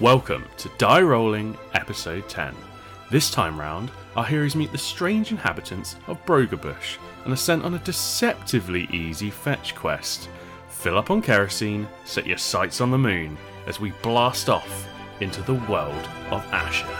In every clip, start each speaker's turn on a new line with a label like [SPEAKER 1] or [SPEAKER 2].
[SPEAKER 1] Welcome to Die Rolling Episode 10. This time round, our heroes meet the strange inhabitants of Brogerbush and are sent on a deceptively easy fetch quest. Fill up on kerosene, set your sights on the moon as we blast off into the world of Asher.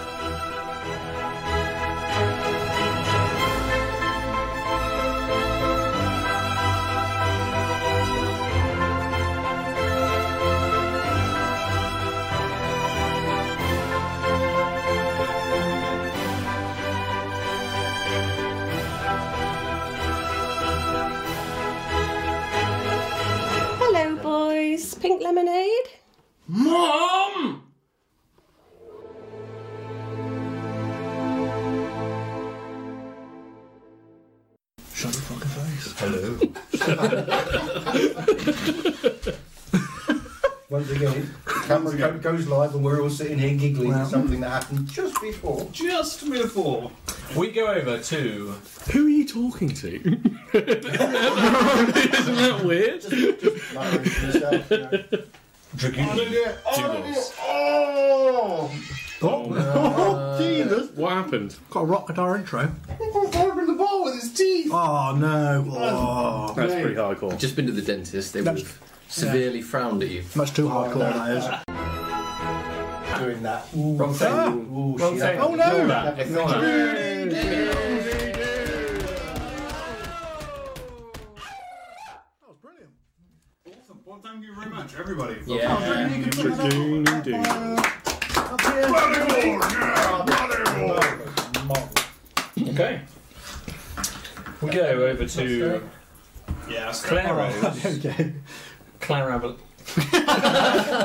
[SPEAKER 2] Hello, boys. Pink lemonade.
[SPEAKER 1] Mom!
[SPEAKER 3] Shut your fucking face.
[SPEAKER 4] Hello.
[SPEAKER 5] Once again, camera go- goes live and we're all sitting here giggling at something that happened just before.
[SPEAKER 4] Just before we go over to
[SPEAKER 1] Who are you talking to? Isn't that weird?
[SPEAKER 5] Muttering to yourself, you know.
[SPEAKER 4] Dragoon Doodles.
[SPEAKER 5] Oh!
[SPEAKER 3] Oh, Jesus.
[SPEAKER 1] What happened?
[SPEAKER 3] Got a rock guitar intro.
[SPEAKER 5] He's opened the ball with his teeth!
[SPEAKER 3] Oh, no. Oh.
[SPEAKER 1] That's pretty hardcore.
[SPEAKER 6] just been to the dentist, they would
[SPEAKER 3] That's-
[SPEAKER 6] have severely frowned at you.
[SPEAKER 3] Much too hardcore, that is.
[SPEAKER 5] Doing that. Ooh,
[SPEAKER 6] Wrong thing.
[SPEAKER 3] Ah,
[SPEAKER 5] ooh, she
[SPEAKER 6] thing.
[SPEAKER 5] had-
[SPEAKER 3] Oh, no.
[SPEAKER 5] Ignore that.
[SPEAKER 6] Ignore that.
[SPEAKER 4] Well, thank you very much, everybody.
[SPEAKER 6] Yeah.
[SPEAKER 7] Okay. We go over to
[SPEAKER 4] Yeah,
[SPEAKER 7] Claro's. Claravel.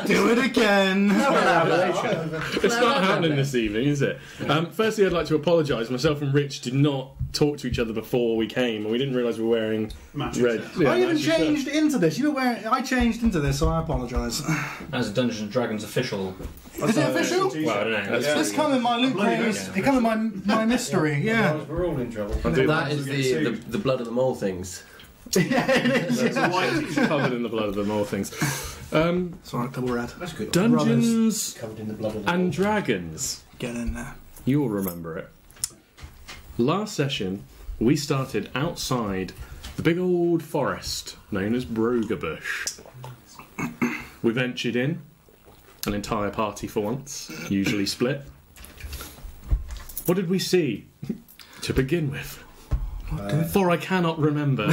[SPEAKER 3] Do it again.
[SPEAKER 1] It's not happening this evening, is it? Um, firstly, I'd like to apologise. Myself and Rich did not talk to each other before we came, and we didn't realise we were wearing
[SPEAKER 4] Matching
[SPEAKER 1] red.
[SPEAKER 4] sets.
[SPEAKER 1] Yeah,
[SPEAKER 3] I even
[SPEAKER 1] matching sets.
[SPEAKER 3] changed into this. You were wearing. I changed into this, so I apologise.
[SPEAKER 7] As a Dungeons and Dragons official.
[SPEAKER 3] Is it official?
[SPEAKER 7] Well, I don't know. That's
[SPEAKER 3] This come in my loot games. It come in my my mystery. Yeah.
[SPEAKER 5] We're all in trouble.
[SPEAKER 1] I do.
[SPEAKER 6] That is the, the, the blood of the mole things.
[SPEAKER 3] Yeah, it is.
[SPEAKER 1] It's white, it's covered in the blood of them all things. Um,
[SPEAKER 3] It's alright, double red.
[SPEAKER 5] That's good.
[SPEAKER 1] Dungeons
[SPEAKER 5] Covered in the blood of the
[SPEAKER 1] and Dragons.
[SPEAKER 3] Get in there.
[SPEAKER 1] You'll remember it. Last session, we started outside the big old forest known as Brogerbush. We ventured in, an entire party for once, usually split. What did we see to begin with? For I cannot remember.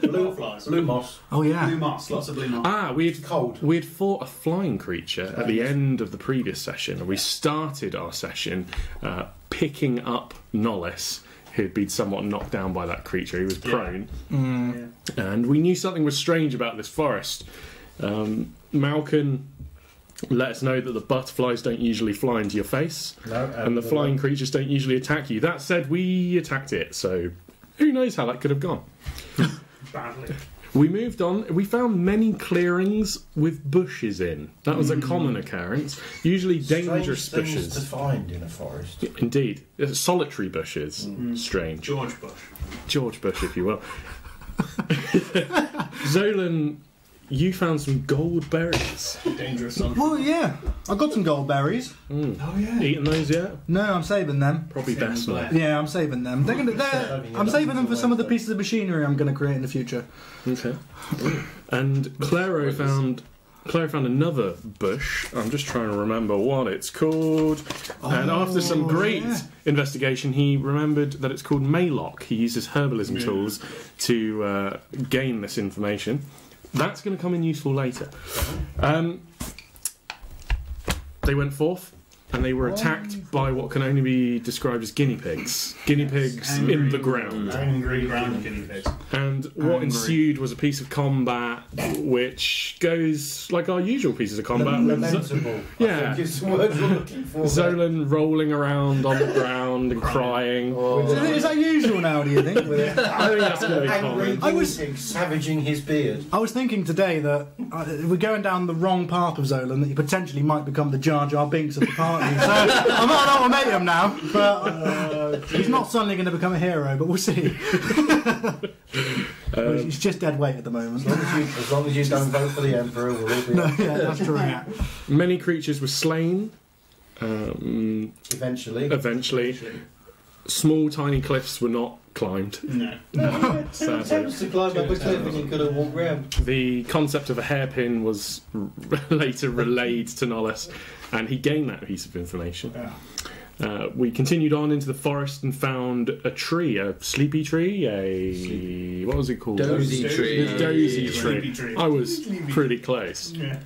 [SPEAKER 4] Blue flies.
[SPEAKER 5] blue moss.
[SPEAKER 3] Oh
[SPEAKER 4] Blue
[SPEAKER 3] yeah.
[SPEAKER 4] moss. Lots of blue moss.
[SPEAKER 1] Ah, we had
[SPEAKER 5] Cold.
[SPEAKER 1] We had fought a flying creature at the end of the previous session, and we started our session uh, picking up Nollis, who'd been somewhat knocked down by that creature. He was prone,
[SPEAKER 5] Mm.
[SPEAKER 1] and we knew something was strange about this forest. Um, Malkin let us know that the butterflies don't usually fly into your face,
[SPEAKER 5] No, uh,
[SPEAKER 1] and the flying creatures don't usually attack you. That said, we attacked it, so who knows how that could have gone.
[SPEAKER 4] Badly.
[SPEAKER 1] We moved on. We found many clearings with bushes in. That was a common occurrence. Usually dangerous
[SPEAKER 5] Mm. Strange things
[SPEAKER 1] bushes.
[SPEAKER 5] to find in a forest.
[SPEAKER 1] Indeed. Uh, Solitary bushes.
[SPEAKER 5] Mm.
[SPEAKER 1] Mm. Strange.
[SPEAKER 4] George Bush.
[SPEAKER 1] George Bush, if you will. Zolan, you found some gold berries.
[SPEAKER 4] Dangerous on.
[SPEAKER 3] Well, yeah. I got some gold berries.
[SPEAKER 5] Oh, yeah.
[SPEAKER 1] Eaten those yet?
[SPEAKER 3] No, I'm saving them.
[SPEAKER 1] Probably best not.
[SPEAKER 3] Yeah, I'm saving them. They're gonna, they're, I'm saving them for some of the pieces of machinery I'm going to create in the future.
[SPEAKER 1] Okay. And Claro found Claro found another bush. I'm just trying to remember what it's called. and after some great
[SPEAKER 3] yeah.
[SPEAKER 1] investigation, he remembered that it's called Maylock. He uses herbalism tools to uh, gain this information. That's going to come in useful later. Um, they went forth. And they were attacked by what can only be described as guinea pigs. Guinea pigs in the ground.
[SPEAKER 4] Angry ground guinea pigs.
[SPEAKER 1] And what ensued was a piece of combat which goes like our usual pieces of combat. with Z-
[SPEAKER 5] Lamentable. I
[SPEAKER 1] Yeah.
[SPEAKER 5] think it's the word we're looking for.
[SPEAKER 1] Zolan rolling around on the around and crying.
[SPEAKER 3] Is that- is that usual now, do you think? with it?
[SPEAKER 1] I think that's very
[SPEAKER 5] Angry,
[SPEAKER 1] common.
[SPEAKER 3] I was-
[SPEAKER 5] savaging his beard.
[SPEAKER 3] I was thinking today that uh, we're going down the wrong path of Zolan, that he potentially might become the Jar Jar Binks of the party. So I might not want to meet him now, but uh, he's not suddenly going to become a hero, but we'll see. he's just dead weight at the moment.
[SPEAKER 5] As long as, you, as long as you don't vote for the Emperor, we'll all be
[SPEAKER 3] No, yeah, that's true. yeah.
[SPEAKER 1] Many creatures were slain. Um,
[SPEAKER 5] eventually.
[SPEAKER 1] eventually, small, tiny cliffs were not climbed.
[SPEAKER 4] No.
[SPEAKER 5] Two attempts to climb up a cliff and you could have walked round.
[SPEAKER 1] The concept of a hairpin was r- later relayed to Nolles, and he gained that piece of information. Uh, we continued on into the forest and found a tree, a sleepy tree, a what was it called?
[SPEAKER 6] Dozy tree.
[SPEAKER 1] A dozy
[SPEAKER 4] Sleepy
[SPEAKER 1] tree.
[SPEAKER 4] tree.
[SPEAKER 1] I was pretty close.
[SPEAKER 4] Yeah.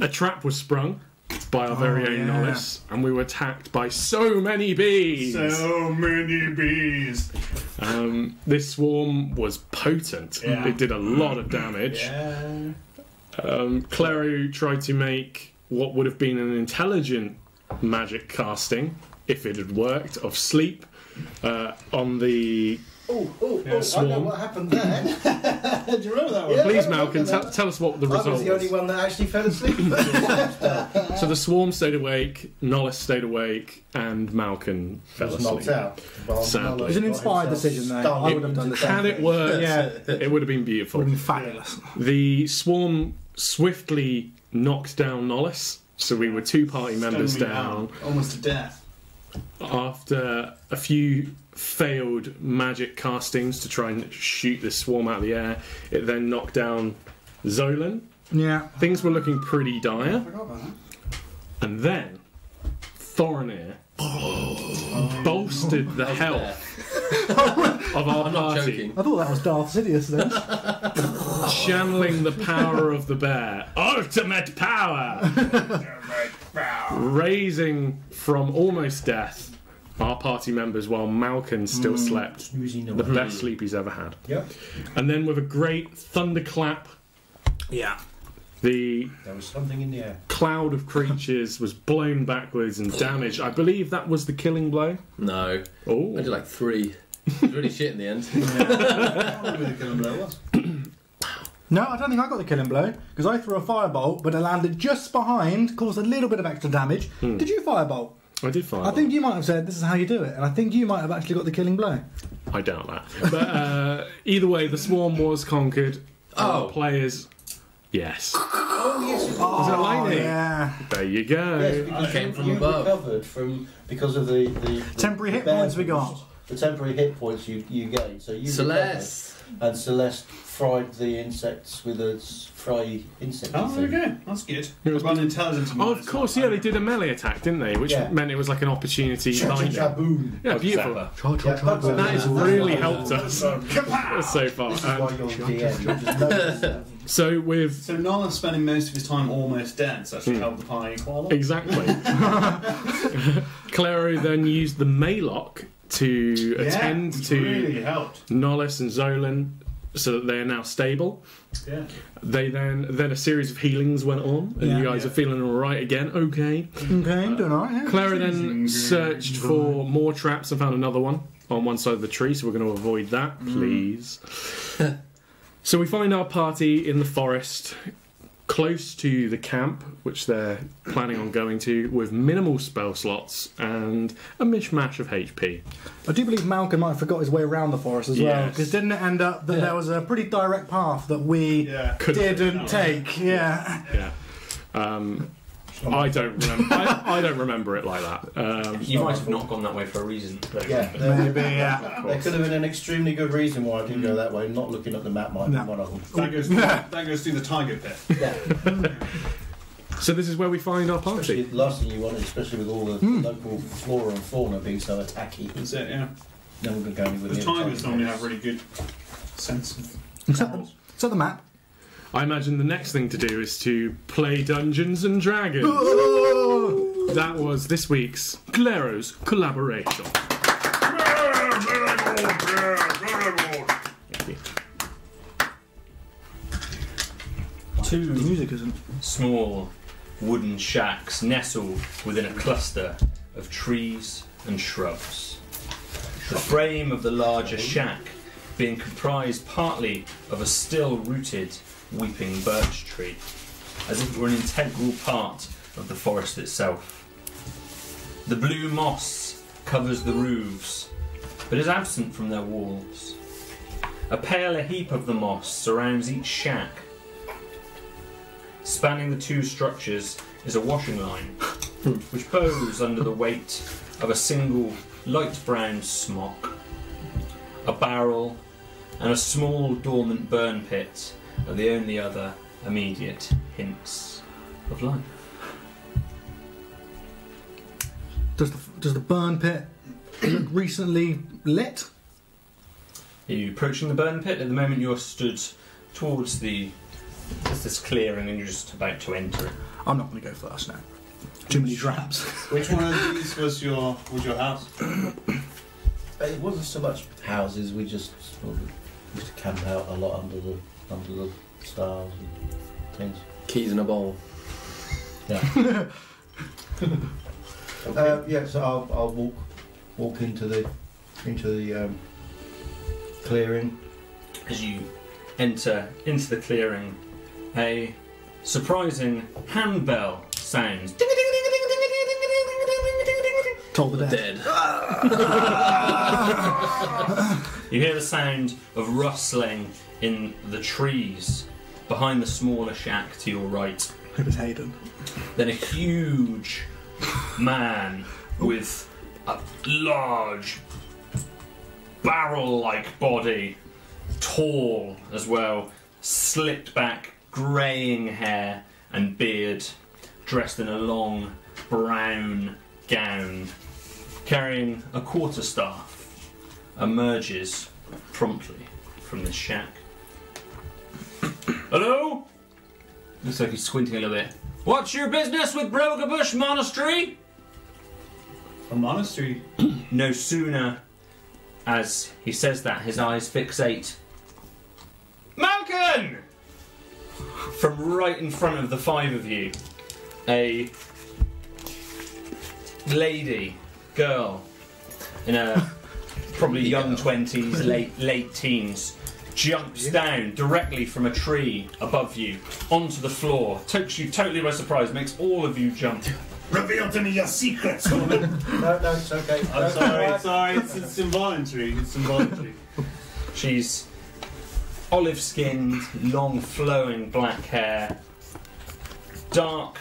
[SPEAKER 1] A trap was sprung by our very
[SPEAKER 4] Oh,
[SPEAKER 1] own
[SPEAKER 3] yeah.
[SPEAKER 1] Nolles, and we were attacked by so many bees.
[SPEAKER 4] So many bees.
[SPEAKER 1] Um, this swarm was potent.
[SPEAKER 4] Yeah.
[SPEAKER 1] It did a lot of damage.
[SPEAKER 4] Yeah.
[SPEAKER 1] Um, Claro tried to make what would have been an intelligent magic casting, if it had worked, of sleep uh, on the.
[SPEAKER 5] Oh, oh,
[SPEAKER 4] Yeah,
[SPEAKER 5] oh, I know
[SPEAKER 1] swarm.
[SPEAKER 5] what happened there.
[SPEAKER 4] Do you remember that one?
[SPEAKER 5] Yeah,
[SPEAKER 1] Please,
[SPEAKER 5] I remember
[SPEAKER 1] Malcolm,
[SPEAKER 5] that.
[SPEAKER 1] tell tell us what the
[SPEAKER 5] I
[SPEAKER 1] result
[SPEAKER 5] was the only
[SPEAKER 1] was.
[SPEAKER 5] one that actually fell asleep.
[SPEAKER 1] So the swarm stayed awake, Nollis stayed awake, and Malcolm fell
[SPEAKER 5] was knocked
[SPEAKER 1] asleep.
[SPEAKER 5] out. Well,
[SPEAKER 1] Sadly.
[SPEAKER 5] Malloy
[SPEAKER 1] It was
[SPEAKER 3] an
[SPEAKER 5] got
[SPEAKER 3] inspired
[SPEAKER 5] himself
[SPEAKER 3] decision, though.
[SPEAKER 5] stung
[SPEAKER 3] I would have done the
[SPEAKER 5] to
[SPEAKER 1] Had
[SPEAKER 5] death.
[SPEAKER 1] it worked,
[SPEAKER 3] Yeah.
[SPEAKER 1] it would have been
[SPEAKER 3] Would
[SPEAKER 1] beautiful.
[SPEAKER 3] have been fabulous.
[SPEAKER 1] The swarm swiftly knocked down Nollis, so we were two party members
[SPEAKER 4] Stunned me
[SPEAKER 1] down.
[SPEAKER 4] Almost to death.
[SPEAKER 1] after a few failed magic castings to try and shoot this swarm out of the air, it then knocked down Zolan.
[SPEAKER 3] Yeah.
[SPEAKER 1] Things were looking pretty
[SPEAKER 4] I
[SPEAKER 1] dire,
[SPEAKER 4] forgot about that.
[SPEAKER 1] and then Thorinir
[SPEAKER 6] Oh.
[SPEAKER 1] bolstered the health of our
[SPEAKER 6] I'm not
[SPEAKER 1] party,
[SPEAKER 6] joking.
[SPEAKER 3] I thought that was Darth Sidious then.
[SPEAKER 1] channeling the power of the bear, ultimate power, raising from almost death our party members while Malkin still slept.
[SPEAKER 5] Using the
[SPEAKER 1] The best sleep he's ever had.
[SPEAKER 5] Yep.
[SPEAKER 1] And then with a great thunderclap,
[SPEAKER 3] yeah.
[SPEAKER 1] the
[SPEAKER 5] There was something in the air.
[SPEAKER 1] cloud of creatures was blown backwards and damaged. I believe that was the killing blow.
[SPEAKER 6] No.
[SPEAKER 1] Oh,
[SPEAKER 6] I did like three. It was really shit in the end.
[SPEAKER 3] No, I don't think I got the killing blow because I threw a firebolt, but it landed just behind, caused a little bit of extra damage. Did you firebolt?
[SPEAKER 1] I did fire.
[SPEAKER 3] I think you might have said this is how you do it, and I think you might have actually got the killing blow.
[SPEAKER 1] I doubt that. But uh, either way, the swarm was conquered. Our
[SPEAKER 6] Oh.
[SPEAKER 1] players, yes.
[SPEAKER 5] Oh, yes, it
[SPEAKER 1] Was
[SPEAKER 5] was.
[SPEAKER 1] that lightning?
[SPEAKER 3] Yeah.
[SPEAKER 1] There you
[SPEAKER 3] Oh,
[SPEAKER 1] go.
[SPEAKER 5] Yes,
[SPEAKER 6] I
[SPEAKER 5] because
[SPEAKER 6] came
[SPEAKER 5] you-
[SPEAKER 6] from
[SPEAKER 5] you
[SPEAKER 6] above.
[SPEAKER 5] recovered from because of the, the, the
[SPEAKER 3] Temporary
[SPEAKER 5] the
[SPEAKER 3] hit
[SPEAKER 5] bear
[SPEAKER 3] points we
[SPEAKER 5] boost,
[SPEAKER 3] got.
[SPEAKER 5] The temporary hit points you, you gained. So you
[SPEAKER 6] Celeste.
[SPEAKER 5] recovered, and Celeste fried the insects with a s- fry insect.
[SPEAKER 4] Oh,
[SPEAKER 5] thing.
[SPEAKER 4] there we go. That's good.
[SPEAKER 1] It was
[SPEAKER 4] I've got an intelligence.
[SPEAKER 1] Oh, of course, yeah, they did a melee attack, didn't they? Which
[SPEAKER 5] Yeah.
[SPEAKER 1] meant it was like an opportunity. lightning.
[SPEAKER 5] Cha-cha-cha-boom.
[SPEAKER 1] Yeah, beautiful.
[SPEAKER 7] Zapper.
[SPEAKER 3] Char, char,
[SPEAKER 5] Yeah,
[SPEAKER 3] char.
[SPEAKER 5] that's-
[SPEAKER 1] That has
[SPEAKER 5] that's
[SPEAKER 1] really
[SPEAKER 5] why-
[SPEAKER 1] helped us so far.
[SPEAKER 5] This is
[SPEAKER 1] Um,
[SPEAKER 5] why you're DM. You just notice that.
[SPEAKER 1] so with
[SPEAKER 4] So Nola's spending most of his time almost dead, so that should help the party quite a lot.
[SPEAKER 1] Exactly. Claro then used the Maylock to
[SPEAKER 4] Yeah,
[SPEAKER 1] attend
[SPEAKER 4] which
[SPEAKER 1] to
[SPEAKER 4] really helped.
[SPEAKER 1] Nollis and Zolan so that they are now stable.
[SPEAKER 4] Yeah.
[SPEAKER 1] They then then a series of healings went on and
[SPEAKER 3] Yeah.
[SPEAKER 1] you guys
[SPEAKER 4] Yeah.
[SPEAKER 1] are feeling alright again. Okay.
[SPEAKER 3] Okay, I'm doing alright. Yeah.
[SPEAKER 1] Clara then searched for more traps and found another one on one side of the tree, so we're going to avoid that, please. so we find our party in the forest, close to the camp, which they're planning on going to, with minimal spell slots and a mishmash of HP.
[SPEAKER 3] I do believe Malcolm might have forgot his way around the forest as well,
[SPEAKER 1] Yes.
[SPEAKER 3] because didn't it end up that there was a pretty direct path that we
[SPEAKER 4] Yeah.
[SPEAKER 3] didn't take? Yeah.
[SPEAKER 1] Yeah. Um, I don't remember. I, I don't remember it like that. Um,
[SPEAKER 7] You might have not gone that way for a reason. though.
[SPEAKER 5] Yeah, there,
[SPEAKER 3] Maybe, yeah.
[SPEAKER 5] there could have been an extremely good reason why I didn't go that way. Not looking at the map might
[SPEAKER 3] No.
[SPEAKER 5] be one of them.
[SPEAKER 4] That goes, that goes through the tiger pit.
[SPEAKER 1] so this is where we find our
[SPEAKER 5] Actually,
[SPEAKER 1] party.
[SPEAKER 5] the last thing you wanted, especially with all the local flora and fauna being so attacky,
[SPEAKER 4] That's it, yeah.
[SPEAKER 5] no one could go anywhere
[SPEAKER 4] The
[SPEAKER 5] near
[SPEAKER 4] tigers
[SPEAKER 5] tiger.
[SPEAKER 4] normally have really good sense of.
[SPEAKER 3] Except, except the map.
[SPEAKER 1] I imagine the next thing to do is to play Dungeons and Dragons.
[SPEAKER 3] Oh!
[SPEAKER 1] That was this week's Claro's collaboration.
[SPEAKER 3] The music isn't.
[SPEAKER 7] Small wooden shacks nestled within a cluster of trees, and shrubs. The frame of the larger shack being comprised partly of a still rooted weeping birch tree, as if it were an integral part of the forest itself. The blue moss covers the roofs, but is absent from their walls. A paler heap of the moss surrounds each shack. Spanning the two structures is a washing line, which bows under the weight of a single light brown smock, a barrel, and a small dormant burn pit are the only other immediate hints of life.
[SPEAKER 3] Does the does the burn pit look recently lit?
[SPEAKER 7] Are you approaching the burn pit? At the moment, you're stood towards the. There's this clearing, and you're just about to enter it.
[SPEAKER 3] I'm not going to go first now. Too many traps.
[SPEAKER 4] Which one of these was your was your house?
[SPEAKER 5] It wasn't so much houses. We just sort of used to camp out a lot under the under the stars and things.
[SPEAKER 6] Keys in a bowl.
[SPEAKER 5] Uh, yeah, so I'll, I'll walk walk into the into the um, clearing.
[SPEAKER 7] as you enter into the clearing, a surprising handbell sounds.
[SPEAKER 3] Told the dead.
[SPEAKER 6] Dead.
[SPEAKER 7] You hear the sound of rustling in the trees behind the smaller shack to your right.
[SPEAKER 3] It was Hayden.
[SPEAKER 7] Then a huge man with a large barrel like body, tall as well, slicked back, greying hair and beard, dressed in a long brown gown, carrying a quarterstaff, emerges promptly from this shack. Hello? Looks like he's squinting a little bit. What's your business with Brogabush Monastery?
[SPEAKER 4] A monastery.
[SPEAKER 7] No sooner as he says that, his eyes fixate. Malcolm! From right in front of the five of you, a lady, girl, in a probably young 20s, late, late teens, jumps down directly from a tree above you onto the floor, takes you totally by surprise, makes all of you jump.
[SPEAKER 4] Reveal to me your secrets, woman.
[SPEAKER 5] No, no, it's okay. No,
[SPEAKER 4] I'm
[SPEAKER 5] it's all
[SPEAKER 4] sorry,
[SPEAKER 5] right.
[SPEAKER 4] sorry. It's, it's involuntary. It's involuntary.
[SPEAKER 7] She's olive skinned, long flowing black hair, dark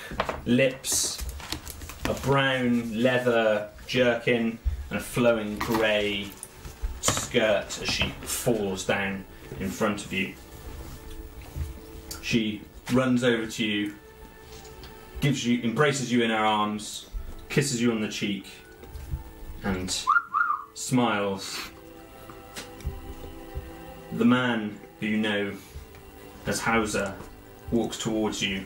[SPEAKER 7] lips, a brown leather jerkin, and a flowing grey skirt as she falls down in front of you. She runs over to you, gives you embraces you in her arms, kisses you on the cheek, and smiles the man who you know as Hauser walks towards you.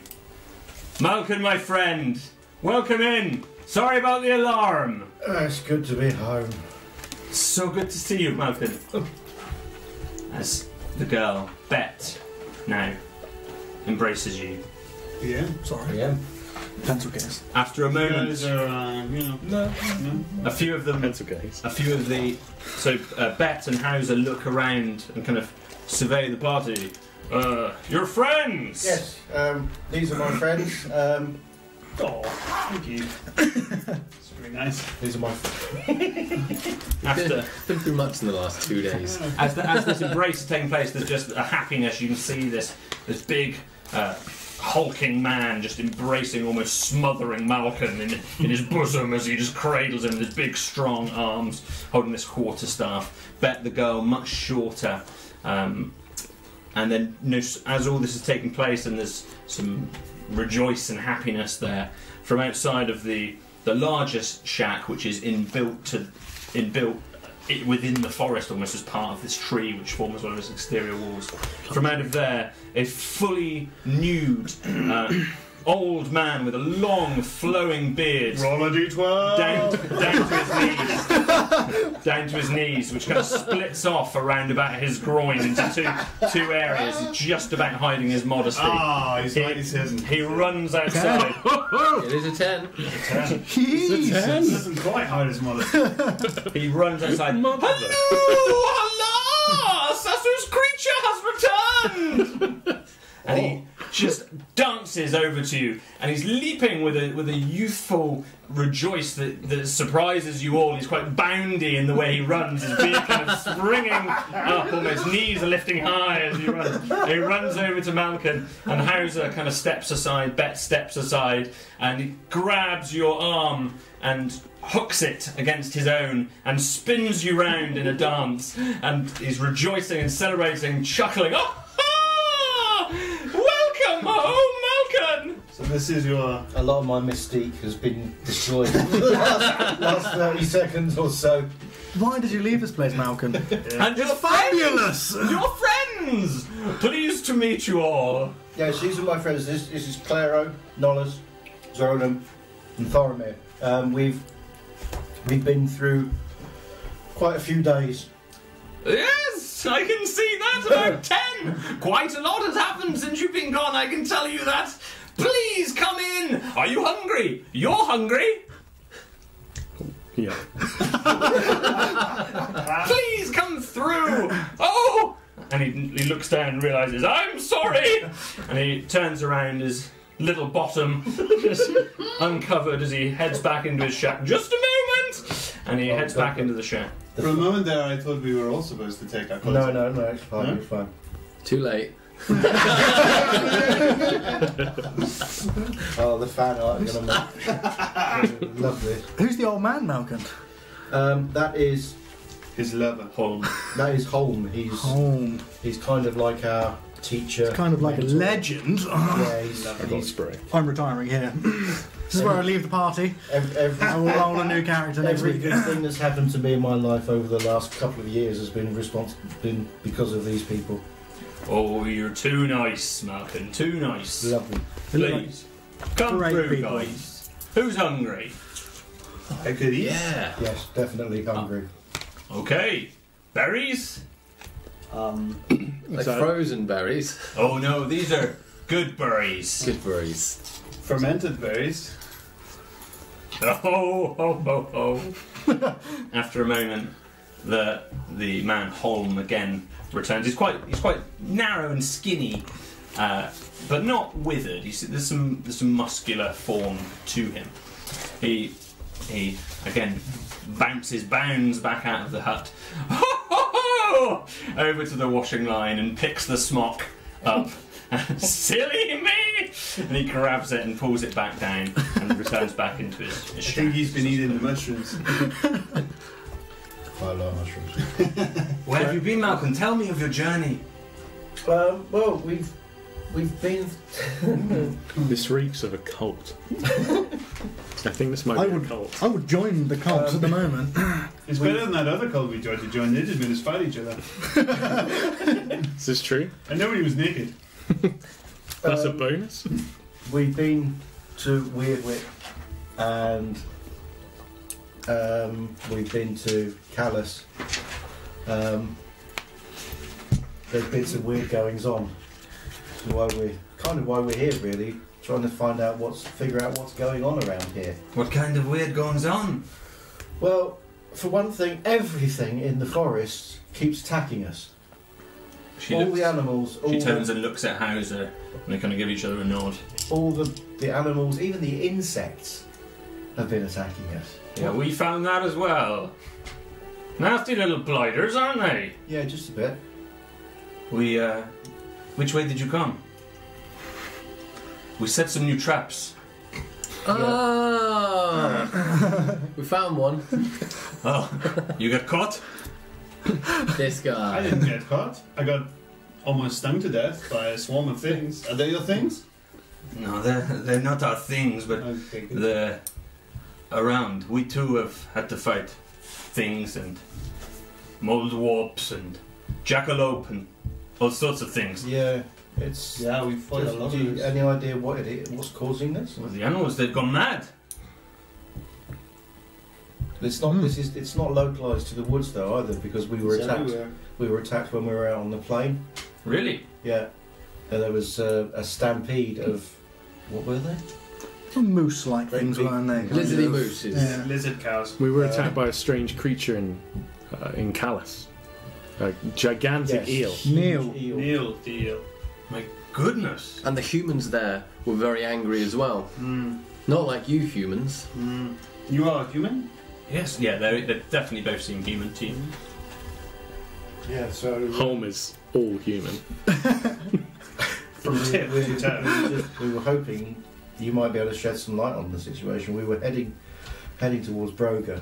[SPEAKER 7] Malcolm, my friend, welcome in. Sorry about the alarm.
[SPEAKER 5] Uh, it's good to be home.
[SPEAKER 7] So good to see you, Malcolm. As the girl, Bet, now embraces you.
[SPEAKER 4] yeah.
[SPEAKER 3] Sorry.
[SPEAKER 5] Yeah.
[SPEAKER 3] Pencil case.
[SPEAKER 7] After a
[SPEAKER 4] You guys
[SPEAKER 5] um,
[SPEAKER 7] moment,
[SPEAKER 4] are, uh, you know. No.
[SPEAKER 7] a few of them
[SPEAKER 1] Pencil case.
[SPEAKER 7] a few of the so uh, Bet and Hauser look around and kind of survey the party. Uh, your friends.
[SPEAKER 5] Yes. Um, these are my friends. Um,
[SPEAKER 4] Oh, thank you. It's very nice.
[SPEAKER 5] these are my.
[SPEAKER 7] After
[SPEAKER 6] Been through much in the last two days.
[SPEAKER 7] as, the, as this embrace is taking place, there's just a happiness. You can see this this big, uh, hulking man just embracing, almost smothering Malcolm in, in his bosom as he just cradles him with his big, strong arms, holding this quarterstaff. Bet the girl much shorter. Um, and then, no, s- as all this is taking place, and there's some rejoice and happiness there from outside of the the largest shack, which is inbuilt to inbuilt it within the forest, almost as part of this tree, which forms one of its exterior walls. From out of there, a fully nude uh, old man with a long, flowing beard
[SPEAKER 4] Roll a d12.
[SPEAKER 7] down, down to his knees, down to his knees, which kind of splits off around about his groin into two two areas, just about hiding his modesty.
[SPEAKER 4] Ah, he's
[SPEAKER 7] He-
[SPEAKER 4] like he isn't.
[SPEAKER 7] He runs outside.
[SPEAKER 6] It is a 10.
[SPEAKER 4] He doesn't quite hide his mother.
[SPEAKER 7] He runs outside. Hello, Allah! Sasu's creature has returned. and he just dances over to you, and he's leaping with a with a youthful rejoice that, that surprises you all. He's quite boundy in the way he runs, his beard kind of springing up, almost knees are lifting high as he runs. And he runs over to Malkin, and Hauser kind of steps aside, Bet steps aside, and he grabs your arm and hooks it against his own and spins you round in a dance and is rejoicing and celebrating, chuckling. Oh, ah! welcome home, Malcolm!
[SPEAKER 4] So this is your.
[SPEAKER 5] A lot of my mystique has been destroyed in the last, last 30 seconds or so.
[SPEAKER 3] Why did you leave this place, Malcolm?
[SPEAKER 7] And your
[SPEAKER 3] Fabulous!
[SPEAKER 7] friends, your friends, pleased to meet you all.
[SPEAKER 5] Yeah, so these are my friends. This, this is Claro, Nollis, Zolan, and Thoromir. Um, we've we've been through quite a few days.
[SPEAKER 7] Yes, I can see that about ten. Quite a lot has happened since you've been gone. I can tell you that. Please come in. Are you hungry? You're hungry.
[SPEAKER 1] Yeah.
[SPEAKER 7] Please come through! Oh! And he, he looks down and realizes, I'm sorry! And he turns around his little bottom, just uncovered as he heads back into his shack. Just a moment! And he heads back into the shack.
[SPEAKER 4] For a moment there, I thought we were all supposed to take our clothes.
[SPEAKER 5] No,
[SPEAKER 4] off.
[SPEAKER 5] no, no, it's fine,
[SPEAKER 4] No?
[SPEAKER 5] it's fine.
[SPEAKER 6] Too late.
[SPEAKER 5] Oh, the fan art you're gonna make. Love this.
[SPEAKER 3] Who's the old man, Malcolm?
[SPEAKER 5] Um, that is
[SPEAKER 4] His lover.
[SPEAKER 7] Hold on.
[SPEAKER 5] that is Holm. He's
[SPEAKER 3] Home.
[SPEAKER 5] he's kind of like our teacher.
[SPEAKER 3] Kind of like a
[SPEAKER 5] mentor.
[SPEAKER 3] legend.
[SPEAKER 5] Yeah, he's,
[SPEAKER 1] I got
[SPEAKER 5] he's
[SPEAKER 1] spray.
[SPEAKER 3] I'm retiring here. this is where I leave the party.
[SPEAKER 5] every, every,
[SPEAKER 3] I will roll a new character next
[SPEAKER 5] Every
[SPEAKER 3] week.
[SPEAKER 5] good thing that's happened to me in my life over the last couple of years has been response been because of these people.
[SPEAKER 7] Oh, you're too nice, Malcolm. Too nice.
[SPEAKER 5] Love them.
[SPEAKER 7] Please. Come
[SPEAKER 3] Great
[SPEAKER 7] through,
[SPEAKER 3] people.
[SPEAKER 7] guys. Who's hungry?
[SPEAKER 4] I could eat.
[SPEAKER 7] Yeah.
[SPEAKER 5] Yes, definitely hungry.
[SPEAKER 7] Okay. Berries?
[SPEAKER 4] Um,
[SPEAKER 6] Like
[SPEAKER 1] So-
[SPEAKER 6] frozen berries.
[SPEAKER 7] Oh no, these are good berries.
[SPEAKER 6] Good berries.
[SPEAKER 4] fermented berries.
[SPEAKER 7] Oh, ho, ho, ho. After a moment, the the man Holm again returns. He's quite he's quite narrow and skinny, uh, but not withered. He's, there's some there's some muscular form to him. He he again bounces bounds back out of the hut, ho, ho, ho, over to the washing line and picks the smock up. Silly me! And he grabs it and pulls it back down and returns back into his, his
[SPEAKER 4] I think
[SPEAKER 7] shack.
[SPEAKER 4] he's been eating the mushrooms.
[SPEAKER 5] Quite a lot of mushrooms.
[SPEAKER 7] Where have you been, Malcolm? Tell me of your journey.
[SPEAKER 5] Um, well, we've we've been.
[SPEAKER 1] This reeks of a cult. I think this might
[SPEAKER 3] I
[SPEAKER 1] be
[SPEAKER 3] would-
[SPEAKER 1] a cult.
[SPEAKER 3] I would join the cult at the moment.
[SPEAKER 4] It's better than that other cult we tried to join. They just made us fight each other.
[SPEAKER 1] Is this true?
[SPEAKER 4] And nobody was naked.
[SPEAKER 1] That's a
[SPEAKER 5] um,
[SPEAKER 1] bonus.
[SPEAKER 5] We've been to Weirdwick, and um, we've been to Callus. Um, there's been some weird goings on. It's Why we kind of why we're here, really, trying to find out what's figure out what's going on around here.
[SPEAKER 7] What kind of weird goings on?
[SPEAKER 5] Well, for one thing, everything in the forest keeps attacking us.
[SPEAKER 7] She,
[SPEAKER 5] all
[SPEAKER 7] looks,
[SPEAKER 5] the animals, all
[SPEAKER 7] she
[SPEAKER 5] the-
[SPEAKER 7] turns and looks at Hauser, and they kind of give each other a nod.
[SPEAKER 5] all the, the animals, even the insects, have been attacking us.
[SPEAKER 7] Yeah, we found that as well. Nasty little blighters, aren't they?
[SPEAKER 5] Yeah, just a bit.
[SPEAKER 7] We, uh, which way did you come? We set some new traps.
[SPEAKER 6] Ah! we found one.
[SPEAKER 7] Oh, you got caught?
[SPEAKER 6] This
[SPEAKER 4] I
[SPEAKER 6] guy.
[SPEAKER 4] didn't get caught. I got almost stung to death by a swarm of things. Are they your things?
[SPEAKER 7] No, they're, they're not our things, but
[SPEAKER 4] Okay, good.
[SPEAKER 7] they're around. We too have had to fight things and mold warps and jackalope and all sorts of things.
[SPEAKER 5] Yeah, It's
[SPEAKER 4] Yeah, we fought a
[SPEAKER 5] Does-
[SPEAKER 4] lot
[SPEAKER 5] do
[SPEAKER 4] of
[SPEAKER 5] you,
[SPEAKER 4] this.
[SPEAKER 5] any idea what it is, what's causing this?
[SPEAKER 7] Well, the animals, they've gone mad.
[SPEAKER 5] It's not.
[SPEAKER 7] Hmm.
[SPEAKER 5] This is. It's not localized to the woods though either, because we were
[SPEAKER 4] It's
[SPEAKER 5] attacked.
[SPEAKER 4] everywhere.
[SPEAKER 5] We were attacked when we were out on the plane.
[SPEAKER 7] Really?
[SPEAKER 5] Yeah, and there was uh, a stampede of. What were they?
[SPEAKER 3] Moose like
[SPEAKER 5] Great
[SPEAKER 3] things,
[SPEAKER 5] big
[SPEAKER 3] weren't they? kind
[SPEAKER 6] Lizardy
[SPEAKER 3] of?
[SPEAKER 6] mooses.
[SPEAKER 3] Yeah.
[SPEAKER 4] Lizard cows.
[SPEAKER 1] We were
[SPEAKER 5] Uh,
[SPEAKER 1] attacked by a strange creature in uh, in Callus, a gigantic
[SPEAKER 5] Yes.
[SPEAKER 1] eel.
[SPEAKER 3] Neil.
[SPEAKER 5] Eel.
[SPEAKER 4] Neil deal.
[SPEAKER 7] My goodness.
[SPEAKER 6] And the humans there were very angry as well.
[SPEAKER 4] Mm.
[SPEAKER 6] Not like you humans.
[SPEAKER 4] Mm. You are human?
[SPEAKER 7] Yes, yeah, they they definitely both seem human to you.
[SPEAKER 5] Yeah. So
[SPEAKER 1] Home is all human.
[SPEAKER 4] From tip
[SPEAKER 5] we,
[SPEAKER 4] to toe.
[SPEAKER 5] we just- we were hoping you might be able to shed some light on the situation. We were heading heading towards Broga.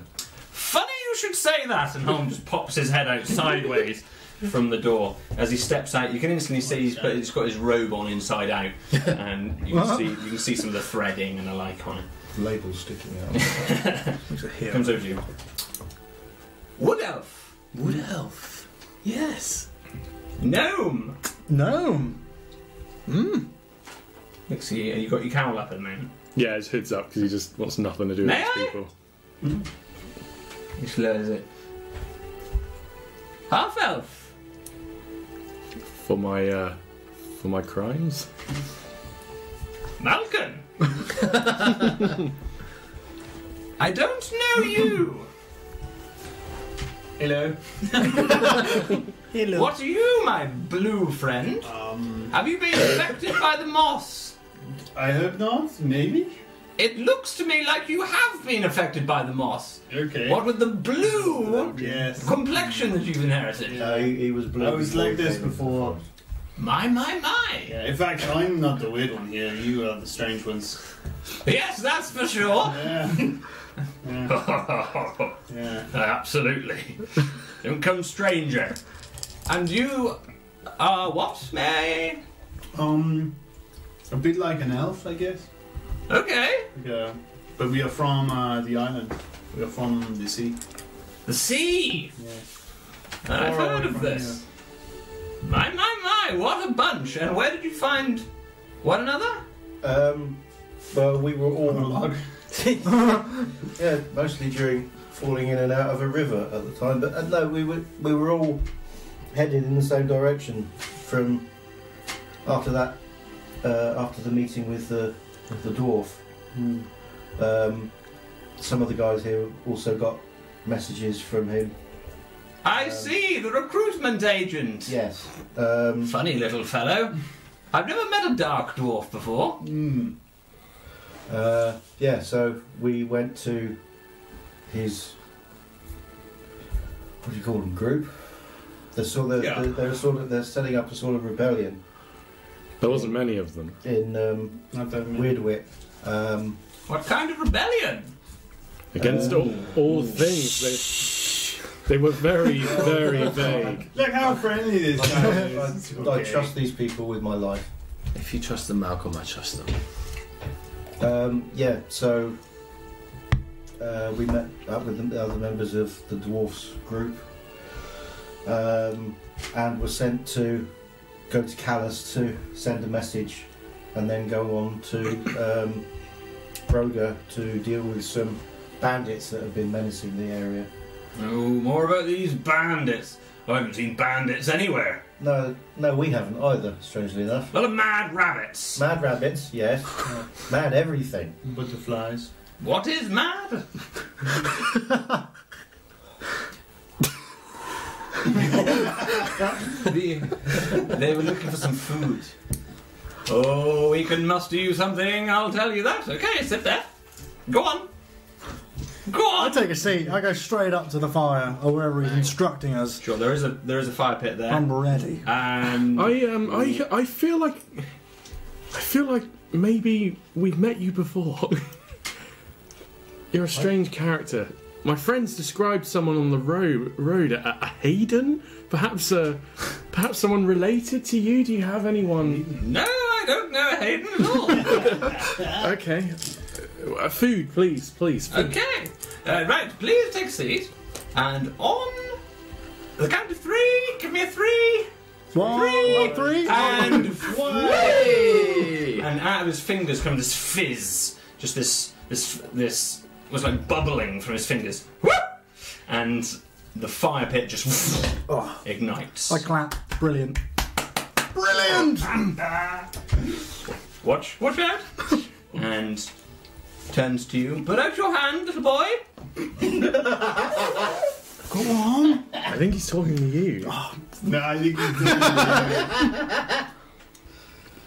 [SPEAKER 7] Funny you should say that. And Holm just pops his head out sideways from the door. As he steps out, you can instantly see he's, put, he's got his robe on inside out, and you can see you can see some of the threading and the like on it.
[SPEAKER 5] Labels sticking out.
[SPEAKER 3] Looks a hero.
[SPEAKER 7] Comes over to you. Wood elf,
[SPEAKER 6] Wood elf. Yes.
[SPEAKER 7] gnome.
[SPEAKER 3] Gnome.
[SPEAKER 7] Let's see, you got your cowl up at the moment.
[SPEAKER 1] Yeah, his hood's up because he just wants nothing to do with
[SPEAKER 7] May
[SPEAKER 1] these
[SPEAKER 7] I?
[SPEAKER 1] people.
[SPEAKER 7] He slurs it. Half elf.
[SPEAKER 1] For my uh, for my crimes.
[SPEAKER 7] Malcolm! I don't know you! Hello.
[SPEAKER 3] Hello.
[SPEAKER 7] What are you, my blue friend?
[SPEAKER 4] Um,
[SPEAKER 7] Have you been affected by the moss?
[SPEAKER 4] I hope not. Maybe.
[SPEAKER 7] It looks to me like you have been affected by the moss.
[SPEAKER 4] Okay.
[SPEAKER 7] What with the blue
[SPEAKER 4] Yes.
[SPEAKER 7] complexion that you've inherited?
[SPEAKER 4] Yeah.
[SPEAKER 5] no, Uh, he, he was blue.
[SPEAKER 4] I was
[SPEAKER 5] before
[SPEAKER 4] like
[SPEAKER 5] he
[SPEAKER 4] this
[SPEAKER 5] came in.
[SPEAKER 4] before.
[SPEAKER 7] My, my, my!
[SPEAKER 4] Yeah, in fact, I'm not the weird one here. You are the strange ones.
[SPEAKER 7] Yes, that's for sure!
[SPEAKER 4] Yeah. yeah. yeah.
[SPEAKER 7] Absolutely. Don't come stranger. And you are what, May?
[SPEAKER 4] Um, a bit like an elf, I guess.
[SPEAKER 7] Okay.
[SPEAKER 4] Yeah. But we are from uh, the island. We are from the sea.
[SPEAKER 7] The sea.
[SPEAKER 4] Yeah.
[SPEAKER 7] I've
[SPEAKER 4] Far away
[SPEAKER 7] heard of
[SPEAKER 4] from
[SPEAKER 7] this. My, my, my, what a bunch. And where did you find one another?
[SPEAKER 5] Um, well, we were all
[SPEAKER 4] On a log.
[SPEAKER 5] Yeah, mostly during falling in and out of a river at the time. But uh, no, we were we were all headed in the same direction from after that uh, after the meeting with the with the dwarf.
[SPEAKER 4] Hmm.
[SPEAKER 5] Um, some of the guys here also got messages from him.
[SPEAKER 7] I
[SPEAKER 5] Um,
[SPEAKER 7] see, the recruitment agent.
[SPEAKER 5] Yes. Um,
[SPEAKER 7] Funny little fellow. I've never met a dark dwarf before.
[SPEAKER 4] Hmm.
[SPEAKER 5] Mm. uh, yeah. So we went to his what do you call them group. They're sort of,
[SPEAKER 4] Yeah.
[SPEAKER 5] they're, they're sort of they're setting up a sort of rebellion.
[SPEAKER 1] There wasn't many of them.
[SPEAKER 5] in um,
[SPEAKER 4] Not that many.
[SPEAKER 5] Weirdwit. Um,
[SPEAKER 7] What kind of rebellion?
[SPEAKER 1] Against all, all things, they, they were very, very vague.
[SPEAKER 4] Look how friendly this guy
[SPEAKER 5] I,
[SPEAKER 4] is.
[SPEAKER 5] I trust these people with my life.
[SPEAKER 6] If you trust them, Malcolm, I trust them.
[SPEAKER 5] Um, yeah, so uh, we met up with the other members of the dwarfs group um, and were sent to go to Callus to send a message and then go on to um, Broga to deal with some bandits that have been menacing the area.
[SPEAKER 7] Oh, more about these bandits. I haven't seen bandits anywhere.
[SPEAKER 5] No, no, we haven't either, strangely enough.
[SPEAKER 7] Well, of mad rabbits.
[SPEAKER 5] Mad rabbits, yes. Mad everything.
[SPEAKER 4] Butterflies.
[SPEAKER 7] What is mad? they, they were looking for some food. Oh, we can muster you something, I'll tell you that. Okay, sit there. Go on. Go
[SPEAKER 3] I
[SPEAKER 7] on.
[SPEAKER 3] take a seat. I go straight up to the fire or wherever he's instructing us.
[SPEAKER 7] Sure, there is a there is a fire pit there.
[SPEAKER 3] I'm ready.
[SPEAKER 7] and
[SPEAKER 1] I um, I, I feel like, I feel like maybe we've met you before. You're a strange character. My friends described someone on the road, road a, a Hayden, perhaps a, perhaps someone related to you. Do you have anyone?
[SPEAKER 7] no, I don't know Hayden at all.
[SPEAKER 1] Okay, Uh, food, please, please. Food.
[SPEAKER 7] Okay. Uh, right, please take a seat. And on the count of three, give me a three.
[SPEAKER 3] One, three.
[SPEAKER 7] And
[SPEAKER 6] Hey!
[SPEAKER 7] and out of his fingers comes this fizz, just this this this was like bubbling from his fingers, Whoop! and the fire pit just ignites.
[SPEAKER 3] Oh. I clap. Brilliant. Brilliant.
[SPEAKER 7] Watch, watch out! and turns to you. Put out your hand, little boy.
[SPEAKER 3] Go on.
[SPEAKER 1] I think he's talking to you.
[SPEAKER 4] No, I think he's doing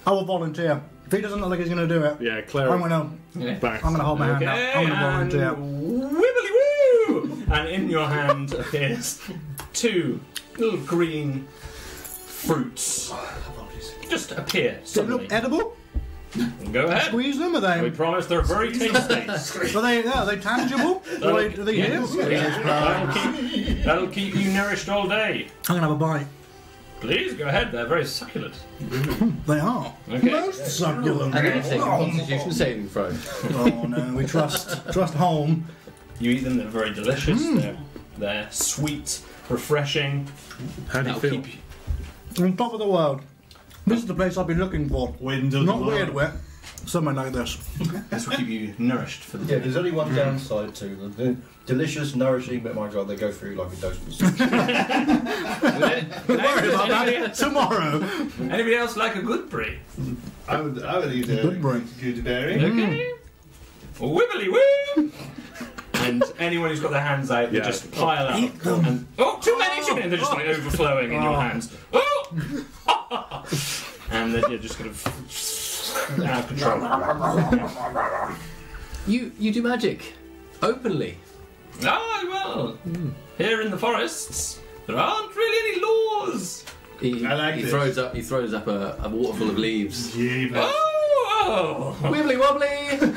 [SPEAKER 3] I will volunteer. If he doesn't look like he's going to do it,
[SPEAKER 1] Yeah,
[SPEAKER 3] I'm
[SPEAKER 1] Clara.
[SPEAKER 3] going to.
[SPEAKER 1] Back.
[SPEAKER 3] I'm going to hold my
[SPEAKER 7] Okay,
[SPEAKER 3] hand out. I'm going to volunteer.
[SPEAKER 7] and wibbly woo! and in your hand appears two little green fruits. Just appear
[SPEAKER 3] Do they
[SPEAKER 7] suddenly.
[SPEAKER 3] look edible?
[SPEAKER 7] Go ahead.
[SPEAKER 3] Squeeze them? Are
[SPEAKER 7] We
[SPEAKER 3] they?
[SPEAKER 7] promise they're very tasty.
[SPEAKER 3] Are they? Are they tangible? Are they, are they
[SPEAKER 7] Yeah.
[SPEAKER 3] here?
[SPEAKER 7] That'll keep, that'll keep you nourished all day.
[SPEAKER 3] I'm going to have a bite.
[SPEAKER 7] Please go ahead. They're very succulent.
[SPEAKER 3] They are.
[SPEAKER 7] Okay.
[SPEAKER 3] Most succulent.
[SPEAKER 6] I'm going to take a constitution saving throw.
[SPEAKER 3] Oh no, we trust trust home.
[SPEAKER 7] You eat them. They're very delicious.
[SPEAKER 3] Mm.
[SPEAKER 7] They're, they're sweet, refreshing.
[SPEAKER 1] How do you
[SPEAKER 6] That'll
[SPEAKER 1] feel?
[SPEAKER 6] keep you.
[SPEAKER 3] On top of the world. This is the place I've been looking for.
[SPEAKER 4] Wind of
[SPEAKER 3] Not
[SPEAKER 4] the
[SPEAKER 3] weird
[SPEAKER 4] world.
[SPEAKER 3] where somewhere like this.
[SPEAKER 7] This will keep you nourished for the
[SPEAKER 5] Yeah,
[SPEAKER 7] day.
[SPEAKER 5] there's only one downside to them. They're delicious, nourishing, but my god, they go through like a dose of soup.
[SPEAKER 3] Don't worry about that. Tomorrow.
[SPEAKER 7] Anybody else like a good brie?
[SPEAKER 4] I would, I would eat
[SPEAKER 3] Good
[SPEAKER 4] a
[SPEAKER 3] brain.
[SPEAKER 4] good berry.
[SPEAKER 7] Okay. Wibbly woo! And anyone who's got their hands out, they
[SPEAKER 1] Yeah.
[SPEAKER 7] just pile up. And, oh, too many, too many! They're just like overflowing in your hands. Oh! and then you're just kind of out of control.
[SPEAKER 6] You you do magic openly.
[SPEAKER 7] Ah, well, here in the forests, there aren't really any laws.
[SPEAKER 6] He,
[SPEAKER 4] I like
[SPEAKER 6] he
[SPEAKER 4] this.
[SPEAKER 6] throws up he throws up a, a waterful of leaves.
[SPEAKER 4] Yeah, but
[SPEAKER 7] Oh, oh,
[SPEAKER 6] Wibbly wobbly.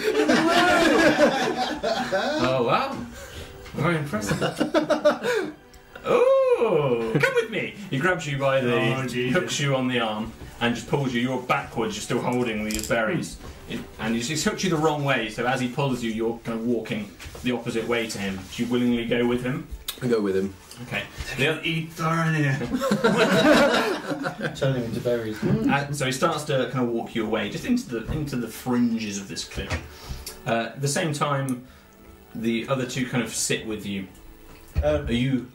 [SPEAKER 7] oh wow. Very impressive. oh, come with me. He grabs you by the,
[SPEAKER 4] Oh, Jesus.
[SPEAKER 7] hooks you on the arm and just pulls you. You're backwards, you're still holding these berries. It- and he just hooks you the wrong way, so as he pulls you, you're kind of walking the opposite way to him. Do you willingly go with him?
[SPEAKER 6] I go with him.
[SPEAKER 7] Okay. The other, he
[SPEAKER 4] darn it.
[SPEAKER 5] Turn them into berries.
[SPEAKER 7] Uh, so he starts to kind of walk you away, just into the into the fringes of this clearing. Uh, at the same time, the other two kind of sit with you.
[SPEAKER 5] Um,
[SPEAKER 7] Are you?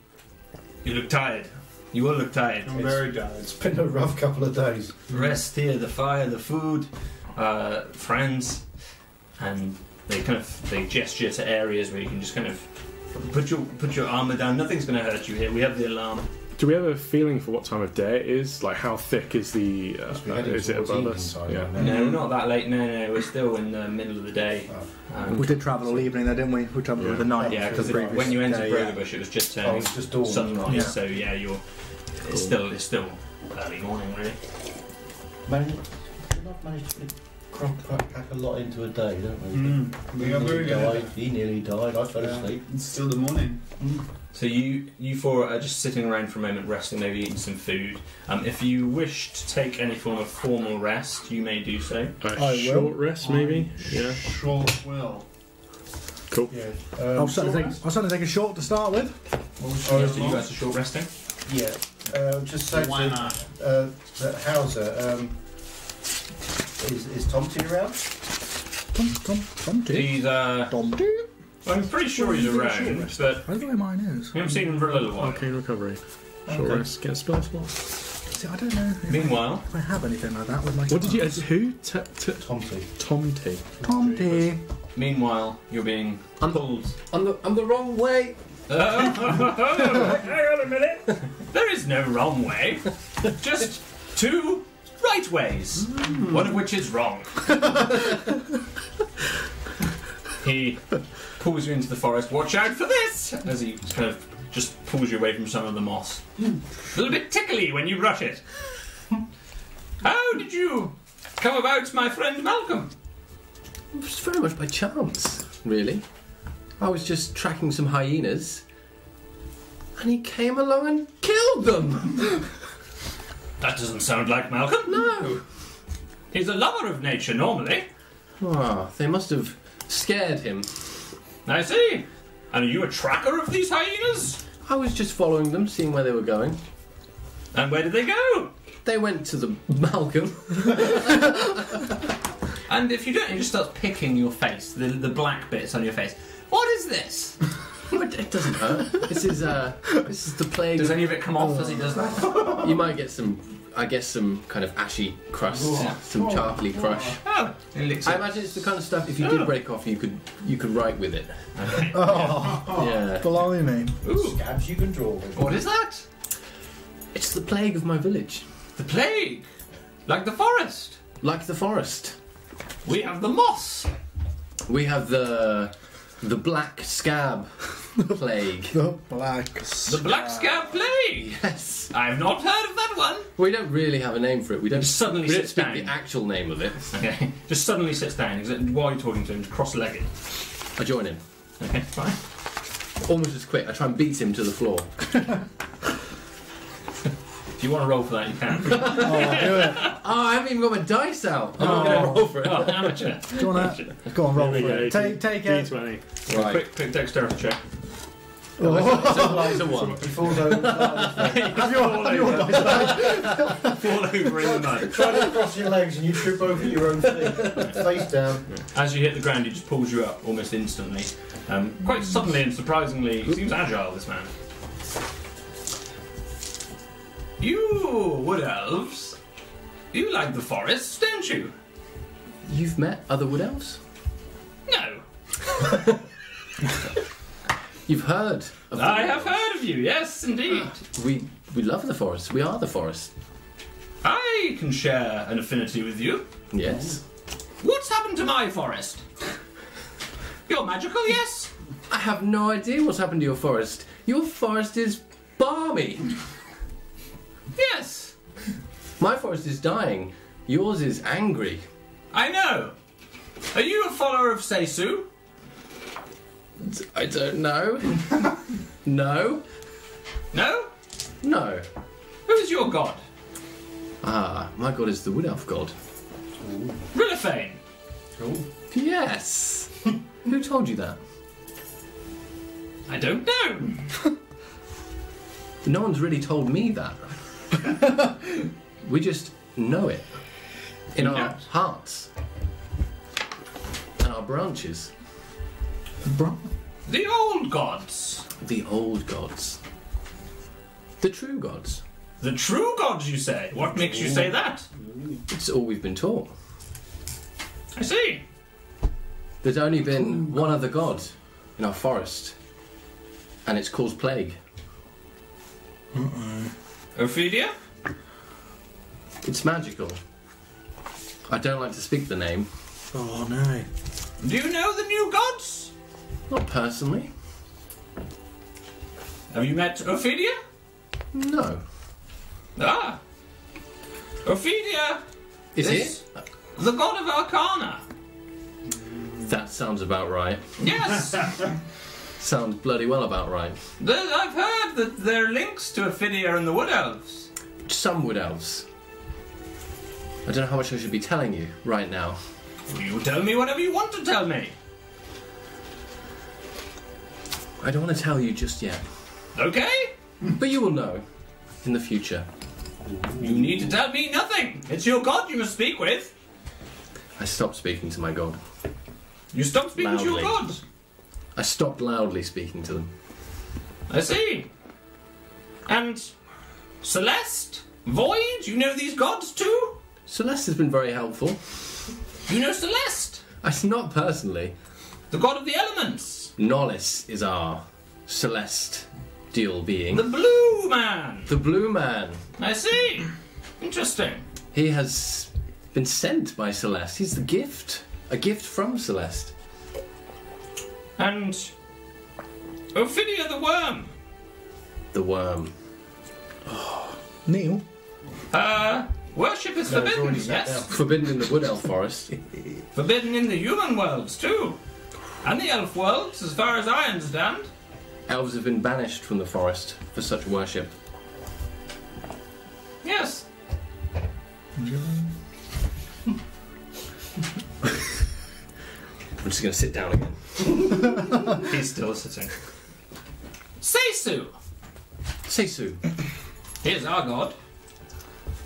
[SPEAKER 7] You look tired. You all look tired.
[SPEAKER 4] I'm
[SPEAKER 7] It's-
[SPEAKER 4] very tired.
[SPEAKER 5] It's been a rough couple of days.
[SPEAKER 1] Uh,
[SPEAKER 7] rest here, the fire, the food, uh, friends, and they kind of they gesture to areas where you can just kind of put your put your armor down. Nothing's going to hurt you here. We have the alarm.
[SPEAKER 1] Do we have a feeling for what time of day it is? Like how thick is the? Uh,
[SPEAKER 5] Must be
[SPEAKER 1] uh,
[SPEAKER 5] heading
[SPEAKER 1] is it
[SPEAKER 5] towards
[SPEAKER 1] above
[SPEAKER 5] evening
[SPEAKER 1] us?
[SPEAKER 5] time
[SPEAKER 1] Yeah.
[SPEAKER 5] right now.
[SPEAKER 7] No, not that late. No, no, we're still in the middle of the day.
[SPEAKER 5] Uh, oh,
[SPEAKER 7] Um,
[SPEAKER 3] We did travel all evening there, didn't we? We travelled
[SPEAKER 1] Yeah.
[SPEAKER 3] with the night.
[SPEAKER 7] Yeah, because
[SPEAKER 3] Previous
[SPEAKER 7] when you entered
[SPEAKER 3] day,
[SPEAKER 7] Broderbush, it was just
[SPEAKER 5] Oh,
[SPEAKER 7] turning
[SPEAKER 5] it's just dawn.
[SPEAKER 7] sunlight.
[SPEAKER 3] Yeah.
[SPEAKER 7] So yeah, you're it's still it's still early morning really.
[SPEAKER 5] Man, we've not managed to really crack, crack, pack a lot into a day, don't we?
[SPEAKER 4] Mm. We
[SPEAKER 5] He
[SPEAKER 4] are very
[SPEAKER 5] nearly died.
[SPEAKER 4] good.
[SPEAKER 5] He nearly died. I fell
[SPEAKER 4] Yeah.
[SPEAKER 5] asleep.
[SPEAKER 4] It's still the morning.
[SPEAKER 7] So you you four are just sitting around for a moment, resting, maybe eating some food. Um, if you wish to take any form of formal rest, you may do so.
[SPEAKER 1] A
[SPEAKER 3] I will.
[SPEAKER 1] short rest, maybe. Yeah.
[SPEAKER 4] Sure will.
[SPEAKER 1] Cool.
[SPEAKER 5] Yeah.
[SPEAKER 3] I'll
[SPEAKER 5] Um,
[SPEAKER 3] certainly, take, I'll certainly take a short to start with.
[SPEAKER 7] Oh, so you guys are short resting.
[SPEAKER 5] yeah. Uh, just say
[SPEAKER 4] Why
[SPEAKER 5] to
[SPEAKER 4] not?
[SPEAKER 5] uh, that Hauser. Um, is, is Tomty around?
[SPEAKER 3] Tom, Tom, Tom, do.
[SPEAKER 7] He's uh,
[SPEAKER 3] Tom, do.
[SPEAKER 7] I'm pretty sure he's around, but
[SPEAKER 3] I don't know where mine is.
[SPEAKER 7] we haven't seen him for a little while.
[SPEAKER 1] Arcane recovery. Short
[SPEAKER 5] Okay.
[SPEAKER 1] rest. Get a spell slot.
[SPEAKER 3] See, I don't know if
[SPEAKER 7] Meanwhile,
[SPEAKER 3] I have anything like that with my.
[SPEAKER 1] What did you? Who? T- t-
[SPEAKER 5] Tomty.
[SPEAKER 1] Tom T.
[SPEAKER 3] Tom, do.
[SPEAKER 7] meanwhile, you're being pulled.
[SPEAKER 6] I'm the I'm the wrong way.
[SPEAKER 7] Oh, oh, oh, hang on a minute. There is no wrong way. Just two right ways. One of which is wrong. he pulls you into the forest. Watch out for this! As he kind of just pulls you away from some of the moss. A little bit tickly when you rush it. How did you come about, my friend Malcolm?
[SPEAKER 6] It's very much by chance, really. I was just tracking some hyenas, and he came along and killed them.
[SPEAKER 7] That doesn't sound like Malcolm.
[SPEAKER 6] No.
[SPEAKER 7] He's a lover of nature normally.
[SPEAKER 6] Ah, they must have scared him.
[SPEAKER 7] I see. And are you a tracker of these hyenas?
[SPEAKER 6] I was just following them, seeing where they were going.
[SPEAKER 7] And where did they go?
[SPEAKER 6] They went to the Malcolm.
[SPEAKER 7] And if you don't, it just starts picking your face, the, the black bits on your face. What is this?
[SPEAKER 6] What? it doesn't hurt. This is uh, this is the plague.
[SPEAKER 7] Does any of it come off as he does that?
[SPEAKER 6] you might get some, I guess, some kind of ashy crust,
[SPEAKER 7] Yeah.
[SPEAKER 6] some charcoaly crush.
[SPEAKER 7] Oh, it licks
[SPEAKER 6] I
[SPEAKER 7] it.
[SPEAKER 6] imagine it's the kind of stuff if you did break off, you could you could write with it.
[SPEAKER 3] Oh,
[SPEAKER 6] Yeah.
[SPEAKER 3] blimey.
[SPEAKER 7] Ooh,
[SPEAKER 5] Scabs you can draw with.
[SPEAKER 7] what is that?
[SPEAKER 6] It's the plague of my village,
[SPEAKER 7] The plague, like the forest.
[SPEAKER 6] like the forest.
[SPEAKER 7] We have the moss.
[SPEAKER 6] We have the the black scab plague.
[SPEAKER 3] The black.
[SPEAKER 7] The black scab plague.
[SPEAKER 6] Yes.
[SPEAKER 7] I've not heard of that one.
[SPEAKER 6] We don't really have a name for it. We don't
[SPEAKER 7] Just suddenly
[SPEAKER 6] we don't
[SPEAKER 7] sits
[SPEAKER 6] speak
[SPEAKER 7] down.
[SPEAKER 6] the actual name of it.
[SPEAKER 7] Okay, just suddenly sits down exa- while you're talking to him, cross-legged.
[SPEAKER 6] I join him
[SPEAKER 7] Okay, fine.
[SPEAKER 6] almost as quick. I try and beat him to the floor.
[SPEAKER 7] If you want to roll for that, you can.
[SPEAKER 6] Oh, I haven't even got my dice out. Ah, I'm not going to roll for it.
[SPEAKER 7] oh, amateur.
[SPEAKER 3] Do you want to go on roll for
[SPEAKER 1] There we go.
[SPEAKER 3] it? Take take it.
[SPEAKER 1] D20.
[SPEAKER 6] Right.
[SPEAKER 7] Quick, quick dexterity check.
[SPEAKER 6] It's a- it's a one.
[SPEAKER 5] He falls over,
[SPEAKER 3] Have your, have your dice.
[SPEAKER 1] Fall over in the night.
[SPEAKER 5] trying to cross your legs, and you trip over your own feet, face down.
[SPEAKER 7] As you hit the ground, he just pulls you up almost instantly. Um, quite suddenly and surprisingly, he seems agile, this man. You wood elves, you like the forests, don't you?
[SPEAKER 6] You've met other wood elves.
[SPEAKER 7] No,
[SPEAKER 6] You've heard. Of the
[SPEAKER 7] I
[SPEAKER 6] wood elves.
[SPEAKER 7] have heard of you. Yes, indeed.
[SPEAKER 6] We we love the forest. We are the forest.
[SPEAKER 7] I can share an affinity with you.
[SPEAKER 6] Yes.
[SPEAKER 7] What's happened to my forest? You're magical, yes.
[SPEAKER 6] I have no idea what's happened to your forest. Your forest is balmy.
[SPEAKER 7] Yes,
[SPEAKER 6] My forest is dying. Yours is angry.
[SPEAKER 7] I know. Are you a follower of Seisu?
[SPEAKER 6] I don't know. no.
[SPEAKER 7] No.
[SPEAKER 6] No.
[SPEAKER 7] Who is your god?
[SPEAKER 6] Ah, my god is the wood elf god.
[SPEAKER 7] Rilifane.
[SPEAKER 6] Yes. Who told you that?
[SPEAKER 7] I don't know.
[SPEAKER 6] No one's really told me that. we just know it in our
[SPEAKER 7] Yeah.
[SPEAKER 6] hearts and our branches.
[SPEAKER 7] The old gods.
[SPEAKER 6] The old gods, the true gods.
[SPEAKER 7] The true gods, you say? What makes you say that?
[SPEAKER 6] It's all we've been taught.
[SPEAKER 7] I see.
[SPEAKER 6] There's only been one other god in our forest, and it's caused plague.
[SPEAKER 7] Ophelia?
[SPEAKER 6] It's magical. I don't like to speak the name,
[SPEAKER 8] Oh no.
[SPEAKER 7] Do you know the new gods?
[SPEAKER 6] not personally.
[SPEAKER 7] Have you met Ophelia?
[SPEAKER 6] No.
[SPEAKER 7] Ah. Ophelia,
[SPEAKER 6] Is
[SPEAKER 7] This-
[SPEAKER 6] it?
[SPEAKER 7] the god of Arcana.
[SPEAKER 6] That sounds about right.
[SPEAKER 7] Yes.
[SPEAKER 6] Sounds bloody well about right.
[SPEAKER 7] There- I've heard that there are links to Ophidia and the Wood Elves.
[SPEAKER 6] some wood elves. I don't know how much I should be telling you right now.
[SPEAKER 7] You tell me whatever you want to tell me.
[SPEAKER 6] I don't want to tell you just yet,
[SPEAKER 7] Okay?
[SPEAKER 6] but you will know in the future.
[SPEAKER 7] You need to tell me nothing. It's your god you must speak with.
[SPEAKER 6] I stopped speaking to my god.
[SPEAKER 7] You stop speaking to your
[SPEAKER 6] Loudly.
[SPEAKER 7] god.
[SPEAKER 6] I stopped loudly speaking to them.
[SPEAKER 7] I see. And Celeste? Void? You know these gods too?
[SPEAKER 6] Celeste has been very helpful.
[SPEAKER 7] You know Celeste?
[SPEAKER 6] It's not personally.
[SPEAKER 7] The god of the elements.
[SPEAKER 6] Nollis is our Celeste deal being.
[SPEAKER 7] The blue man.
[SPEAKER 6] the blue man.
[SPEAKER 7] I see. Interesting.
[SPEAKER 6] He has been sent by Celeste. He's the gift. A gift from Celeste.
[SPEAKER 7] And Ophidia the worm.
[SPEAKER 6] The worm.
[SPEAKER 3] Neil.
[SPEAKER 7] Uh, worship is forbidden, yes?
[SPEAKER 6] Forbidden in the wood elf forest.
[SPEAKER 7] Forbidden in the human worlds too. And the elf worlds, as far as I understand.
[SPEAKER 6] Elves have been banished from the forest for such worship.
[SPEAKER 7] Yes.
[SPEAKER 6] I'm just going to sit down again.
[SPEAKER 7] He's still sitting. Seisu!
[SPEAKER 6] Seisu,
[SPEAKER 7] Here's our god.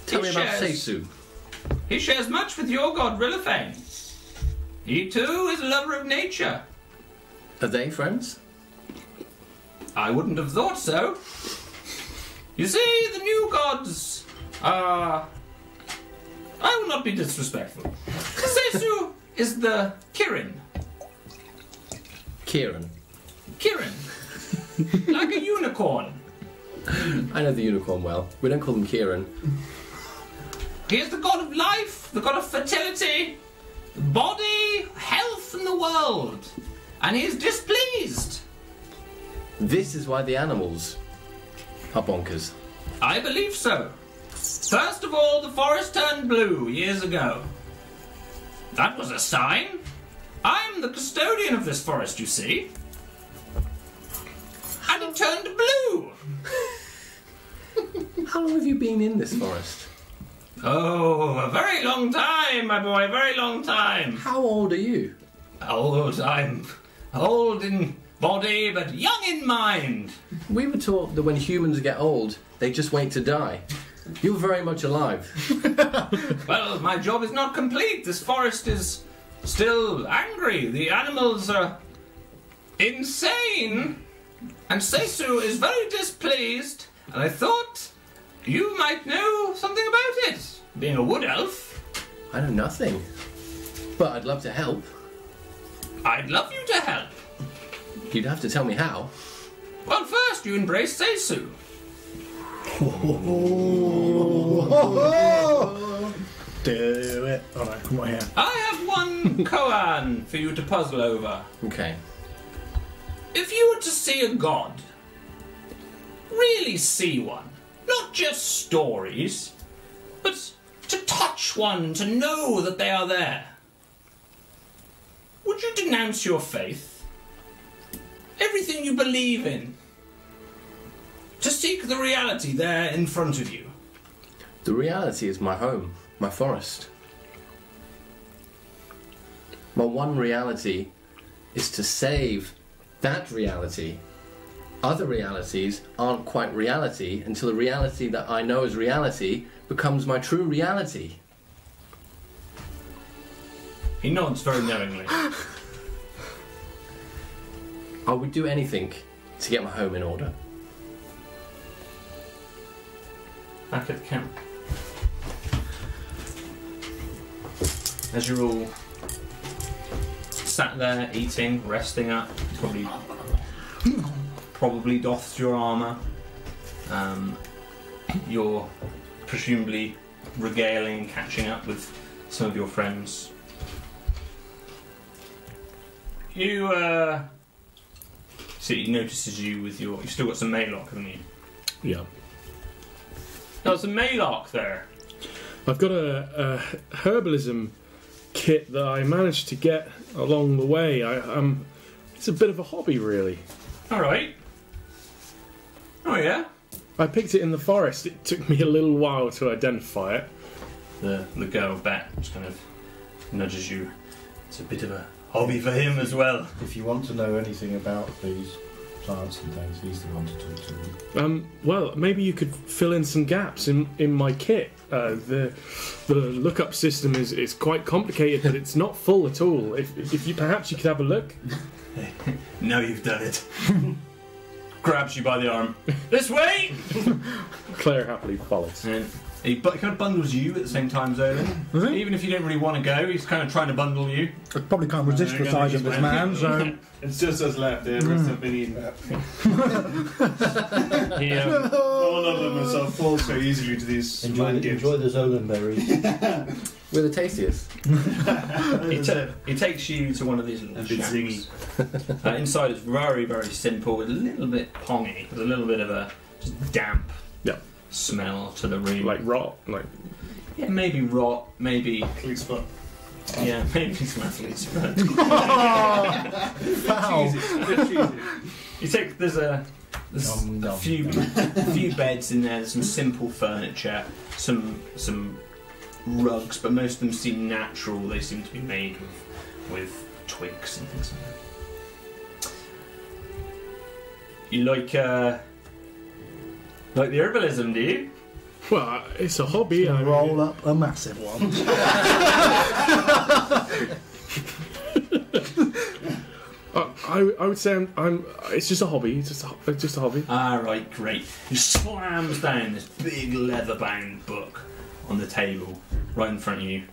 [SPEAKER 6] tell me about
[SPEAKER 8] shares-
[SPEAKER 6] Seisu?
[SPEAKER 8] He shares much with your god, Rillifain. He too is a lover of nature.
[SPEAKER 6] Are they friends?
[SPEAKER 8] I wouldn't have thought so. You see, the new gods are. I will not be disrespectful. Sesu is the Kirin.
[SPEAKER 6] Kieran.
[SPEAKER 8] Kirin. like a unicorn.
[SPEAKER 6] I know the unicorn well. We don't call them Kieran.
[SPEAKER 8] He is the god of life, the god of fertility, body, health, and the world. And he is displeased.
[SPEAKER 6] This is why the animals are bonkers.
[SPEAKER 8] I believe so. First of all, the forest turned blue years ago. That was a sign. I'm the custodian of this forest, you see. And it turned blue!
[SPEAKER 6] How long have you been in this forest?
[SPEAKER 8] Oh, a very long time, my boy, a very long time.
[SPEAKER 6] How old are you?
[SPEAKER 8] Old, I'm old in body, but young in mind.
[SPEAKER 6] We were taught that when humans get old, they just wait to die. You're very much alive.
[SPEAKER 8] Well, my job is not complete. This forest is still angry. The animals are insane. And Seisu is very displeased. And I thought you might know something about it. Being a wood elf,
[SPEAKER 6] I know nothing. But I'd love to help.
[SPEAKER 8] I'd love you to help.
[SPEAKER 6] You'd have to tell me how.
[SPEAKER 8] Well, first, you embrace Seisu.
[SPEAKER 3] Do it. Oh no, I'm not here.
[SPEAKER 8] I have one koan for you to puzzle over.
[SPEAKER 6] Okay.
[SPEAKER 8] If you were to see a god, really see one, not just stories, but to touch one, to know that they are there, would you denounce your faith? Everything you believe in? To seek the reality there in front of you?
[SPEAKER 6] The reality is my home, my forest. My one reality is to save that reality. Other realities aren't quite reality until the reality that I know is reality becomes my true reality.
[SPEAKER 8] He nods very knowingly.
[SPEAKER 6] I would do anything to get my home in order.
[SPEAKER 7] back at the camp. As you're all sat there eating, resting up, probably probably doffed your armour. Um, you're presumably regaling, catching up with some of your friends. You uh, see, he notices you with your. You've still got some Maylock, haven't you?
[SPEAKER 1] Yeah.
[SPEAKER 7] There's a Maylock there.
[SPEAKER 1] I've got a, a herbalism kit that I managed to get along the way. I, um, it's a bit of a hobby, really.
[SPEAKER 7] All right. Oh yeah.
[SPEAKER 1] I picked it in the forest. It took me a little while to identify it.
[SPEAKER 7] The the girl back just kind of nudges you. It's a bit of a hobby for him as well.
[SPEAKER 5] If you want to know anything about these plants and things, he's the one to talk to.
[SPEAKER 1] Um, well, maybe you could fill in some gaps in, in my kit. Uh, the the lookup system is, is quite complicated, but it's not full at all. If, if you perhaps you could have a look.
[SPEAKER 7] Now you've done it. Grabs you by the arm. This way.
[SPEAKER 1] Claire happily follows.
[SPEAKER 7] And he bu- kind of bundles you at the same time, Zolan. Even if you don't really want to go, he's kind of trying to bundle you.
[SPEAKER 3] I probably can't
[SPEAKER 1] Uh,
[SPEAKER 3] resist the size of this man, so
[SPEAKER 4] It's just us left. The rest have been eaten.
[SPEAKER 7] He, um,
[SPEAKER 4] All of them are so full so easily to these
[SPEAKER 5] Enjoy,
[SPEAKER 4] man
[SPEAKER 5] the,
[SPEAKER 4] gifts.
[SPEAKER 5] enjoy the Zolan berries.
[SPEAKER 6] We're the tastiest.
[SPEAKER 7] he, ta- he takes you to one of these little
[SPEAKER 4] A bit
[SPEAKER 7] shacks.
[SPEAKER 4] zingy.
[SPEAKER 7] Uh, inside it's very, very simple, with a little bit pongy, with a little bit of a just damp
[SPEAKER 1] Yeah.
[SPEAKER 7] smell to the room.
[SPEAKER 1] Like rot, like
[SPEAKER 7] Yeah, maybe rot, maybe
[SPEAKER 4] Clicks for-
[SPEAKER 7] yeah, maybe some athletes. But
[SPEAKER 5] Oh.
[SPEAKER 3] foul.
[SPEAKER 4] Cheesy, cheesy.
[SPEAKER 7] you take there's a there's
[SPEAKER 5] Nom,
[SPEAKER 7] a
[SPEAKER 5] nom,
[SPEAKER 7] few a few beds in there. There's some simple furniture, some some rugs, but most of them seem natural. They seem to be made with with twigs and things like that. You like uh, like the herbalism, do you?
[SPEAKER 1] Well, it's a hobby. I mean,
[SPEAKER 3] Roll up a massive one.
[SPEAKER 1] I, I, I would say I'm, I'm. It's just a hobby. It's just a, ho- it's just a hobby.
[SPEAKER 7] All Ah, right, great. He slams down this big leather-bound book on the table right in front of you.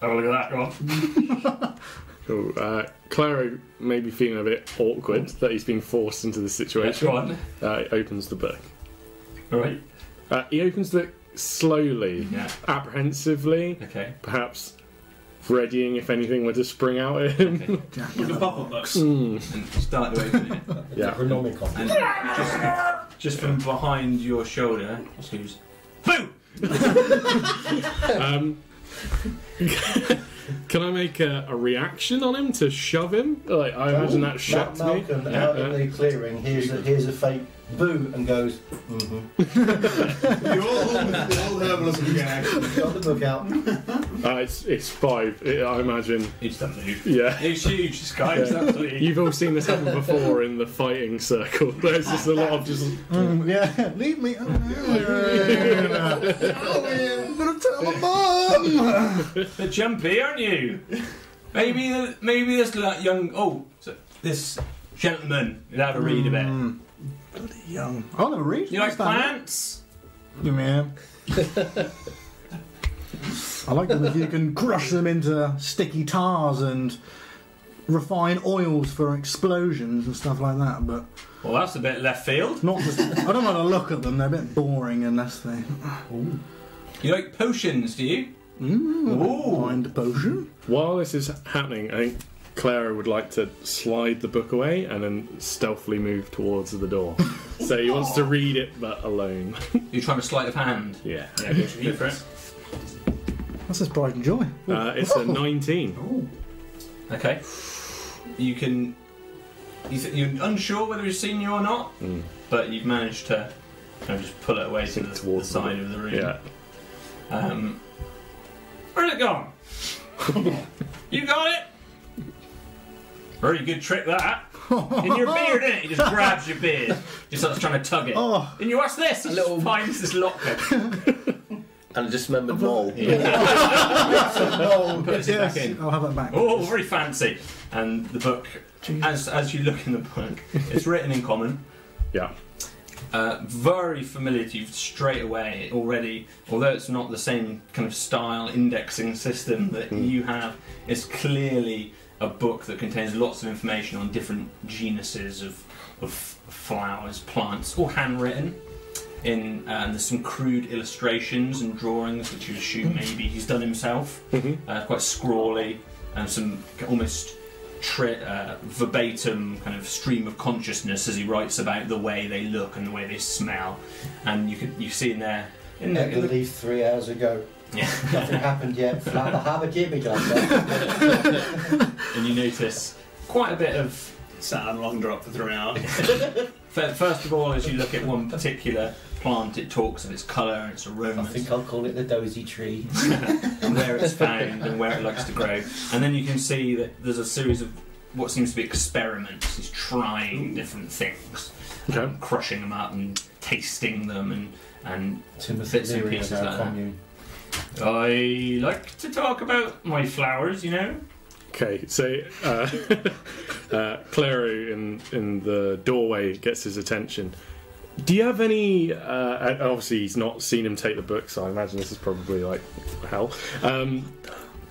[SPEAKER 7] Have a look at that, go on.
[SPEAKER 1] Cool. Uh, Clara may be feeling a bit awkward that he's been forced into this situation.
[SPEAKER 7] Go on.
[SPEAKER 1] Uh, he opens the book.
[SPEAKER 7] All right.
[SPEAKER 1] Uh, he opens the slowly,
[SPEAKER 7] Yeah.
[SPEAKER 1] apprehensively,
[SPEAKER 7] Okay.
[SPEAKER 1] perhaps readying if anything were to spring out at him.
[SPEAKER 7] Okay. With the pop-up box
[SPEAKER 3] Hmm.
[SPEAKER 7] and start to open it.
[SPEAKER 1] Yeah.
[SPEAKER 5] Necronomicon.
[SPEAKER 7] And just, just from behind your shoulder, just goes, boo!
[SPEAKER 1] Um, can I make a, a reaction on him to shove him? Like I imagine that shocked
[SPEAKER 5] Mal-
[SPEAKER 1] me.
[SPEAKER 5] Malcolm
[SPEAKER 1] Yeah,
[SPEAKER 5] out
[SPEAKER 1] yeah.
[SPEAKER 5] in the clearing hears a, hears a fake boo and goes, mm-hmm.
[SPEAKER 4] You all, you all have a look at the
[SPEAKER 5] Got the book out.
[SPEAKER 1] Uh, it's it's five. It, I imagine.
[SPEAKER 7] It's done move.
[SPEAKER 1] Yeah.
[SPEAKER 7] It's huge, this guy. It's absolutely.
[SPEAKER 1] You've all seen this happen before in the fighting circle. There's just a lot of just.
[SPEAKER 3] Mm, yeah, leave me alone. I'm gonna tell my mum.
[SPEAKER 7] They're jumpy, aren't you? Maybe, the- maybe this li- young. Oh, so this gentleman. You'll have a read of it.
[SPEAKER 3] Mm, bloody young. I'll never read.
[SPEAKER 7] You like
[SPEAKER 3] What's that?
[SPEAKER 7] plants?
[SPEAKER 3] Yeah, man. I like them if you can crush them into sticky tars and refine oils for explosions and stuff like that. But
[SPEAKER 7] Well, that's a bit left field.
[SPEAKER 3] not. Just, I don't want to look at them. They're a bit boring unless they.
[SPEAKER 7] You like potions, do you?
[SPEAKER 3] Mm, mind potion.
[SPEAKER 1] While this is happening, I think Clara would like to slide the book away and then stealthily move towards the door. so he wants to read it, but alone.
[SPEAKER 7] You're trying to sleight of hand.
[SPEAKER 1] Yeah.
[SPEAKER 7] Yeah, go for it. Go for it.
[SPEAKER 3] That's just pride and joy.
[SPEAKER 1] Uh, it's a 19.
[SPEAKER 7] Okay. You can. You th- you're unsure whether he's seen you or not, but you've managed to you know, just pull it away to
[SPEAKER 1] Sink
[SPEAKER 7] the, the
[SPEAKER 1] towards the-
[SPEAKER 7] side of the room.
[SPEAKER 1] Yeah.
[SPEAKER 7] Um, where's it gone? you got it? Very good trick that. In your beard, innit? He just grabs your beard. Just starts trying to tug it.
[SPEAKER 3] Oh.
[SPEAKER 7] And you watch this? He
[SPEAKER 6] A
[SPEAKER 7] just
[SPEAKER 6] little-
[SPEAKER 7] finds this locket.
[SPEAKER 6] And I just remembered Mole.
[SPEAKER 7] and puts it
[SPEAKER 3] Yes,
[SPEAKER 7] back in.
[SPEAKER 3] I'll have it back.
[SPEAKER 7] Oh, very fancy. And the book, as, as you look in the book, it's written in common.
[SPEAKER 1] Yeah.
[SPEAKER 7] uh, very familiar to you straight away already. Although it's not the same kind of style indexing system that you have, it's clearly a book that contains lots of information on different genuses of, of flowers, plants, all handwritten. In, uh, and there's some crude illustrations and drawings which you assume maybe he's done himself, uh, quite scrawly, and some almost tri- uh, verbatim kind of stream of consciousness as he writes about the way they look and the way they smell. And you could you see in there in
[SPEAKER 5] Had
[SPEAKER 7] the,
[SPEAKER 5] to
[SPEAKER 7] in the
[SPEAKER 5] leave three hours ago.
[SPEAKER 7] Yeah.
[SPEAKER 5] Nothing happened yet. Flabba habba jibby jabba.
[SPEAKER 7] and you notice quite a bit of.
[SPEAKER 4] Sat on long drop for three hours.
[SPEAKER 7] fir- First of all, as you look at one particular plant, it talks of its colour and its
[SPEAKER 5] I
[SPEAKER 7] aroma
[SPEAKER 5] think I'll call it the dozy tree.
[SPEAKER 7] and where it's found and where it likes to grow. And then you can see that there's a series of what seems to be experiments. He's trying different things,
[SPEAKER 1] Okay.
[SPEAKER 7] crushing them up and tasting them, and and
[SPEAKER 5] Timothy
[SPEAKER 7] Bits and
[SPEAKER 5] Leary
[SPEAKER 7] pieces
[SPEAKER 5] is our
[SPEAKER 7] like that.
[SPEAKER 5] commune.
[SPEAKER 7] I like to talk about my flowers, you know.
[SPEAKER 1] Okay, so uh, uh, Claro in in the doorway gets his attention. Do you have any? Uh, and obviously, he's not seen him take the book, so I imagine this is probably like hell. Um,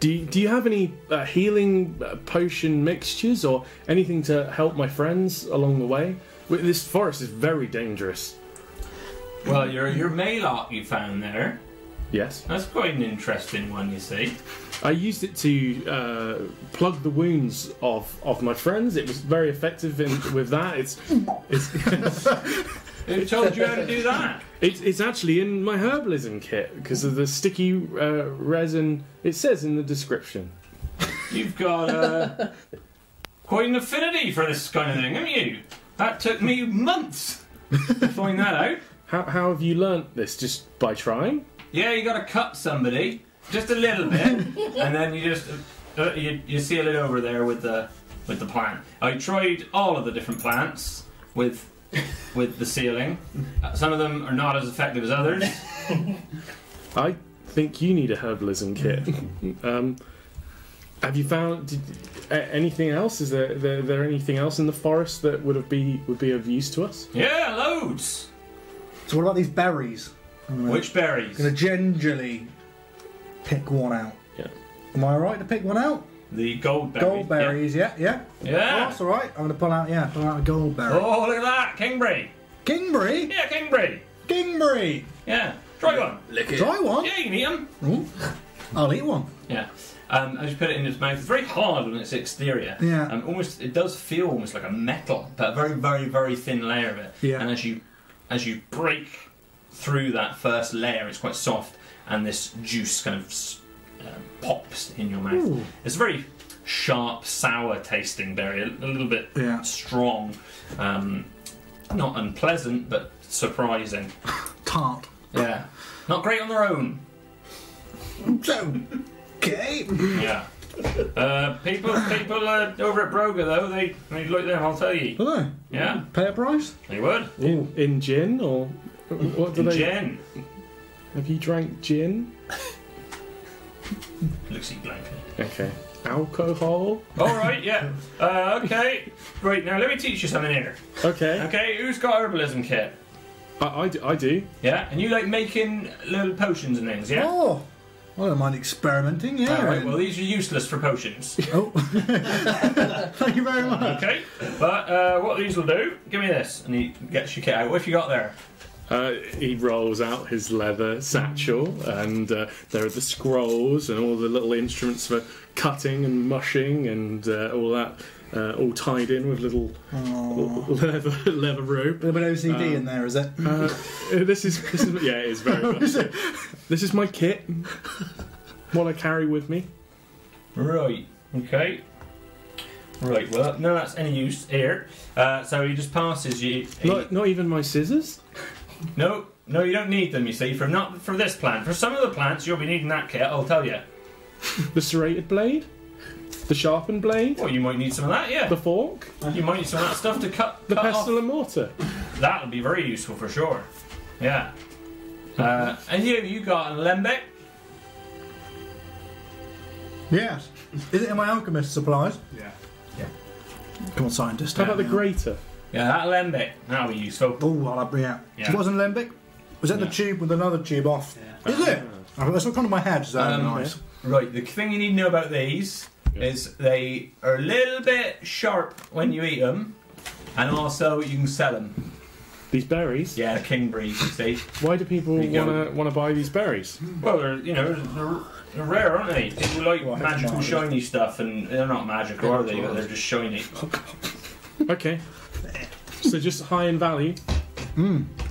[SPEAKER 1] do you, Do you have any uh, healing uh, potion mixtures or anything to help my friends along the way? Wi- This forest is very dangerous.
[SPEAKER 7] Well, your your Maylock you found there.
[SPEAKER 1] Yes,
[SPEAKER 7] That's quite an interesting one, you see.
[SPEAKER 1] I used it to uh, plug the wounds of, of my friends. It was very effective in, with that. It's it's.
[SPEAKER 7] Who told you how to do that?
[SPEAKER 1] It's, it's actually in my herbalism kit because of the sticky uh, resin. It says in the description.
[SPEAKER 7] You've got uh, quite an affinity for this kind of thing, haven't you? That took me months to find that out.
[SPEAKER 1] How, how have you learnt this? Just by trying?
[SPEAKER 7] Yeah, you got to cut somebody just a little bit, and then you just uh, you, you seal it over there with the with the plant. I tried all of the different plants with with the ceiling. Uh, some of them are not as effective as others.
[SPEAKER 1] I think you need a herbalism kit. um, have you found did, a- anything else? Is there, there there anything else in the forest that would have be would be of use to us?
[SPEAKER 7] Yeah, loads.
[SPEAKER 3] So what about these berries? I'm gonna,
[SPEAKER 7] Which berries?
[SPEAKER 3] gonna gingerly pick one out.
[SPEAKER 1] Yeah.
[SPEAKER 3] Am I right to pick one out?
[SPEAKER 7] The gold berry.
[SPEAKER 3] Gold berries, yeah, yeah. Oh,
[SPEAKER 7] Yeah. Yeah.
[SPEAKER 3] that's all right. I'm gonna pull out, yeah, pull out a gold berry.
[SPEAKER 7] Oh, look at that, kingberry.
[SPEAKER 3] Kingberry,
[SPEAKER 7] Yeah, kingberry.
[SPEAKER 3] kingberry.
[SPEAKER 7] Yeah. Try one.
[SPEAKER 6] Lick it.
[SPEAKER 3] Try one.
[SPEAKER 7] Yeah, you can eat 'em.
[SPEAKER 3] Ooh. I'll eat one.
[SPEAKER 7] Yeah. Um, as you put it in its mouth, it's very hard on its exterior.
[SPEAKER 3] Yeah.
[SPEAKER 7] Um, almost, it does feel almost like a metal, but a very, very, very thin layer of it.
[SPEAKER 3] Yeah.
[SPEAKER 7] And as you, as you break through that first layer, it's quite soft, and this juice kind of s- um, pops in your mouth.
[SPEAKER 3] Ooh.
[SPEAKER 7] It's a very sharp, sour tasting berry, a, a little bit
[SPEAKER 3] Yeah.
[SPEAKER 7] strong, um, not unpleasant, but surprising.
[SPEAKER 3] Tart.
[SPEAKER 7] Yeah. Not great on their own.
[SPEAKER 3] Okay.
[SPEAKER 7] Yeah. Uh, people, people uh, over at Broga though, they they look them. I'll tell you.
[SPEAKER 3] Hello.
[SPEAKER 7] Yeah,
[SPEAKER 3] Pay a price.
[SPEAKER 7] they would.
[SPEAKER 1] In, in gin or what do
[SPEAKER 7] And
[SPEAKER 1] they?
[SPEAKER 7] Jen
[SPEAKER 1] Have you drank gin?
[SPEAKER 7] looks at you blankly.
[SPEAKER 1] Okay. Alcohol.
[SPEAKER 7] All right, yeah. Uh, okay. Right now, let me teach you something here.
[SPEAKER 1] Okay.
[SPEAKER 7] Okay, who's got herbalism kit?
[SPEAKER 1] I, I d- I do.
[SPEAKER 7] Yeah, and you like making little potions and things, yeah.
[SPEAKER 3] Oh, I don't mind experimenting.
[SPEAKER 1] Oh,
[SPEAKER 3] Yeah.
[SPEAKER 7] All right. Well, these are useless for potions.
[SPEAKER 3] oh. Thank you very much.
[SPEAKER 7] Okay, but uh, what these will do? Give me this, and he gets your kit out. What have you got there?
[SPEAKER 1] Uh, he rolls out his leather satchel, and uh, there are the scrolls and all the little instruments for cutting and mushing and uh, all that, uh, all tied in with little
[SPEAKER 3] Oh.
[SPEAKER 1] leather leather rope.
[SPEAKER 3] A little bit OCD
[SPEAKER 1] Um,
[SPEAKER 3] in there, is it?
[SPEAKER 1] Uh, this is this is yeah, it is very much. it. This is my kit. What I carry with me.
[SPEAKER 7] Right. Okay. Right. Well, no, that's any use here. Uh, so he just passes you. a-
[SPEAKER 1] Not, not even my scissors.
[SPEAKER 7] no, no, you don't need them. You see, for not for this plant. For some of the plants, you'll be needing that kit. I'll tell you.
[SPEAKER 1] The serrated blade. The sharpened blade.
[SPEAKER 7] Well, you might need some of that. Yeah.
[SPEAKER 1] The fork.
[SPEAKER 7] You might need some of that stuff to cut.
[SPEAKER 1] The
[SPEAKER 7] cut
[SPEAKER 1] pestle and mortar.
[SPEAKER 7] Off. That'll be very useful for sure. Yeah. Uh, and you, you got an alembic.
[SPEAKER 3] Yes. Is it in my alchemist supplies?
[SPEAKER 4] Yeah.
[SPEAKER 3] Come on, scientist.
[SPEAKER 1] How about the grater?
[SPEAKER 7] Yeah, that alembic. That'll be useful.
[SPEAKER 3] Oh, well, I'll bring out.
[SPEAKER 7] Yeah.
[SPEAKER 3] It wasn't limbic. Was that
[SPEAKER 7] Yeah.
[SPEAKER 3] the tube with another tube off? Is it? Oh, that's not kind of my head, so
[SPEAKER 7] Um,
[SPEAKER 3] nice.
[SPEAKER 7] Right, the thing you need to know about these is they are a little bit sharp when you eat them, and also you can sell them.
[SPEAKER 1] These berries.
[SPEAKER 7] Yeah, king breeze, you see.
[SPEAKER 1] Why do people
[SPEAKER 7] There you go.
[SPEAKER 1] want to want to buy these berries?
[SPEAKER 7] Well, they're you know they're, they're rare, aren't they? People like
[SPEAKER 3] Well, I hope
[SPEAKER 7] magical
[SPEAKER 3] not.
[SPEAKER 7] shiny stuff, and they're not magical, are they? But they're just shiny.
[SPEAKER 1] Okay. So just high in value.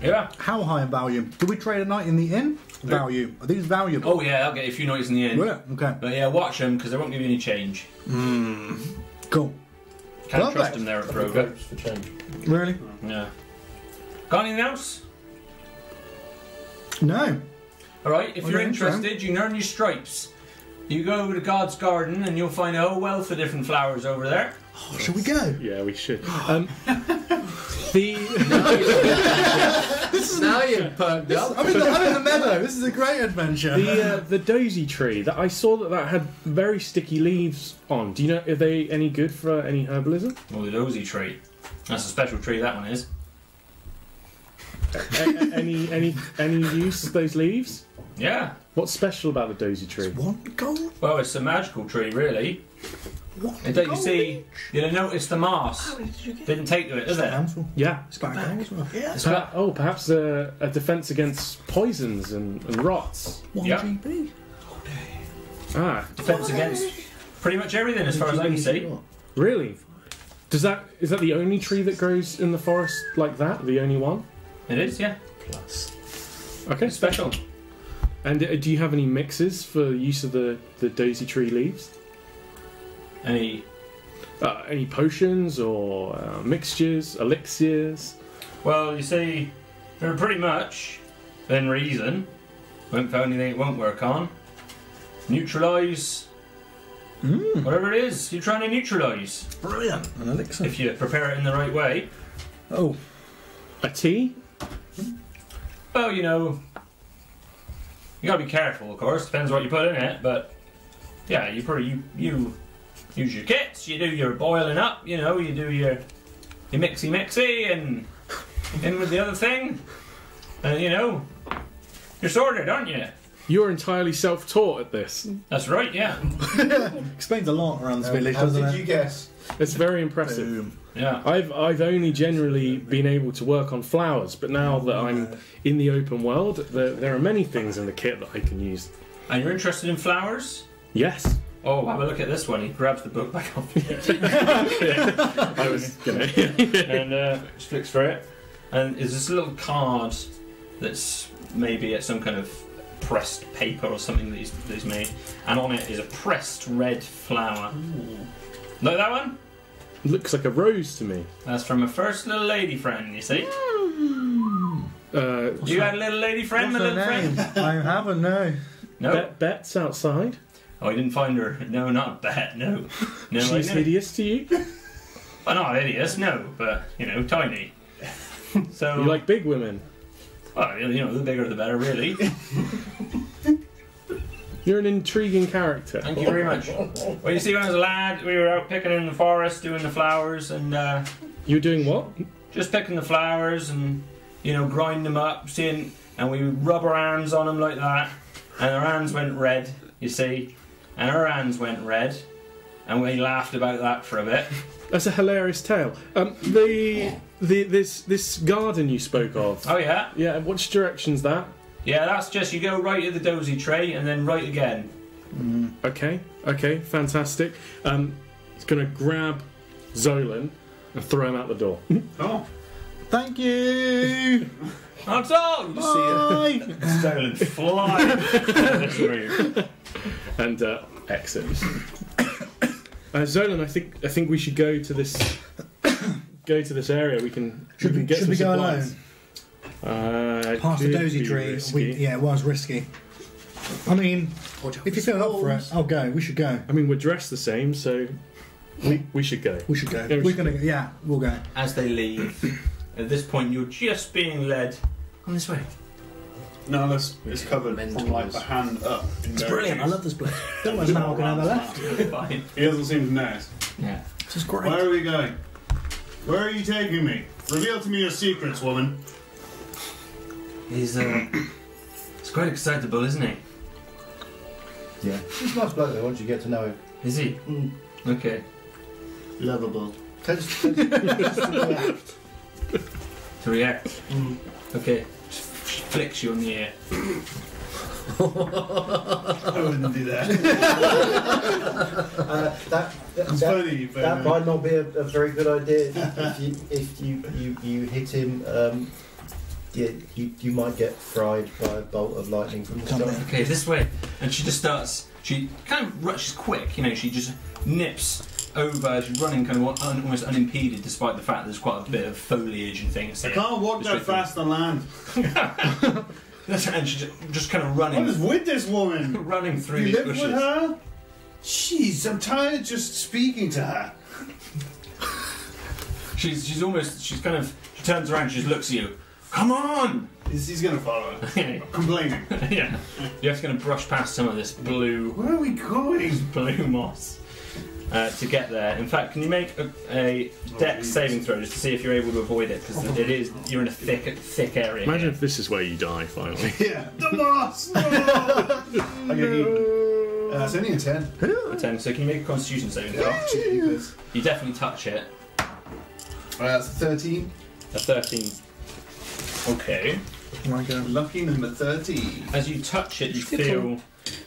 [SPEAKER 7] Yeah.
[SPEAKER 3] How high in value? Did we trade a night in the inn? Value. Are these valuable?
[SPEAKER 7] Oh yeah, I'll get a few notes in the end.
[SPEAKER 3] Yeah, okay.
[SPEAKER 7] But yeah, watch them because they won't give you any change.
[SPEAKER 3] Cool.
[SPEAKER 7] Can't
[SPEAKER 3] Love
[SPEAKER 7] trust
[SPEAKER 3] that.
[SPEAKER 7] them there at Broga.
[SPEAKER 5] Grapes for change.
[SPEAKER 3] Really?
[SPEAKER 7] Yeah. Got anything else?
[SPEAKER 3] No.
[SPEAKER 7] All right, if
[SPEAKER 3] Well,
[SPEAKER 7] you're
[SPEAKER 3] then, so.
[SPEAKER 7] interested, you can earn your stripes. You go over to God's garden and you'll find a whole wealth of different flowers over there.
[SPEAKER 3] Oh, shall we go?
[SPEAKER 1] Yeah, we should. Um, the
[SPEAKER 6] now you've perked up.
[SPEAKER 3] I'm in, the, I'm in the meadow. This is a great adventure.
[SPEAKER 1] the uh, the dozy tree that I saw that that had very sticky leaves on. Do you know are they any good for uh, any herbalism?
[SPEAKER 7] Well, the dozy tree. That's a special tree, that one is.
[SPEAKER 1] A- a- any any any use those leaves?
[SPEAKER 7] Yeah.
[SPEAKER 1] What's special about the dozy tree?
[SPEAKER 3] one gold.
[SPEAKER 7] Well, it's a magical tree, really.
[SPEAKER 3] One
[SPEAKER 7] And don't you see, you don't notice the moss. Didn't take to it, does it?
[SPEAKER 3] handful.
[SPEAKER 1] Yeah.
[SPEAKER 3] It's about a gold as well. Yeah.
[SPEAKER 7] It's
[SPEAKER 1] Per-
[SPEAKER 7] got-
[SPEAKER 1] oh, perhaps a, a defense against poisons and, and rots.
[SPEAKER 3] One
[SPEAKER 7] Yeah.
[SPEAKER 3] GB.
[SPEAKER 1] Ah,
[SPEAKER 7] defense against pretty much everything, as far as I can see.
[SPEAKER 1] really? Does that is that the only tree that grows in the forest like that? The only one?
[SPEAKER 7] It is, yeah.
[SPEAKER 1] Okay.
[SPEAKER 7] It's special.
[SPEAKER 1] And uh, do you have any mixes for use of the, the daisy tree leaves?
[SPEAKER 7] Any.
[SPEAKER 1] Uh, any potions or uh, mixtures, elixirs?
[SPEAKER 7] Well, you see, they're pretty much, in reason, won't found anything it won't work on. Neutralise. Whatever it is, you're trying to neutralise.
[SPEAKER 3] Brilliant. An elixir.
[SPEAKER 7] If you prepare it in the right way.
[SPEAKER 3] Oh.
[SPEAKER 1] A tea?
[SPEAKER 7] Well, you know, you gotta be careful, of course. Depends what you put in it, but yeah, you pretty you, you use your kits. You do your boiling up. You know, you do your your mixy mixy and in with the other thing, and you know, you're sorted, aren't you?
[SPEAKER 1] You're entirely self-taught at this.
[SPEAKER 7] That's right. Yeah,
[SPEAKER 3] Explains a lot around this village,
[SPEAKER 5] How
[SPEAKER 3] doesn't
[SPEAKER 5] did
[SPEAKER 3] Um, it?
[SPEAKER 5] you guess?
[SPEAKER 1] It's very impressive.
[SPEAKER 7] Um, yeah.
[SPEAKER 1] I've I've only generally been able to work on flowers, but now that I'm in the open world, there, there are many things in the kit that I can use.
[SPEAKER 7] And you're interested in flowers?
[SPEAKER 1] Yes,
[SPEAKER 7] Oh, have a look at this one. He grabs the book back off
[SPEAKER 1] I was gonna.
[SPEAKER 7] and uh, just flicks through it. And is this little card that's maybe at some kind of pressed paper or something that he's, that he's made, and on it is a pressed red flower. Like that one?
[SPEAKER 1] Looks like a rose to me.
[SPEAKER 7] That's from a first little lady friend, you see?
[SPEAKER 1] Uh,
[SPEAKER 7] you had a little lady friend, my
[SPEAKER 3] What's her
[SPEAKER 7] little friend?
[SPEAKER 3] I haven't, no.
[SPEAKER 7] No.
[SPEAKER 1] Bet, Bet's outside.
[SPEAKER 7] Oh, I didn't find her. No, not that. No. No, I
[SPEAKER 1] She's
[SPEAKER 7] didn't.
[SPEAKER 1] hideous to you.
[SPEAKER 7] Well, not hideous, no, but, you know, tiny. So,
[SPEAKER 1] You like big women.
[SPEAKER 7] well, you know, the bigger the better, really.
[SPEAKER 1] You're an intriguing character.
[SPEAKER 7] Thank you very much. Well, you see, when I was a lad, we were out picking in the forest, doing the flowers, and uh,
[SPEAKER 1] You're doing what?
[SPEAKER 7] just picking the flowers and, you know, grinding them up, seeing, and we would rub our hands on them like that, and our hands went red, you see, and our hands went red, and we laughed about that for a bit.
[SPEAKER 1] That's a hilarious tale. Um, the the this this garden you spoke of.
[SPEAKER 3] Uh,
[SPEAKER 7] Oh, yeah?
[SPEAKER 1] Yeah, which direction's that?
[SPEAKER 7] Yeah, that's just you go right at the dozy tree and then right again.
[SPEAKER 1] Okay, okay, fantastic. Um, it's gonna grab Zolan and throw him out the door.
[SPEAKER 4] Oh,
[SPEAKER 3] Thank you!
[SPEAKER 7] That's all! You just
[SPEAKER 3] Bye!
[SPEAKER 7] see uh, Stolen fly. That's weird.
[SPEAKER 1] and uh, exit. uh, Zolan, I think I think we should go to this go to this area. We can
[SPEAKER 3] Should we,
[SPEAKER 1] we can get
[SPEAKER 3] should
[SPEAKER 1] some
[SPEAKER 3] we go
[SPEAKER 1] supplies.
[SPEAKER 3] alone?
[SPEAKER 1] Uh,
[SPEAKER 3] Past the
[SPEAKER 1] could
[SPEAKER 3] dozy
[SPEAKER 1] be
[SPEAKER 3] tree.
[SPEAKER 1] risky.
[SPEAKER 3] We, yeah, it was risky. I mean, if you feel up for it, I'll go. We should go.
[SPEAKER 1] I mean, we're dressed the same, so we we should go.
[SPEAKER 3] We should go.
[SPEAKER 1] Yeah, we
[SPEAKER 3] We're
[SPEAKER 1] should-
[SPEAKER 3] gonna go. Yeah, we'll go.
[SPEAKER 7] As they leave, at this point, you're just being led. Come this way.
[SPEAKER 4] no, that's it's covered from like
[SPEAKER 6] Mentors.
[SPEAKER 4] the hand up. It's
[SPEAKER 3] this place. Don't worry, now we're going to the left.
[SPEAKER 7] Fine.
[SPEAKER 4] He doesn't seem to notice.
[SPEAKER 7] Yeah.
[SPEAKER 3] This is great.
[SPEAKER 4] Where are we going? Where are you taking me? Reveal to me your secrets, woman.
[SPEAKER 7] He's uh, he's quite excitable, isn't he?
[SPEAKER 5] Yeah. He's a nice bloke though, once you get to know him.
[SPEAKER 7] Is he?
[SPEAKER 5] Mm.
[SPEAKER 7] Okay.
[SPEAKER 4] Lovable.
[SPEAKER 5] Tends, tends, tends to react.
[SPEAKER 7] To react.
[SPEAKER 4] Mm.
[SPEAKER 7] Okay. Just flicks you on the ear.
[SPEAKER 4] I wouldn't do that.
[SPEAKER 5] Uh, that, that, that,
[SPEAKER 4] It's funny, but
[SPEAKER 5] that
[SPEAKER 4] uh,
[SPEAKER 5] might not be a, a very good idea if you if you, you, you hit him. Um, yeah, you, you might get fried by a bolt of lightning from the sky.
[SPEAKER 7] Okay, this way. And she just starts. She kind of rushes quick. You know, she just nips over. She's running kind of un- almost unimpeded, despite the fact there's quite a bit of foliage and things.
[SPEAKER 4] I can't walk that fast on land.
[SPEAKER 7] And she's just, just kind of running,
[SPEAKER 4] What is with this woman?
[SPEAKER 7] running through
[SPEAKER 4] You
[SPEAKER 7] these
[SPEAKER 4] live with
[SPEAKER 7] bushes.
[SPEAKER 4] her? Jeez, I'm tired of just speaking to her.
[SPEAKER 7] She's she's almost. She's kind of. She turns around. She just looks at you. Come on!
[SPEAKER 4] He's, he's gonna follow her.
[SPEAKER 7] yeah,
[SPEAKER 4] Complaining.
[SPEAKER 7] you have to kind of brush past some of this blue
[SPEAKER 4] Where are we going?
[SPEAKER 7] blue moss uh, to get there. In fact, can you make a, a
[SPEAKER 4] Oh,
[SPEAKER 7] deck saving throw just to see if you're able to avoid it? Because it is you're in a thick thick area.
[SPEAKER 1] Imagine if this is where you die finally.
[SPEAKER 4] Yeah, the moss. No! I get eaten. Uh, it's only a ten.
[SPEAKER 7] A ten, um, so can you make a Constitution saving throw?
[SPEAKER 4] Jeepers.
[SPEAKER 7] You definitely touch it.
[SPEAKER 4] Uh, that's a thirteen.
[SPEAKER 7] A thirteen. Okay.
[SPEAKER 4] Lucky number thirteen.
[SPEAKER 7] As you touch it, you feel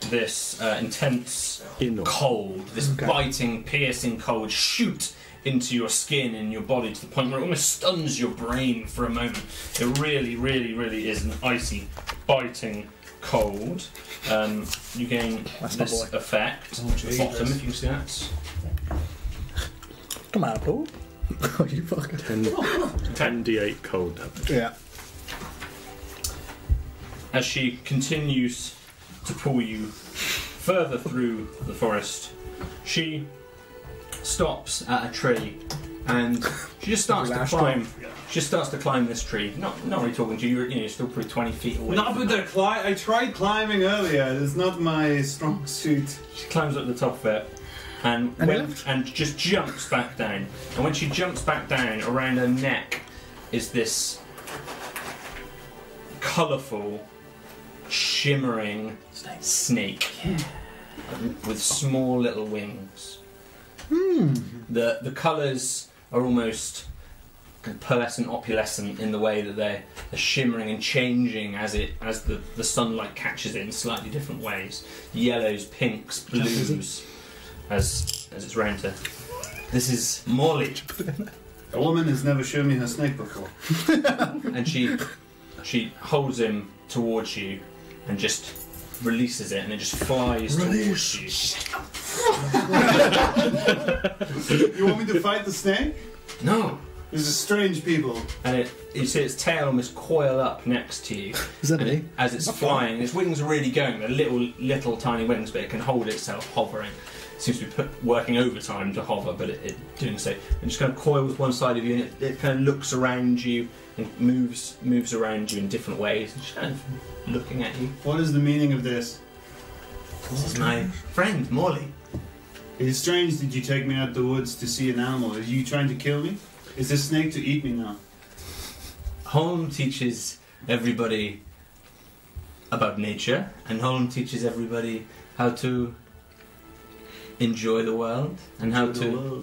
[SPEAKER 7] this uh, intense
[SPEAKER 1] Enough.
[SPEAKER 7] cold, this biting, piercing cold shoot into your skin and your body to the point where it almost stuns your brain for a moment. It really, really, really is an icy, biting cold. Um, you gain
[SPEAKER 3] That's my
[SPEAKER 7] this effect.
[SPEAKER 4] Oh,
[SPEAKER 7] the bottom,
[SPEAKER 4] Jesus.
[SPEAKER 7] if you see that.
[SPEAKER 3] Come on, Paul. Oh, you fucker.
[SPEAKER 1] 10 d8 cold damage.
[SPEAKER 3] Yeah.
[SPEAKER 7] as she continues to pull you further through the forest. She stops at a tree and she just starts to climb. She just starts to climb this tree. Not not really talking to you. You're, you know, you're still probably twenty feet away.
[SPEAKER 4] Not
[SPEAKER 7] from
[SPEAKER 4] with
[SPEAKER 7] her.
[SPEAKER 4] the climb. I tried climbing earlier. It's not my strong suit.
[SPEAKER 7] She climbs up the top of it and
[SPEAKER 3] And
[SPEAKER 7] when-
[SPEAKER 3] left.
[SPEAKER 7] and just jumps back down. And when she jumps back down, around her neck is this colourful, shimmering snake, with small little wings. The the colours are almost pearlescent, opalescent in the way that they're, they're shimmering and changing as it as the, the sunlight catches it in slightly different ways. Yellows, pinks, blues, as as it's round to. This is Morley,
[SPEAKER 4] A woman has never shown me her snake before.
[SPEAKER 7] and she she holds him towards you and just releases it, and it just flies towards
[SPEAKER 4] You want me to fight the snake?
[SPEAKER 7] you. No,
[SPEAKER 4] This is strange people.
[SPEAKER 7] and it, you see its tail almost coil up next to you.
[SPEAKER 3] Is that me?
[SPEAKER 7] as it's flying. Its wings are really going. They're little, little tiny wings, but it can hold itself hovering. It seems to be put, working overtime to hover, but it, it doing so. And just kind of coils one side of you, and it, it kind of looks around you and moves moves around you in different ways, and just kind of looking at you.
[SPEAKER 4] What is the meaning of this?
[SPEAKER 7] This is my friend Morley.
[SPEAKER 4] It is strange that you take me out the woods to see an animal. Are you trying to kill me? Is this snake to eat me now?
[SPEAKER 7] Holm teaches everybody about nature, and Holm teaches everybody how to enjoy the world and how to.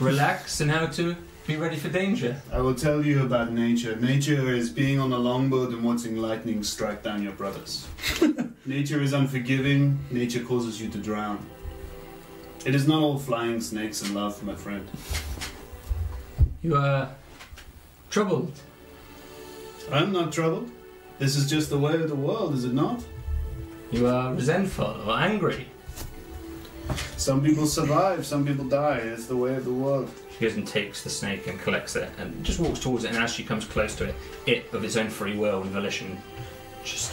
[SPEAKER 7] relax and how to be ready for danger.
[SPEAKER 4] I will tell you about nature. Nature is being on a longboat and watching lightning strike down your brothers. nature is unforgiving. Nature causes you to drown. It is not all flying snakes and love, my friend.
[SPEAKER 7] You are troubled.
[SPEAKER 4] I'm not troubled. This is just the way of the world, is it not?
[SPEAKER 7] You are resentful or angry.
[SPEAKER 4] Some people survive, some people die. It's the way of the world.
[SPEAKER 7] She goes and takes the snake and collects it and just walks towards it. And as she comes close to it, it, of its own free will and volition, just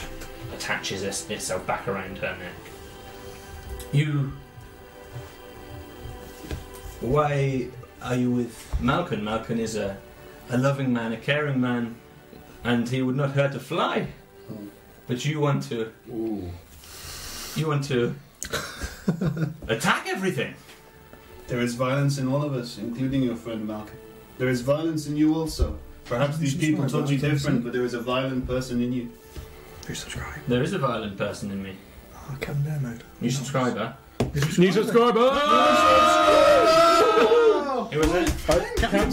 [SPEAKER 7] attaches its- itself back around her neck. You. Why are you with Malcolm? Malcolm is a, a loving man, a caring man, and he would not hurt a fly. But you want to. You want to. attack everything!
[SPEAKER 4] There is violence in all of us, including your friend Malcolm. There is violence in you also. Perhaps these people told you different, but there is a violent person in you.
[SPEAKER 9] Who subscribe?
[SPEAKER 7] There is a violent person in me.
[SPEAKER 9] Oh, Kevin Bear mode.
[SPEAKER 7] New subscriber.
[SPEAKER 1] New subscriber!
[SPEAKER 7] Who is it?
[SPEAKER 5] Captain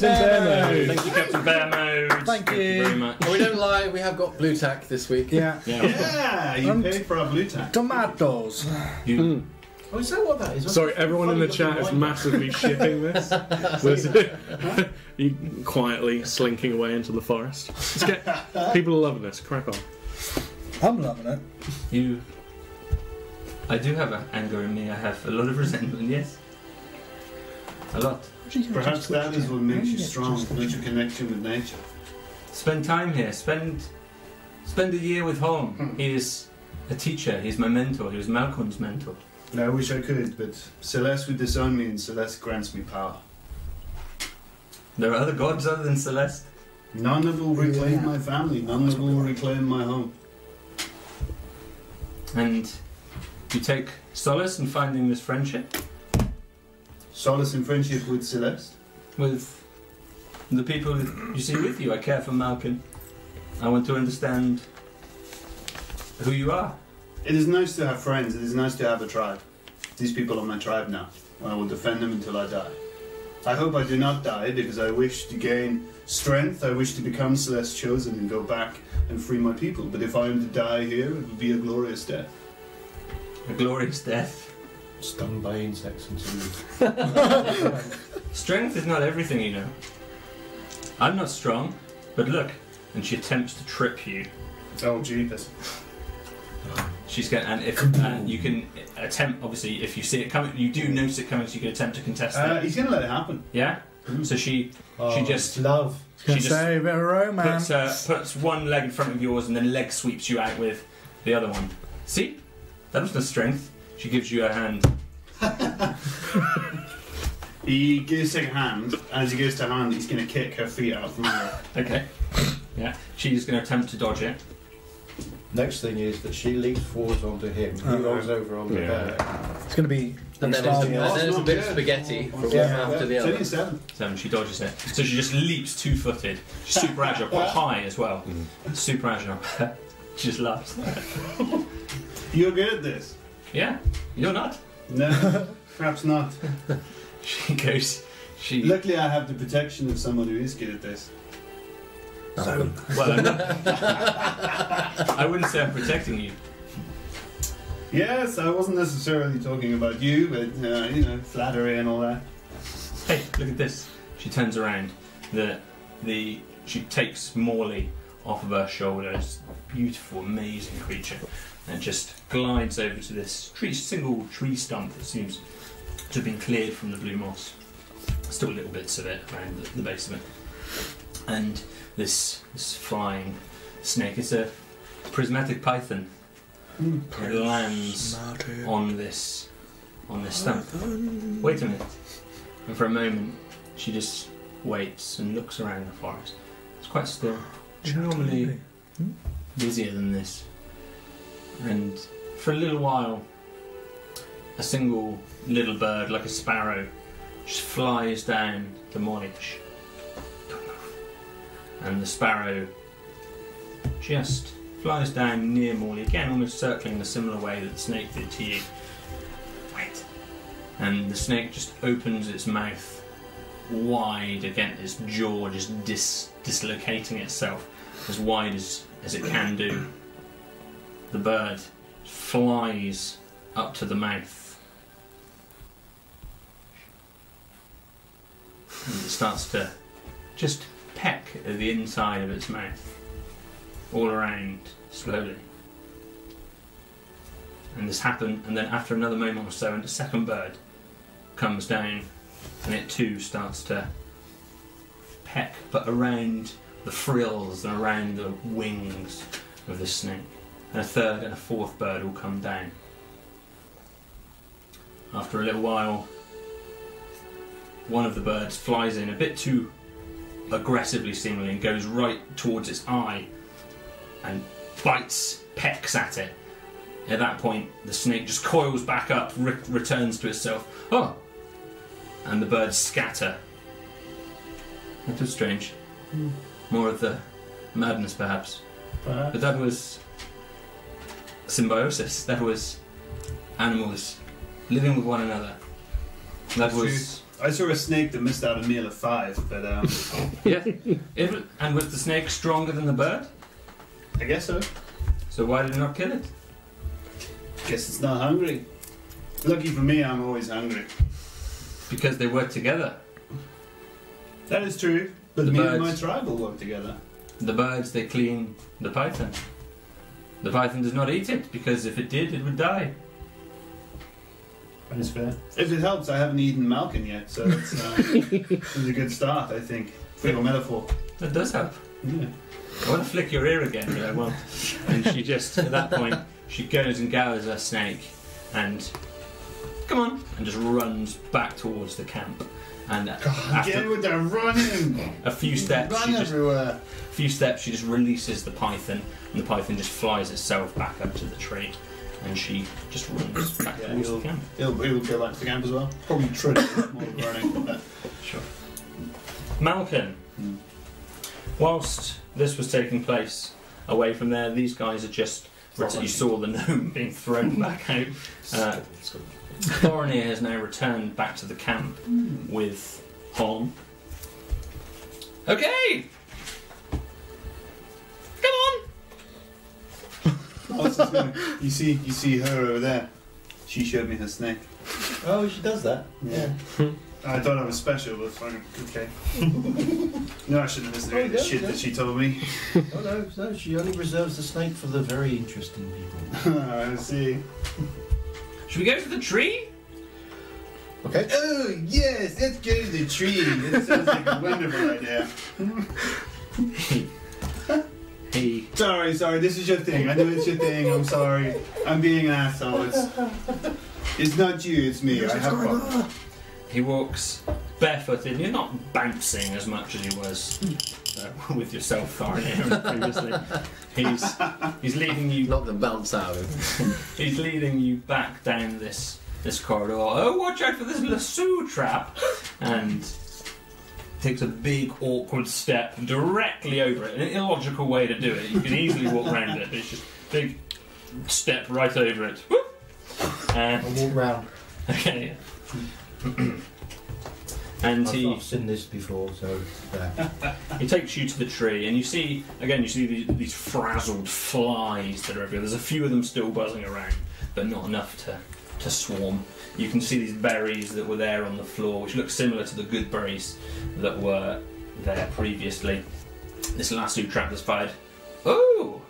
[SPEAKER 7] Thank you, Captain Bear Mode.
[SPEAKER 3] Thank you.
[SPEAKER 7] very much.
[SPEAKER 6] we don't lie, we have got blue tack this week.
[SPEAKER 3] Yeah.
[SPEAKER 4] Yeah, you
[SPEAKER 3] Um,
[SPEAKER 4] paid for our blue tag.
[SPEAKER 3] Tomatoes.
[SPEAKER 7] You,
[SPEAKER 5] Oh, is that what that is?
[SPEAKER 1] Mm. Sorry, everyone in the chat is massively shipping this. There's- you quietly slinking away into the forest. Let's get- people are loving this. Crack on.
[SPEAKER 9] I'm loving it.
[SPEAKER 7] you. I do have a- anger in me. I have a lot of resentment. Yes, a lot.
[SPEAKER 4] Perhaps that is what makes you strong, not your connection with nature.
[SPEAKER 7] Spend time here. Spend, spend a year with home. He is a teacher. He's my mentor. He was Malcolm's mentor.
[SPEAKER 4] And I wish I could, but Celeste would disown me, and Celeste grants me power.
[SPEAKER 7] There are other gods other than Celeste.
[SPEAKER 4] None of will reclaim my family, none of will reclaim my home.
[SPEAKER 7] And you take solace in finding this friendship
[SPEAKER 4] Solace in friendship with Celeste.
[SPEAKER 7] with the people you see with you. I care for Malcolm. I want to understand who you are.
[SPEAKER 4] It is nice to have friends, it is nice to have a tribe. These people are my tribe now, and I will defend them until I die. I hope I do not die because I wish to gain strength, I wish to become Celeste's chosen and go back and free my people. But if I am to die here, it would be a glorious death.
[SPEAKER 7] A glorious death.
[SPEAKER 5] Stung by insects and so
[SPEAKER 7] Strength is not everything, you know. I'm not strong, but look. And she attempts to trip you.
[SPEAKER 4] Oh, jeepers.
[SPEAKER 7] She's going, and if and you can attempt, obviously, if you see it coming, you do notice it coming, so you can attempt to contest
[SPEAKER 4] Uh,
[SPEAKER 7] it.
[SPEAKER 4] he's gonna let it happen.
[SPEAKER 7] Yeah. So she
[SPEAKER 5] Oh,
[SPEAKER 7] she just
[SPEAKER 5] love.
[SPEAKER 7] she
[SPEAKER 3] She
[SPEAKER 7] just
[SPEAKER 3] say a bit of
[SPEAKER 7] puts
[SPEAKER 3] romance.
[SPEAKER 7] uh, puts one leg in front of yours and then leg sweeps you out with the other one. See, that was the strength. She gives you her hand.
[SPEAKER 4] He gives her hand, and as he goes to hand, he's going to kick her feet out from under her.
[SPEAKER 7] Okay. Yeah. She's going to attempt to dodge it.
[SPEAKER 5] Next thing is that she leaps forwards onto him. He rolls over onto
[SPEAKER 1] Yeah.
[SPEAKER 5] her.
[SPEAKER 9] It's going to be.
[SPEAKER 6] And then it's,
[SPEAKER 9] Oh,
[SPEAKER 6] and then it's a bit of spaghetti from one half to the
[SPEAKER 4] It's
[SPEAKER 6] other.
[SPEAKER 4] only seven.
[SPEAKER 7] Seven. She dodges it. So she just leaps two footed. She's super agile, quite high as well. Super agile. she just laughs.
[SPEAKER 4] You're good at this.
[SPEAKER 7] Yeah. You're not.
[SPEAKER 4] No, perhaps not.
[SPEAKER 7] She goes. She.
[SPEAKER 4] Luckily, I have the protection of someone who is good at this.
[SPEAKER 7] Well, I'm not, I wouldn't say I'm protecting you.
[SPEAKER 4] Yes, I wasn't necessarily talking about you, but uh, you know, flattery and all that.
[SPEAKER 7] Hey, look at this. She turns around. The the she takes Morley off of her shoulder. This beautiful, amazing creature, and just glides over to this tree, single tree stump that seems to have been cleared from the blue moss. Still little bits of it around the, the base of it. And this this flying snake is a prismatic python. It lands
[SPEAKER 9] Martin.
[SPEAKER 7] on this on this stump. Wait a minute. And for a moment, she just waits and looks around the forest. It's quite still. It's normally busier than this. And for a little while, a single little bird, like a sparrow, just flies down to Molly. Shh. Don't move. And the sparrow just flies down near Morley, again almost circling the similar way that the snake did to you. Wait. And the snake just opens its mouth wide again, its jaw just dis- dislocating itself as wide as, as it can do. The bird flies up to the mouth. And it starts to just peck at the inside of its mouth all around slowly. And this happened, and then after another moment or so, and the second bird comes down, and it too starts to peck, but around the frills and around the wings of the snake. And a third and a fourth bird will come down. After a little while, one of the birds flies in a bit too aggressively, seemingly, and goes right towards its eye, and bites, pecks at it. At that point, the snake just coils back up, re- returns to itself. Oh! And the birds scatter. That was strange. More of the madness, perhaps. But that was symbiosis. That was animals living with one another. That was.
[SPEAKER 4] I saw a snake that missed out a meal of five, but um,
[SPEAKER 7] Yeah. It, wa- and was the snake stronger than the bird?
[SPEAKER 4] I guess so.
[SPEAKER 7] So why did it not kill it?
[SPEAKER 4] Guess it's not hungry. Lucky for me, I'm always hungry.
[SPEAKER 7] Because they worked together.
[SPEAKER 4] That is true. But
[SPEAKER 7] The
[SPEAKER 4] me and my
[SPEAKER 7] birds.
[SPEAKER 4] tribe all work together.
[SPEAKER 7] The birds they clean the python. The python does not eat it because if it did, it would die.
[SPEAKER 4] That is fair. If it helps, I haven't eaten Malkin yet, so it's, uh, it's a good start, I think. Fable metaphor.
[SPEAKER 7] That does help.
[SPEAKER 4] Yeah.
[SPEAKER 7] I want to flick your ear again, but I won't. and she just at that point she goes and gathers her snake and come on and just runs back towards the camp. And
[SPEAKER 4] Get
[SPEAKER 7] after
[SPEAKER 4] with that running!
[SPEAKER 7] a few steps, she
[SPEAKER 4] Run
[SPEAKER 7] just
[SPEAKER 4] everywhere!
[SPEAKER 7] few steps, she just releases the python, and the python just flies itself back up to the tree, and she just runs back
[SPEAKER 4] Yeah,
[SPEAKER 7] towards the
[SPEAKER 4] you'll-
[SPEAKER 7] camp.
[SPEAKER 4] It'll, it'll go back to the camp as well. Probably true. More running. but-
[SPEAKER 7] Sure. Malkin. Whilst this was taking place away from there, these guys are just. You saw the gnome being thrown back out. Uh, Thorinir has now returned back to the camp with Hon.
[SPEAKER 8] Okay! Come on!
[SPEAKER 4] Oh, it's just gonna- you see, you see her over there. She showed me her snake.
[SPEAKER 5] Oh, she does that.
[SPEAKER 4] Yeah. I thought I was special, but fucking okay. no, I shouldn't have listened to
[SPEAKER 7] Oh,
[SPEAKER 4] any of the shit that she told me.
[SPEAKER 5] Oh no, no, she only reserves the snake for the very interesting people.
[SPEAKER 4] I see.
[SPEAKER 8] Should we go to the tree?
[SPEAKER 5] Okay.
[SPEAKER 4] Oh yes, let's go to the tree. That sounds like a wonderful idea.
[SPEAKER 7] He
[SPEAKER 4] Sorry, sorry. This is your thing. I know it's your thing. I'm sorry. I'm being an asshole. It's, it's not you. It's me. I have problems.
[SPEAKER 7] He walks barefooted. You're not bouncing as much as you was uh, with yourself far in air previously. He's he's leading you
[SPEAKER 6] Knock the bounce out of him.
[SPEAKER 7] He's leading you back down this this corridor. Oh, watch out for this lasso trap! And takes a big awkward step directly over it. An illogical way to do it. You can easily walk around it, but it's just big step right over it. Whoop. Uh,
[SPEAKER 5] I
[SPEAKER 7] And
[SPEAKER 5] walk round.
[SPEAKER 7] okay. and
[SPEAKER 5] I've,
[SPEAKER 7] he
[SPEAKER 5] I've seen this before, so uh, there.
[SPEAKER 7] He takes you to the tree, and you see again. You see these, these frazzled flies that are everywhere. There's a few of them still buzzing around, but not enough to to swarm. You can see these berries that were there on the floor, which look similar to the good berries that were there previously. This lasso trap that's fired. Oh,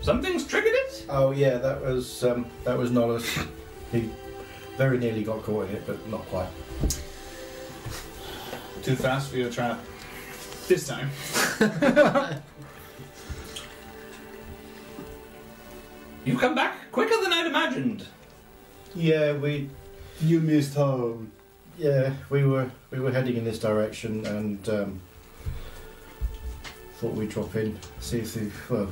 [SPEAKER 7] something's triggered it.
[SPEAKER 5] Oh yeah, that was um, that was Nollis. He very nearly got caught in it, but not quite.
[SPEAKER 4] Too fast for your trap. This time.
[SPEAKER 7] You've come back quicker than I'd imagined.
[SPEAKER 5] Yeah, we
[SPEAKER 4] You missed home.
[SPEAKER 5] yeah we were we were heading in this direction and um, thought we'd drop in, see if the well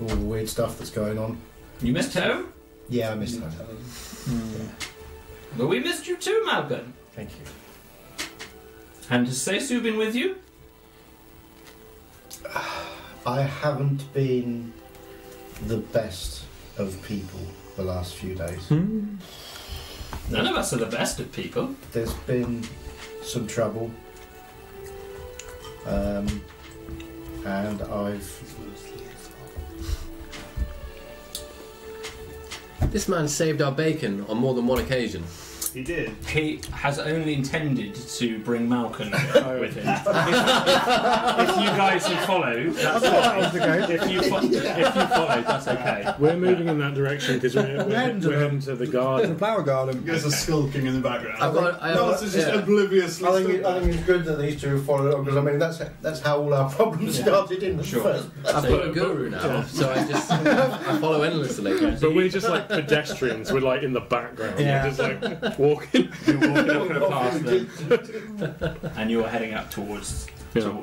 [SPEAKER 5] all the weird stuff that's going on.
[SPEAKER 7] You missed home,
[SPEAKER 5] Yeah, I missed that.
[SPEAKER 7] but we missed you too, Malcolm.
[SPEAKER 5] Thank you.
[SPEAKER 7] And has Seisu been with you?
[SPEAKER 5] I haven't been the best of people the last few days.
[SPEAKER 7] None of us are the best of people.
[SPEAKER 5] There's been some trouble. Um, and I've.
[SPEAKER 6] This man saved our bacon on more than one occasion.
[SPEAKER 4] He did.
[SPEAKER 7] He has only intended to bring Malcolm with him. if, you guys have followed, that's fine.
[SPEAKER 3] That was the game.
[SPEAKER 7] If you, fo- if you followed, that's okay.
[SPEAKER 1] We're moving in that direction because we're,
[SPEAKER 9] End
[SPEAKER 1] we're, heading
[SPEAKER 9] of
[SPEAKER 1] we're
[SPEAKER 9] it.
[SPEAKER 1] heading to the
[SPEAKER 9] There's a
[SPEAKER 1] garden.
[SPEAKER 9] flower
[SPEAKER 4] You
[SPEAKER 9] garden.
[SPEAKER 4] guys are skulking in the background.
[SPEAKER 6] I've got- I-
[SPEAKER 4] no, it's just
[SPEAKER 6] yeah.
[SPEAKER 4] obliviously.
[SPEAKER 5] I think, it, I think it's good that these two have followed on because I mean that's that's how all our problems started in the
[SPEAKER 7] Sure.
[SPEAKER 5] first.
[SPEAKER 6] I've got a guru now, so I just I follow endlessly.
[SPEAKER 1] But we're just like pedestrians. We're like in the background.
[SPEAKER 9] Yeah.
[SPEAKER 1] We're just like walking.
[SPEAKER 7] You're walking, walking past them, and you're heading up towards.
[SPEAKER 1] Yeah. Do
[SPEAKER 7] to-
[SPEAKER 1] you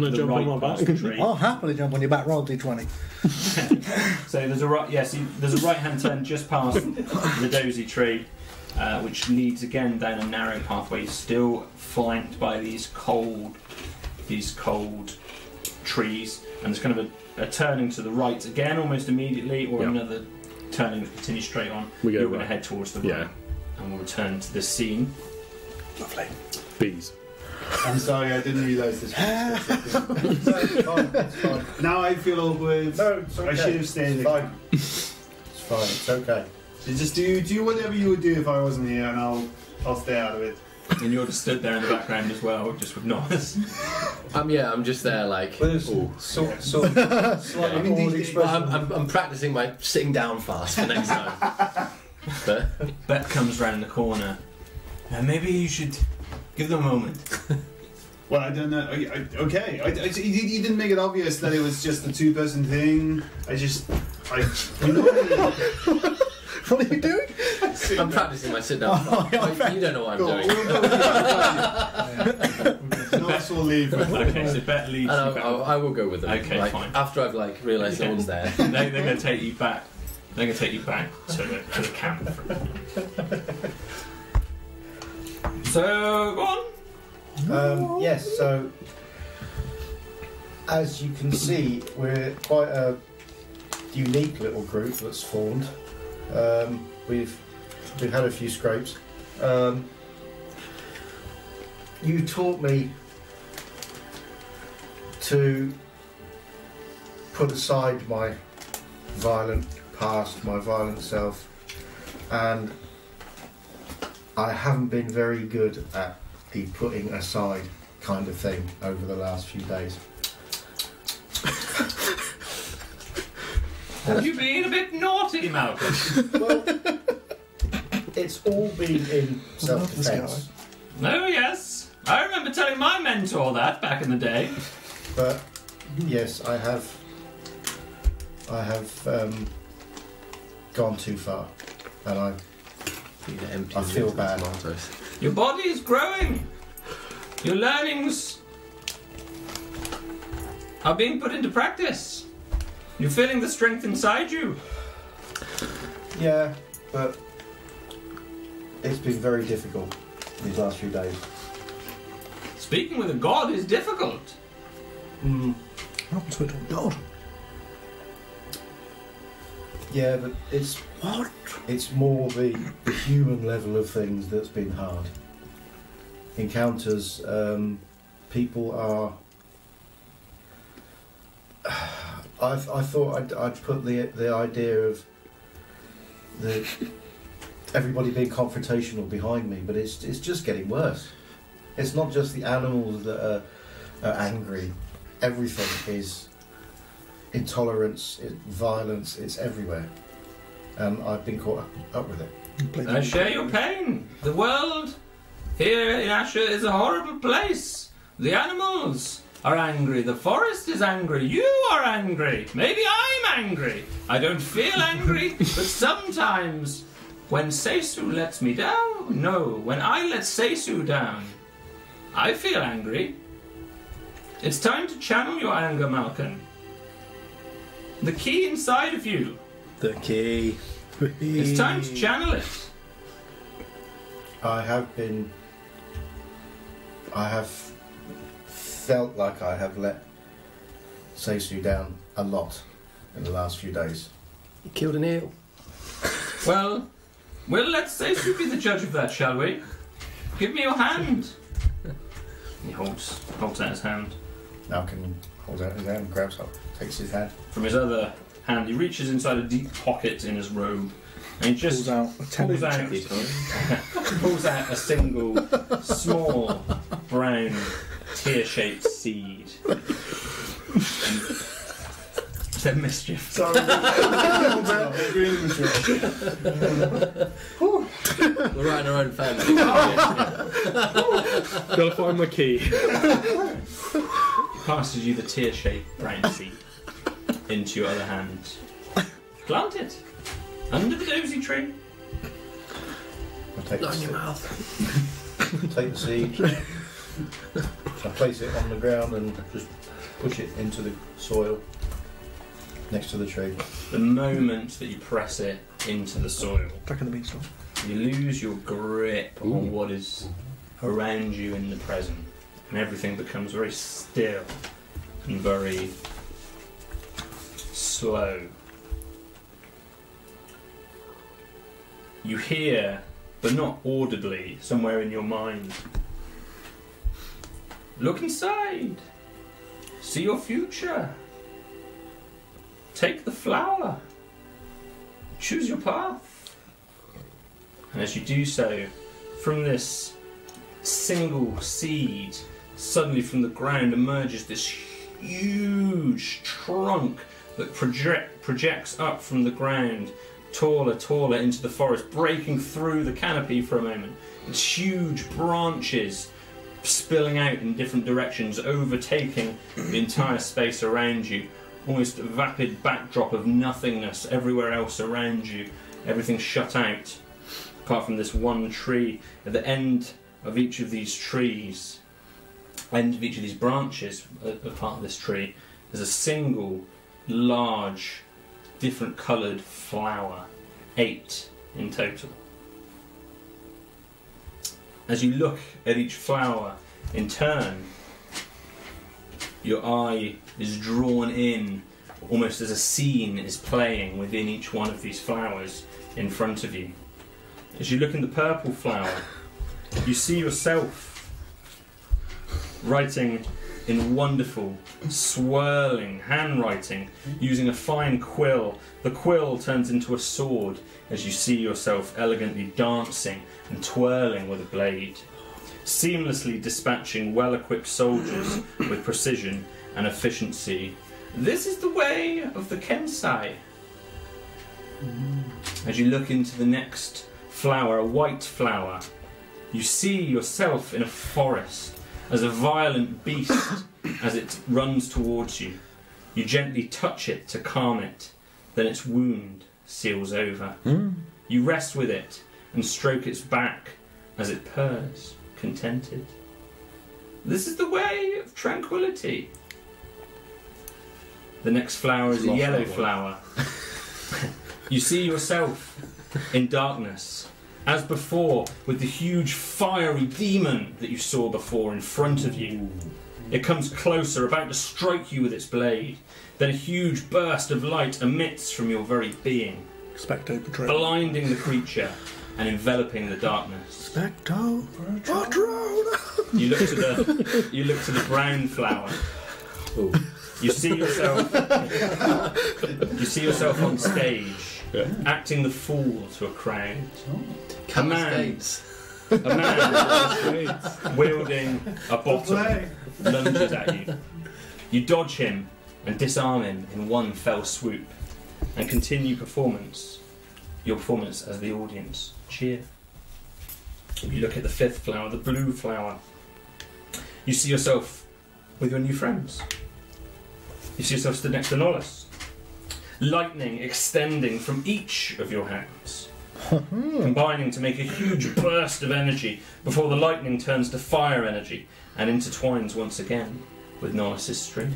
[SPEAKER 1] want
[SPEAKER 7] the
[SPEAKER 1] to jump
[SPEAKER 7] right
[SPEAKER 1] on my
[SPEAKER 7] past
[SPEAKER 1] back?
[SPEAKER 7] the tree.
[SPEAKER 9] I'll happily jump on your back. Roll d20.
[SPEAKER 7] So there's a right, yes, you- there's a right-hand turn just past the dozy tree, uh, which leads again down a narrow pathway, still flanked by these cold, these cold trees, and there's kind of a, a turning to the right again, almost immediately, or
[SPEAKER 1] Yeah.
[SPEAKER 7] another turning that continues straight on.
[SPEAKER 1] We go
[SPEAKER 7] You're going to
[SPEAKER 1] right.
[SPEAKER 7] head towards the right,
[SPEAKER 1] Yeah.
[SPEAKER 7] and we'll return to this scene.
[SPEAKER 9] Lovely.
[SPEAKER 1] Bees.
[SPEAKER 4] I'm sorry, I didn't realise this. Was
[SPEAKER 5] It's fine, it's fine.
[SPEAKER 4] now I feel awkward.
[SPEAKER 5] No, it's okay.
[SPEAKER 4] I should have stayed.
[SPEAKER 5] It's
[SPEAKER 4] in the
[SPEAKER 5] fine.
[SPEAKER 4] car.
[SPEAKER 5] It's fine. It's okay.
[SPEAKER 4] So just do do whatever you would do if I wasn't here, and I'll I'll stay out of it.
[SPEAKER 7] And you're just stood there in the background as well, just with noise.
[SPEAKER 6] Um, yeah, I'm just there like.
[SPEAKER 5] But it's sort sort of slightly
[SPEAKER 4] I mean,
[SPEAKER 5] odd
[SPEAKER 4] these-
[SPEAKER 5] expression.
[SPEAKER 6] I'm, I'm, I'm practicing my sitting down fast for next time. But
[SPEAKER 7] Bet comes round the corner. Now Uh, maybe you should give them a moment.
[SPEAKER 4] Well, I don't know. I, I, okay, I, I, you, did- you didn't make it obvious that it was just a two-person thing. I just, I, you know, what
[SPEAKER 9] What are you doing?
[SPEAKER 6] I'm practicing my sit down fast. Like, you don't know what I'm
[SPEAKER 4] I mean?
[SPEAKER 6] doing. And
[SPEAKER 4] no, that's all leave.
[SPEAKER 7] okay, so Bet leads you
[SPEAKER 6] I,
[SPEAKER 7] back.
[SPEAKER 6] I, I will go with them.
[SPEAKER 7] Okay,
[SPEAKER 6] like,
[SPEAKER 7] fine.
[SPEAKER 6] After I've like realised no one's there.
[SPEAKER 7] they, they're going to take you back. They're going to take you back to the, to the camp. so go on.
[SPEAKER 5] Um, yes, so as you can see, we're quite a unique little group that's formed. Um, we've we've had a few scrapes. Um, you taught me to put aside my violent past, my violent self, and I haven't been very good at the putting aside kind of thing over the last few days.
[SPEAKER 7] Have you been a bit naughty, Malcolm?
[SPEAKER 5] Well, it's all been in
[SPEAKER 9] I love
[SPEAKER 5] self
[SPEAKER 9] this
[SPEAKER 5] defence,
[SPEAKER 7] No, yes. I remember telling my mentor that back in the day.
[SPEAKER 5] but yes, I have, I have um, gone too far, and I
[SPEAKER 6] need to empty
[SPEAKER 5] I
[SPEAKER 6] them
[SPEAKER 5] feel
[SPEAKER 6] into the
[SPEAKER 5] bad.
[SPEAKER 6] tomatoes.
[SPEAKER 7] Your body is growing. Your learnings are being put into practice. You're feeling the strength inside you.
[SPEAKER 5] Yeah, but it's been very difficult these last few days.
[SPEAKER 7] Speaking with a god is difficult.
[SPEAKER 3] Not to it all. God.
[SPEAKER 5] Yeah, but it's
[SPEAKER 3] What?
[SPEAKER 5] it's more the, the human level of things that's been hard. Encounters, um, people are. I I thought I'd, I'd put the the idea of the everybody being confrontational behind me, but it's it's just getting worse. It's not just the animals that are, are angry. Everything is intolerance, it, violence. It's everywhere, and I've been caught up, up with it.
[SPEAKER 3] Blame
[SPEAKER 7] I share your pain. The world here in Asher is a horrible place. The animals are angry. The forest is angry. You are angry. Maybe I'm angry. I don't feel angry, but sometimes when Seisu lets me down, no, when I let Seisu down, I feel angry. It's time to channel your anger, Malkin. The key inside of you
[SPEAKER 3] The key.
[SPEAKER 7] it's time to channel it.
[SPEAKER 5] I have been. I have felt like I have let Seisu down a lot in the last few days.
[SPEAKER 6] You killed an eel.
[SPEAKER 7] Well, well, let's say you be the judge of that, shall we? Give me your hand. He holds holds out his hand.
[SPEAKER 5] Now can holds out his hand, grabs up, takes his hand.
[SPEAKER 7] From his other hand, he reaches inside a deep pocket in his robe, and he just
[SPEAKER 3] Pulls out a ten
[SPEAKER 7] pulls
[SPEAKER 3] inch
[SPEAKER 7] out,
[SPEAKER 3] out.
[SPEAKER 7] pulls out a single small brown tear-shaped seed. And said mischief.
[SPEAKER 10] Sorry, Gilbert. Green was wrong.
[SPEAKER 6] We're right in our own family.
[SPEAKER 1] Gotta find my key.
[SPEAKER 7] passes you the tear-shaped brown seed into your other hand. Plant it under the dozy tree.
[SPEAKER 5] I take, the
[SPEAKER 6] Not in your
[SPEAKER 5] seed,
[SPEAKER 6] mouth.
[SPEAKER 5] take the seed. I place it on the ground and just push it into the soil next to the tree.
[SPEAKER 7] The moment that you press it into the soil,
[SPEAKER 3] Back in the beanstalk.
[SPEAKER 7] you lose your grip on what is around you in the present, and everything becomes very still and very slow. You hear, but not audibly, somewhere in your mind. Look inside. See your future. Take the flower. Choose your path. And as you do so, from this single seed, suddenly from the ground emerges this huge trunk that project, projects up from the ground, taller, taller into the forest, breaking through the canopy for a moment. Its huge branches spilling out in different directions, overtaking the entire space around you. Almost a vapid backdrop of nothingness everywhere else around you. Everything shut out, apart from this one tree. At the end of each of these trees, end of each of these branches, a a part of this tree, there's a single large, different coloured flower. Eight in total as you look at each flower in turn, your eye is drawn in almost as a scene is playing within each one of these flowers in front of you. As you look in the purple flower, you see yourself writing in wonderful, swirling handwriting using a fine quill. The quill turns into a sword as you see yourself elegantly dancing and twirling with a blade, seamlessly dispatching well equipped soldiers with precision and efficiency. This is the way of the Kensai. As you look into the next flower, a white flower, you see yourself in a forest as a violent beast as it runs towards you. You gently touch it
[SPEAKER 6] Hmm.
[SPEAKER 7] to calm it, then its wound seals over. You rest with it and stroke its back as it purrs, contented. This is the way of tranquility. The next flower is a
[SPEAKER 6] Lost
[SPEAKER 7] yellow
[SPEAKER 6] that one.
[SPEAKER 7] flower. you see yourself in darkness, as before, with the huge fiery demon that you saw before in front of you. It comes closer, about to strike you with its blade. Then a huge burst of light emits from your very being,
[SPEAKER 9] Specto Patrol.
[SPEAKER 7] blinding the creature and enveloping the darkness.
[SPEAKER 9] Specto Patrol.
[SPEAKER 7] You look to the you look to the brown flower.
[SPEAKER 6] Ooh.
[SPEAKER 7] You see yourself You see yourself on stage, acting the fool to a crowd.
[SPEAKER 6] Come
[SPEAKER 7] man.
[SPEAKER 6] States.
[SPEAKER 7] A man wielding a bottle lunges at you. You dodge him and disarm him in one fell swoop and continue performance. Your performance as the audience cheer. You look at the fifth flower, the blue flower. You see yourself with your new friends. You see yourself stood next to Nolus. Lightning extending from each of your hands, combining to make a huge burst of energy before the lightning turns to fire energy and intertwines once again with Norris's string.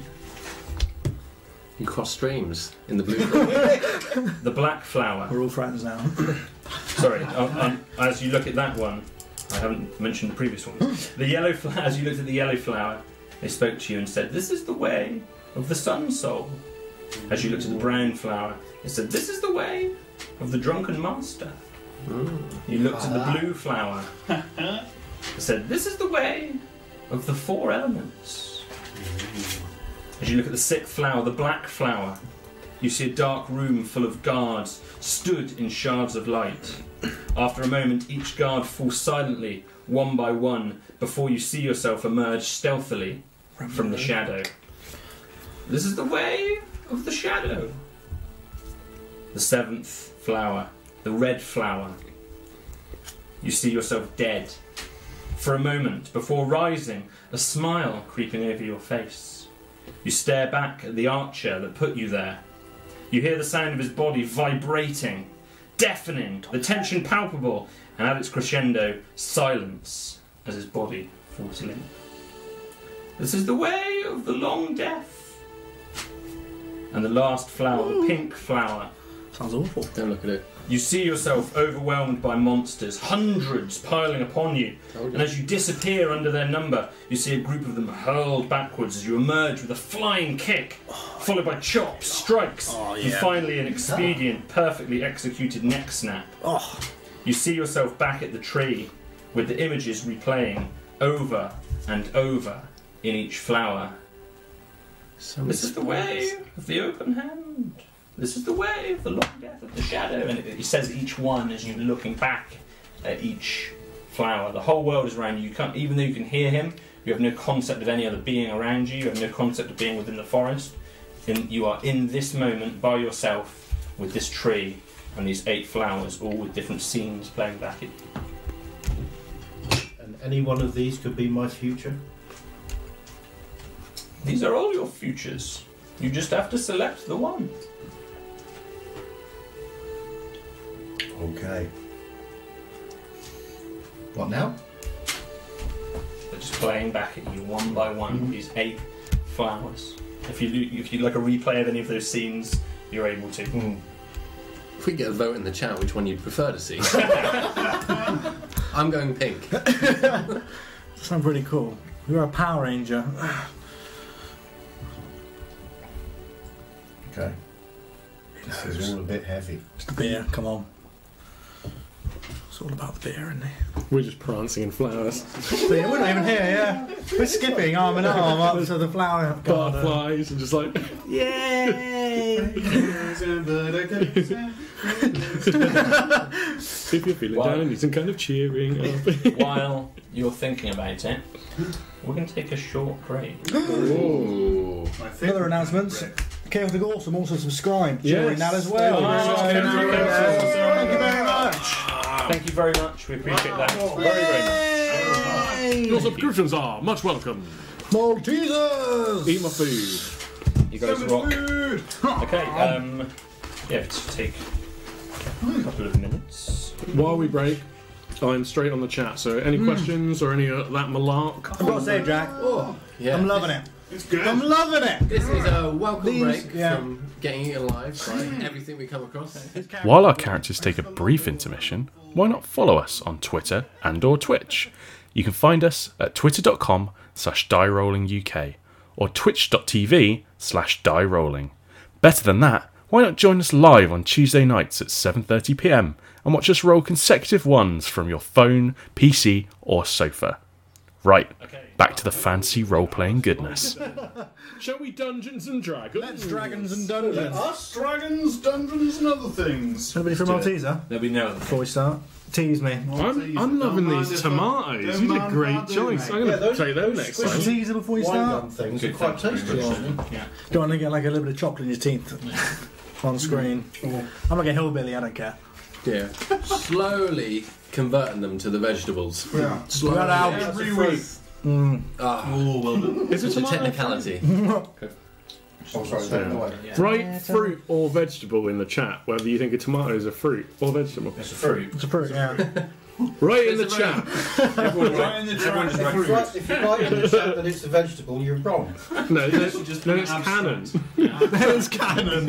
[SPEAKER 6] You cross streams in the blue. Flower.
[SPEAKER 7] The black flower.
[SPEAKER 9] We're all friends now.
[SPEAKER 7] Sorry, I, I, as you look at that one, I haven't mentioned the previous one. The yellow flower. As you looked at the yellow flower, they spoke to you and said, "This is the way of the sun soul." As you looked at the brown flower, it said, "This is the way of the drunken master." You looked at the blue flower. It said, "This is the way of the four elements." As you look at the sixth flower, the black flower, you see a dark room full of guards stood in shards of light. After a moment, each guard falls silently, one by one, before you see yourself emerge stealthily from the shadow. This is the way of the shadow. The seventh flower, the red flower. You see yourself dead. For a moment, before rising, a smile creeping over your face. You stare back at the archer that put you there. You hear the sound of his body vibrating, deafening, the tension palpable, and at its crescendo, silence as his body falls limp. This is the way of the long death. And the last flower, the pink flower,
[SPEAKER 9] Sounds awful.
[SPEAKER 6] Don't look at it.
[SPEAKER 7] you see yourself overwhelmed by monsters, hundreds piling upon you,
[SPEAKER 6] Told you.
[SPEAKER 7] and as you disappear under their number, you see a group of them hurled backwards as you emerge with a flying kick, followed by chops, strikes, and finally an expedient, perfectly executed neck snap.
[SPEAKER 9] Oh,
[SPEAKER 7] You see yourself back at the tree, with the images replaying over and over in each flower.
[SPEAKER 6] So
[SPEAKER 7] This is the way of the open hand. This is the way of the long death of the shadow. And it, it says each one as you're looking back at each flower. The whole world is around you. You can't, even though you can hear him, you have no concept of any other being around you. You have no concept of being within the forest. And you are in this moment by yourself with this tree and these eight flowers, all with different scenes playing back at you.
[SPEAKER 5] And any one of these could be my future.
[SPEAKER 7] These are all your futures. You just have to select the one.
[SPEAKER 5] Okay. What now?
[SPEAKER 7] They're just playing back at you one by one these eight flowers. If you do- if you like a replay of any of those scenes, you're able to.
[SPEAKER 6] If we get a vote in the chat, which one you'd prefer to see? I'm going pink.
[SPEAKER 3] Sounds really cool. You're a Power Ranger.
[SPEAKER 5] Okay. This is all a bit heavy.
[SPEAKER 9] it's the beer. Come on. It's all about the beer, isn't it?
[SPEAKER 1] We're just prancing in flowers.
[SPEAKER 3] So yeah, we're not even here, yeah. We're skipping arm in arm up to the flower garden.
[SPEAKER 1] Butterflies and just like
[SPEAKER 3] Yay!
[SPEAKER 1] if you're feeling
[SPEAKER 7] Wow.
[SPEAKER 1] down, need some kind of cheering. up.
[SPEAKER 7] While you're thinking about it, we're going to take a short break.
[SPEAKER 6] Ooh.
[SPEAKER 3] Other announcements. Chaotic Awesome also subscribed during
[SPEAKER 1] Yes.
[SPEAKER 3] that as well.
[SPEAKER 1] Oh,
[SPEAKER 3] So,
[SPEAKER 1] Chaotic Awesome.
[SPEAKER 3] Thank you very much.
[SPEAKER 7] Thank you very much. We appreciate that very very much.
[SPEAKER 1] Your subscriptions are much welcome.
[SPEAKER 3] Maltesers!
[SPEAKER 1] Eat my food.
[SPEAKER 7] You guys rock. Okay. Um. Yeah. Just take a couple of minutes.
[SPEAKER 1] While we break, I'm straight on the chat. So any questions or any of that malark?
[SPEAKER 3] I've got to say, Jack,
[SPEAKER 6] Yeah.
[SPEAKER 3] I'm loving it.
[SPEAKER 4] It's good.
[SPEAKER 3] I'm loving it.
[SPEAKER 6] This is a welcome
[SPEAKER 3] These-
[SPEAKER 6] break
[SPEAKER 3] yeah.
[SPEAKER 6] from getting eaten alive by everything we come across.
[SPEAKER 11] While our characters take a brief intermission, why not follow us on Twitter and or Twitch? You can find us at twitter.com slash dierollinguk or twitch.tv slash dierolling. Better than that, why not join us live on Tuesday nights at 7.30pm and watch us roll consecutive ones from your phone, PC or sofa. Right, back to the fancy role-playing goodness.
[SPEAKER 1] Shall we Dungeons and Dragons?
[SPEAKER 3] That's dragons and dungeons.
[SPEAKER 4] Us, dragons, dungeons, and other things.
[SPEAKER 3] Somebody from Malteser
[SPEAKER 7] There'll be no other.
[SPEAKER 3] before we start. Tease me.
[SPEAKER 1] I'm, I'm loving
[SPEAKER 4] Don't mind
[SPEAKER 1] these
[SPEAKER 4] if I-
[SPEAKER 1] tomatoes.
[SPEAKER 4] don't
[SPEAKER 1] These are
[SPEAKER 4] mind if I
[SPEAKER 1] great
[SPEAKER 4] do,
[SPEAKER 1] choice.
[SPEAKER 4] mate.
[SPEAKER 1] I'm going
[SPEAKER 5] Yeah,
[SPEAKER 1] to
[SPEAKER 5] those-
[SPEAKER 1] take those
[SPEAKER 5] those
[SPEAKER 1] next
[SPEAKER 5] squishy-
[SPEAKER 1] time.
[SPEAKER 3] Teaser before you
[SPEAKER 5] Wine
[SPEAKER 3] start.
[SPEAKER 5] gum things are quite tasty, aren't they?
[SPEAKER 3] Don't want to get like a little bit of chocolate in your teeth on screen. I'm like a hillbilly. I don't care.
[SPEAKER 6] Yeah. Slowly converting them to the vegetables.
[SPEAKER 4] Yeah.
[SPEAKER 3] We're out.
[SPEAKER 4] Every week.
[SPEAKER 6] Ah.
[SPEAKER 7] Oh, well done.
[SPEAKER 1] Is it
[SPEAKER 6] It's a
[SPEAKER 1] tomato?
[SPEAKER 6] technicality.
[SPEAKER 5] Oh, sorry, take it away.
[SPEAKER 1] Write fruit or vegetable in the chat, whether you think a tomato is a fruit or vegetable.
[SPEAKER 7] It's a fruit.
[SPEAKER 3] It's a pretty, yeah.
[SPEAKER 1] Right in the
[SPEAKER 7] It's a
[SPEAKER 1] chat.
[SPEAKER 4] Right in the trap.
[SPEAKER 7] Everyone just
[SPEAKER 5] If
[SPEAKER 7] write
[SPEAKER 5] you
[SPEAKER 7] fruit.
[SPEAKER 5] write, if you write in the chat that it's a vegetable, you're wrong.
[SPEAKER 1] No, no,
[SPEAKER 7] just
[SPEAKER 1] no
[SPEAKER 7] an
[SPEAKER 1] it's
[SPEAKER 7] abstract.
[SPEAKER 1] canon.
[SPEAKER 3] it's canon.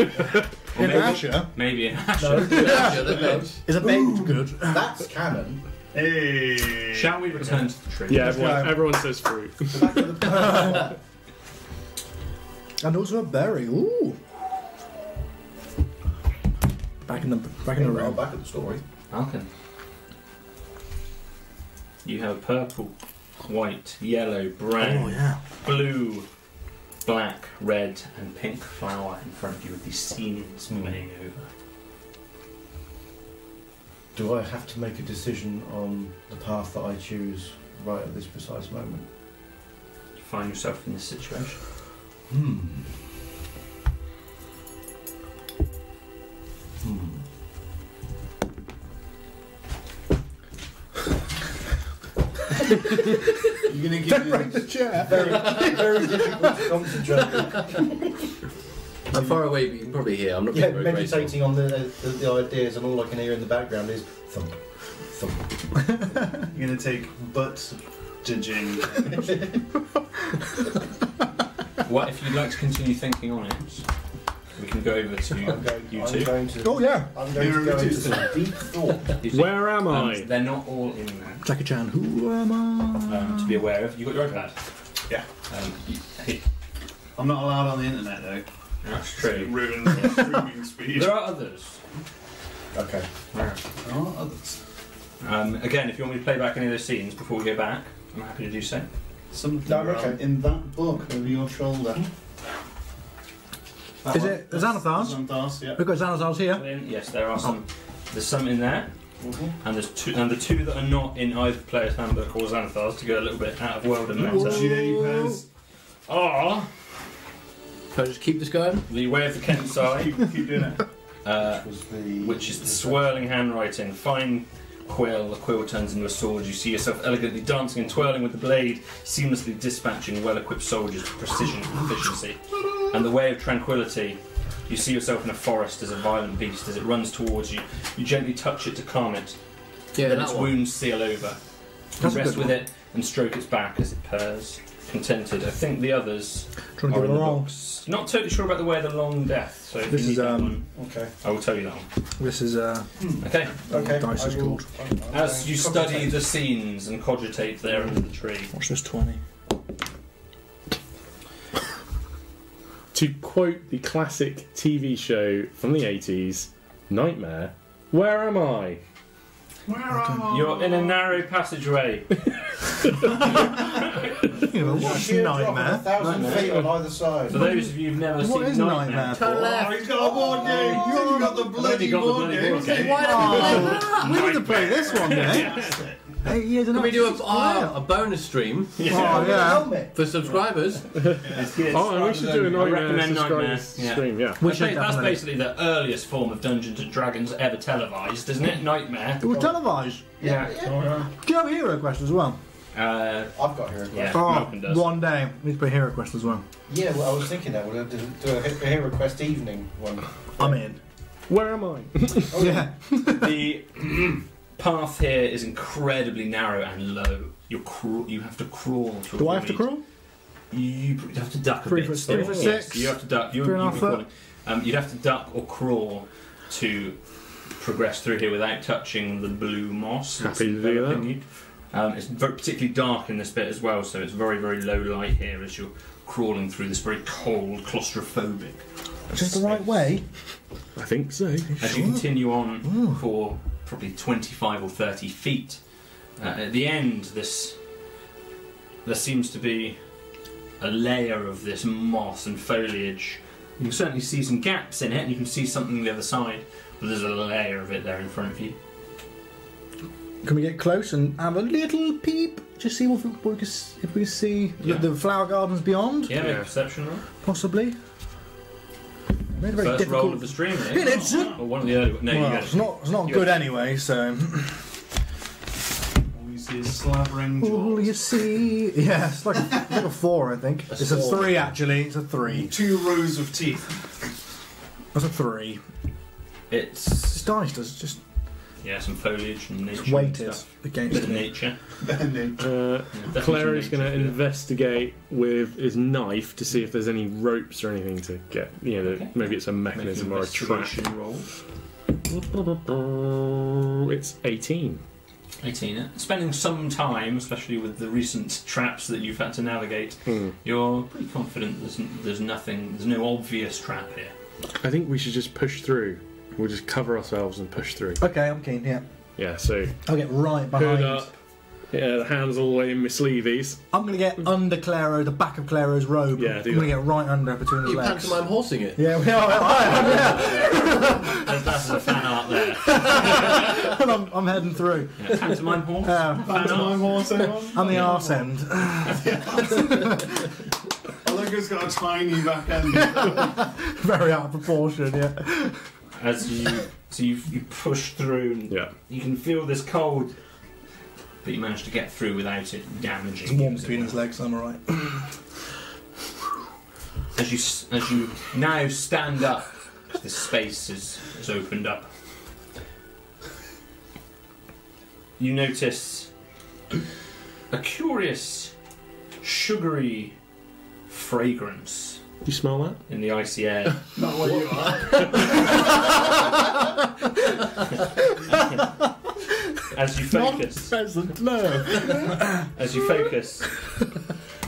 [SPEAKER 3] In Asher,
[SPEAKER 7] Maybe an ash.
[SPEAKER 6] Sure, the veg.
[SPEAKER 3] is a baked good.
[SPEAKER 5] That's canon.
[SPEAKER 4] Hey.
[SPEAKER 7] Shall we return to the tree?
[SPEAKER 1] Yeah, everyone,
[SPEAKER 3] go.
[SPEAKER 1] everyone says fruit.
[SPEAKER 5] Back to the
[SPEAKER 3] And also a berry. Ooh. Back in the back in the
[SPEAKER 5] Well,
[SPEAKER 3] room.
[SPEAKER 5] back at the story.
[SPEAKER 7] Malcolm. You have purple, white, yellow, brown,
[SPEAKER 3] Oh yeah.
[SPEAKER 7] blue, black, red, and pink flower in front of you with these scenes moving over.
[SPEAKER 5] Do I have to make a decision on the path that I choose right at this precise moment?
[SPEAKER 7] You find yourself in this situation.
[SPEAKER 5] Hmm. Hmm.
[SPEAKER 4] You're gonna give me this.
[SPEAKER 3] chair.
[SPEAKER 5] Very, very difficult to concentrate.
[SPEAKER 6] I'm far away, but you can probably hear. I'm not
[SPEAKER 5] Yeah,
[SPEAKER 6] being very graceful.
[SPEAKER 5] meditating on the, uh, the, the ideas, and all I can hear in the background is thump, thump.
[SPEAKER 4] You're gonna take butt judging.
[SPEAKER 7] What if you'd like to continue thinking on it? We can go over to
[SPEAKER 5] I'm going,
[SPEAKER 7] you
[SPEAKER 5] I'm
[SPEAKER 7] two.
[SPEAKER 5] going to.
[SPEAKER 3] Oh yeah.
[SPEAKER 5] I'm going to go into some deep thought.
[SPEAKER 7] You two.
[SPEAKER 1] Where am
[SPEAKER 7] Um,
[SPEAKER 1] I?
[SPEAKER 7] They're not all in there.
[SPEAKER 3] Jackie Chan. Who am I?
[SPEAKER 7] Um, to be aware of. You got your iPad.
[SPEAKER 4] Yeah.
[SPEAKER 7] Um, you, hey,
[SPEAKER 4] I'm not allowed on the internet though.
[SPEAKER 7] that's true.
[SPEAKER 4] Ruins my streaming speed.
[SPEAKER 7] There are others.
[SPEAKER 5] Okay.
[SPEAKER 4] Oh, others.
[SPEAKER 7] Um, again, if you want me to play back any of those scenes before we go back, I'm happy to do so.
[SPEAKER 4] Something
[SPEAKER 5] No, okay.
[SPEAKER 4] around in that book over your shoulder. That
[SPEAKER 3] Is
[SPEAKER 4] one.
[SPEAKER 3] it Xanathars?
[SPEAKER 4] Xanathars, yeah.
[SPEAKER 3] We've got Xanathars here.
[SPEAKER 7] Then, yes, there are some. There's some in there, and there's two, and the two that are not in either player's handbook or Xanathar's to go a little bit out of world and matter
[SPEAKER 4] Jeepers.
[SPEAKER 7] are
[SPEAKER 6] Can I just keep this going?
[SPEAKER 7] the way of the Kensai,
[SPEAKER 4] Keep, keep doing it.
[SPEAKER 7] uh,
[SPEAKER 5] Was the
[SPEAKER 7] which is the swirling handwriting, fine quill. The quill turns into a sword. You see yourself elegantly dancing and twirling with the blade, seamlessly dispatching well-equipped soldiers with precision and efficiency. And the way of tranquility. You see yourself in a forest as a violent beast as it runs towards you. You gently touch it to calm it,
[SPEAKER 6] Yeah,
[SPEAKER 7] then
[SPEAKER 6] that
[SPEAKER 7] its
[SPEAKER 6] one.
[SPEAKER 7] wounds seal over. You
[SPEAKER 3] That's a
[SPEAKER 7] rest
[SPEAKER 3] good
[SPEAKER 7] with
[SPEAKER 3] one.
[SPEAKER 7] it and stroke its back as it purrs, contented. I think the others
[SPEAKER 3] Trying to
[SPEAKER 7] are
[SPEAKER 3] get
[SPEAKER 7] in
[SPEAKER 3] it
[SPEAKER 7] the
[SPEAKER 3] wrong.
[SPEAKER 7] books. Not totally sure about the way of the long death, so if
[SPEAKER 3] This
[SPEAKER 7] you need
[SPEAKER 3] is,
[SPEAKER 7] that
[SPEAKER 3] um,
[SPEAKER 7] one,
[SPEAKER 5] Okay.
[SPEAKER 7] I will tell you that one.
[SPEAKER 3] This is uh.
[SPEAKER 7] Okay.
[SPEAKER 5] Okay.
[SPEAKER 3] Dice
[SPEAKER 5] I
[SPEAKER 3] is
[SPEAKER 5] will-
[SPEAKER 3] called.
[SPEAKER 5] I'm- I'm
[SPEAKER 7] As
[SPEAKER 5] going
[SPEAKER 7] you
[SPEAKER 5] to
[SPEAKER 7] study
[SPEAKER 5] concentrate.
[SPEAKER 7] the scenes and cogitate there under the tree,
[SPEAKER 3] What's this twenty?
[SPEAKER 1] To quote the classic TV show from the 80s, Nightmare, where am I?
[SPEAKER 4] Where am I?
[SPEAKER 7] you're in a narrow passageway.
[SPEAKER 3] What's
[SPEAKER 5] Sheer drop of A
[SPEAKER 3] nightmare?
[SPEAKER 5] thousand feet on either side.
[SPEAKER 7] For those of you who've never
[SPEAKER 3] What
[SPEAKER 7] seen
[SPEAKER 3] is nightmare?
[SPEAKER 7] Nightmare,
[SPEAKER 6] Turn
[SPEAKER 4] Oh,
[SPEAKER 6] left.
[SPEAKER 4] he's got a board game. you got the bloody
[SPEAKER 7] got the
[SPEAKER 4] board
[SPEAKER 7] bloody
[SPEAKER 4] game.
[SPEAKER 7] board game.
[SPEAKER 6] Why don't we play that?
[SPEAKER 3] We need to play this one, then. Eight years and
[SPEAKER 6] Can we do a, uh, a bonus stream
[SPEAKER 3] Oh yeah.
[SPEAKER 5] Helmet.
[SPEAKER 6] for subscribers?
[SPEAKER 1] Oh, and we should do a
[SPEAKER 7] I
[SPEAKER 1] Nightmare
[SPEAKER 7] recommend Nightmare.
[SPEAKER 1] subscribers
[SPEAKER 7] Yeah.
[SPEAKER 1] stream, yeah.
[SPEAKER 3] We
[SPEAKER 7] I think that's
[SPEAKER 3] definitely-
[SPEAKER 7] basically the earliest form of Dungeons and Dragons ever televised, isn't it? Nightmare.
[SPEAKER 3] It was televised.
[SPEAKER 7] Yeah.
[SPEAKER 3] Do you have a hero quest as well?
[SPEAKER 7] Uh,
[SPEAKER 5] I've got here.
[SPEAKER 7] yeah.
[SPEAKER 3] Oh,
[SPEAKER 7] Malcolm does.
[SPEAKER 3] one day. We need to play hero quest as well.
[SPEAKER 5] Yeah, well, I was thinking that. We'll do, do a hit- a hit request evening one.
[SPEAKER 3] I'm in.
[SPEAKER 1] Where am I?
[SPEAKER 5] Oh,
[SPEAKER 3] Yeah.
[SPEAKER 7] the path here is incredibly narrow and low. You crawl. You have to crawl. To
[SPEAKER 3] Do I have to crawl?
[SPEAKER 7] You pr- you'd have to duck a
[SPEAKER 3] Three
[SPEAKER 7] bit.
[SPEAKER 3] foot-
[SPEAKER 7] still.
[SPEAKER 3] three foot
[SPEAKER 7] Yes,
[SPEAKER 3] six,
[SPEAKER 7] You have to duck. You,
[SPEAKER 3] three and a
[SPEAKER 7] you'd,
[SPEAKER 3] half
[SPEAKER 7] be
[SPEAKER 3] foot.
[SPEAKER 7] crawling. Um, you'd have to duck or crawl to progress through here without touching the blue moss. that's
[SPEAKER 1] Happy to do
[SPEAKER 7] enveloping
[SPEAKER 1] that.
[SPEAKER 7] you. Um, it's very, particularly dark in this bit as well, so it's very, very low light here as you're crawling through this very cold, claustrophobic.
[SPEAKER 3] Which is the right way.
[SPEAKER 1] I think so.
[SPEAKER 7] As you continue on for probably 25 or 30 feet, uh, at the end, this there seems to be a layer of this moss and foliage. You can certainly see some gaps in it, and you can see something on the other side, but there's a layer of it there in front of you.
[SPEAKER 3] Can we get close and have a little peep? Just see what we can, s- if we can see
[SPEAKER 7] Yeah.
[SPEAKER 3] the, the flower gardens beyond,
[SPEAKER 7] Yeah, make
[SPEAKER 1] Yeah.
[SPEAKER 7] a perception roll.
[SPEAKER 3] possibly. Made a very
[SPEAKER 7] First roll
[SPEAKER 3] difficult.
[SPEAKER 7] of the stream. eh?
[SPEAKER 3] Bit instant.
[SPEAKER 7] Or one of the early. No,
[SPEAKER 3] well,
[SPEAKER 7] you got
[SPEAKER 3] it's
[SPEAKER 7] it.
[SPEAKER 3] not, it's not
[SPEAKER 7] You
[SPEAKER 3] good
[SPEAKER 7] got
[SPEAKER 3] anyway, so.
[SPEAKER 4] All Oh, you see is slavering
[SPEAKER 3] All
[SPEAKER 4] jaws.
[SPEAKER 3] you see. Yeah, it's like, a- like a four, I think. it's a
[SPEAKER 6] four.
[SPEAKER 3] three, actually. It's a three.
[SPEAKER 4] Two rows of teeth.
[SPEAKER 3] That's a three.
[SPEAKER 7] It's
[SPEAKER 3] This dice does just
[SPEAKER 7] yeah, some foliage and nature.
[SPEAKER 3] it's weighted
[SPEAKER 7] and stuff.
[SPEAKER 3] against
[SPEAKER 7] Bit of
[SPEAKER 3] it.
[SPEAKER 7] nature.
[SPEAKER 4] Bandage.
[SPEAKER 1] Uh,
[SPEAKER 7] Definitely
[SPEAKER 1] Claire is
[SPEAKER 7] nature,
[SPEAKER 1] going to
[SPEAKER 7] yeah.
[SPEAKER 1] investigate with his knife to see if there's any ropes or anything to get. You know,
[SPEAKER 7] Okay.
[SPEAKER 1] maybe it's a
[SPEAKER 7] Make an
[SPEAKER 1] mechanism or a trap.
[SPEAKER 7] investigation roll.
[SPEAKER 1] Oh, It's 18.
[SPEAKER 7] 18. eh? Spending some time, especially with the recent traps that you've had to navigate,
[SPEAKER 1] Hmm.
[SPEAKER 7] you're pretty confident there's, n- there's nothing, there's no obvious trap here.
[SPEAKER 1] I think we should just push through. We'll just cover ourselves and push through.
[SPEAKER 3] Okay, I'm keen, yeah.
[SPEAKER 1] Yeah, so
[SPEAKER 3] I'll get right
[SPEAKER 1] hood
[SPEAKER 3] behind.
[SPEAKER 1] up. Yeah, the hands all the way in my sleeveys.
[SPEAKER 3] I'm going to get under Claro, the back of Claro's robe.
[SPEAKER 1] Yeah, do
[SPEAKER 3] I'm going to
[SPEAKER 1] that.
[SPEAKER 3] get right under between his
[SPEAKER 6] You
[SPEAKER 3] legs.
[SPEAKER 6] pantomime horsing it.
[SPEAKER 3] Yeah, we are. I
[SPEAKER 7] That's, that's a fan art there.
[SPEAKER 3] am. I'm, I'm heading through.
[SPEAKER 7] Yeah, pantomime horse.
[SPEAKER 3] Uh,
[SPEAKER 7] Fan art.
[SPEAKER 3] I'm the arse end.
[SPEAKER 4] Olaga's got a tiny back end.
[SPEAKER 3] Very out of proportion, yeah.
[SPEAKER 7] As you, so you, you push through and
[SPEAKER 1] Yeah.
[SPEAKER 7] you can feel this cold, but you manage to get through without it damaging.
[SPEAKER 3] It's
[SPEAKER 7] you,
[SPEAKER 3] warm
[SPEAKER 7] as it
[SPEAKER 3] between
[SPEAKER 7] were.
[SPEAKER 3] his legs, I'm alright.
[SPEAKER 7] as you s- as you now stand up, 'cause this space is, is opened up. You notice a curious sugary fragrance
[SPEAKER 1] Do you smell that?
[SPEAKER 7] in the icy air.
[SPEAKER 4] Not what you are.
[SPEAKER 7] As you focus,
[SPEAKER 3] Pheasant, no.
[SPEAKER 7] as you focus,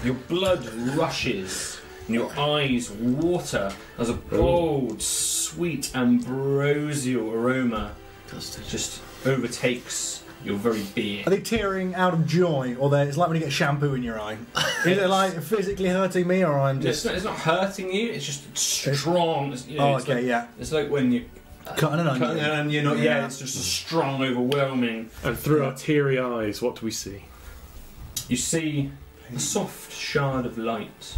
[SPEAKER 7] your blood rushes and your eyes water as a
[SPEAKER 3] Oh.
[SPEAKER 7] bold, sweet, ambrosial aroma just overtakes your very being.
[SPEAKER 3] Are they tearing out of joy, or they, it's like when you get shampoo in your eye? Is it like physically hurting me, or I'm
[SPEAKER 7] It's
[SPEAKER 3] just?
[SPEAKER 7] not, it's not hurting you, it's just strong. It's, you know,
[SPEAKER 3] Oh,
[SPEAKER 7] it's
[SPEAKER 3] okay,
[SPEAKER 7] like,
[SPEAKER 3] yeah.
[SPEAKER 7] It's like when you
[SPEAKER 3] Cutting an
[SPEAKER 7] cut an
[SPEAKER 3] onion.
[SPEAKER 7] onion, or, yeah.
[SPEAKER 3] Yeah.
[SPEAKER 7] it's just a strong, overwhelming.
[SPEAKER 1] And through our teary eyes, what do we see?
[SPEAKER 7] You see a soft shard of light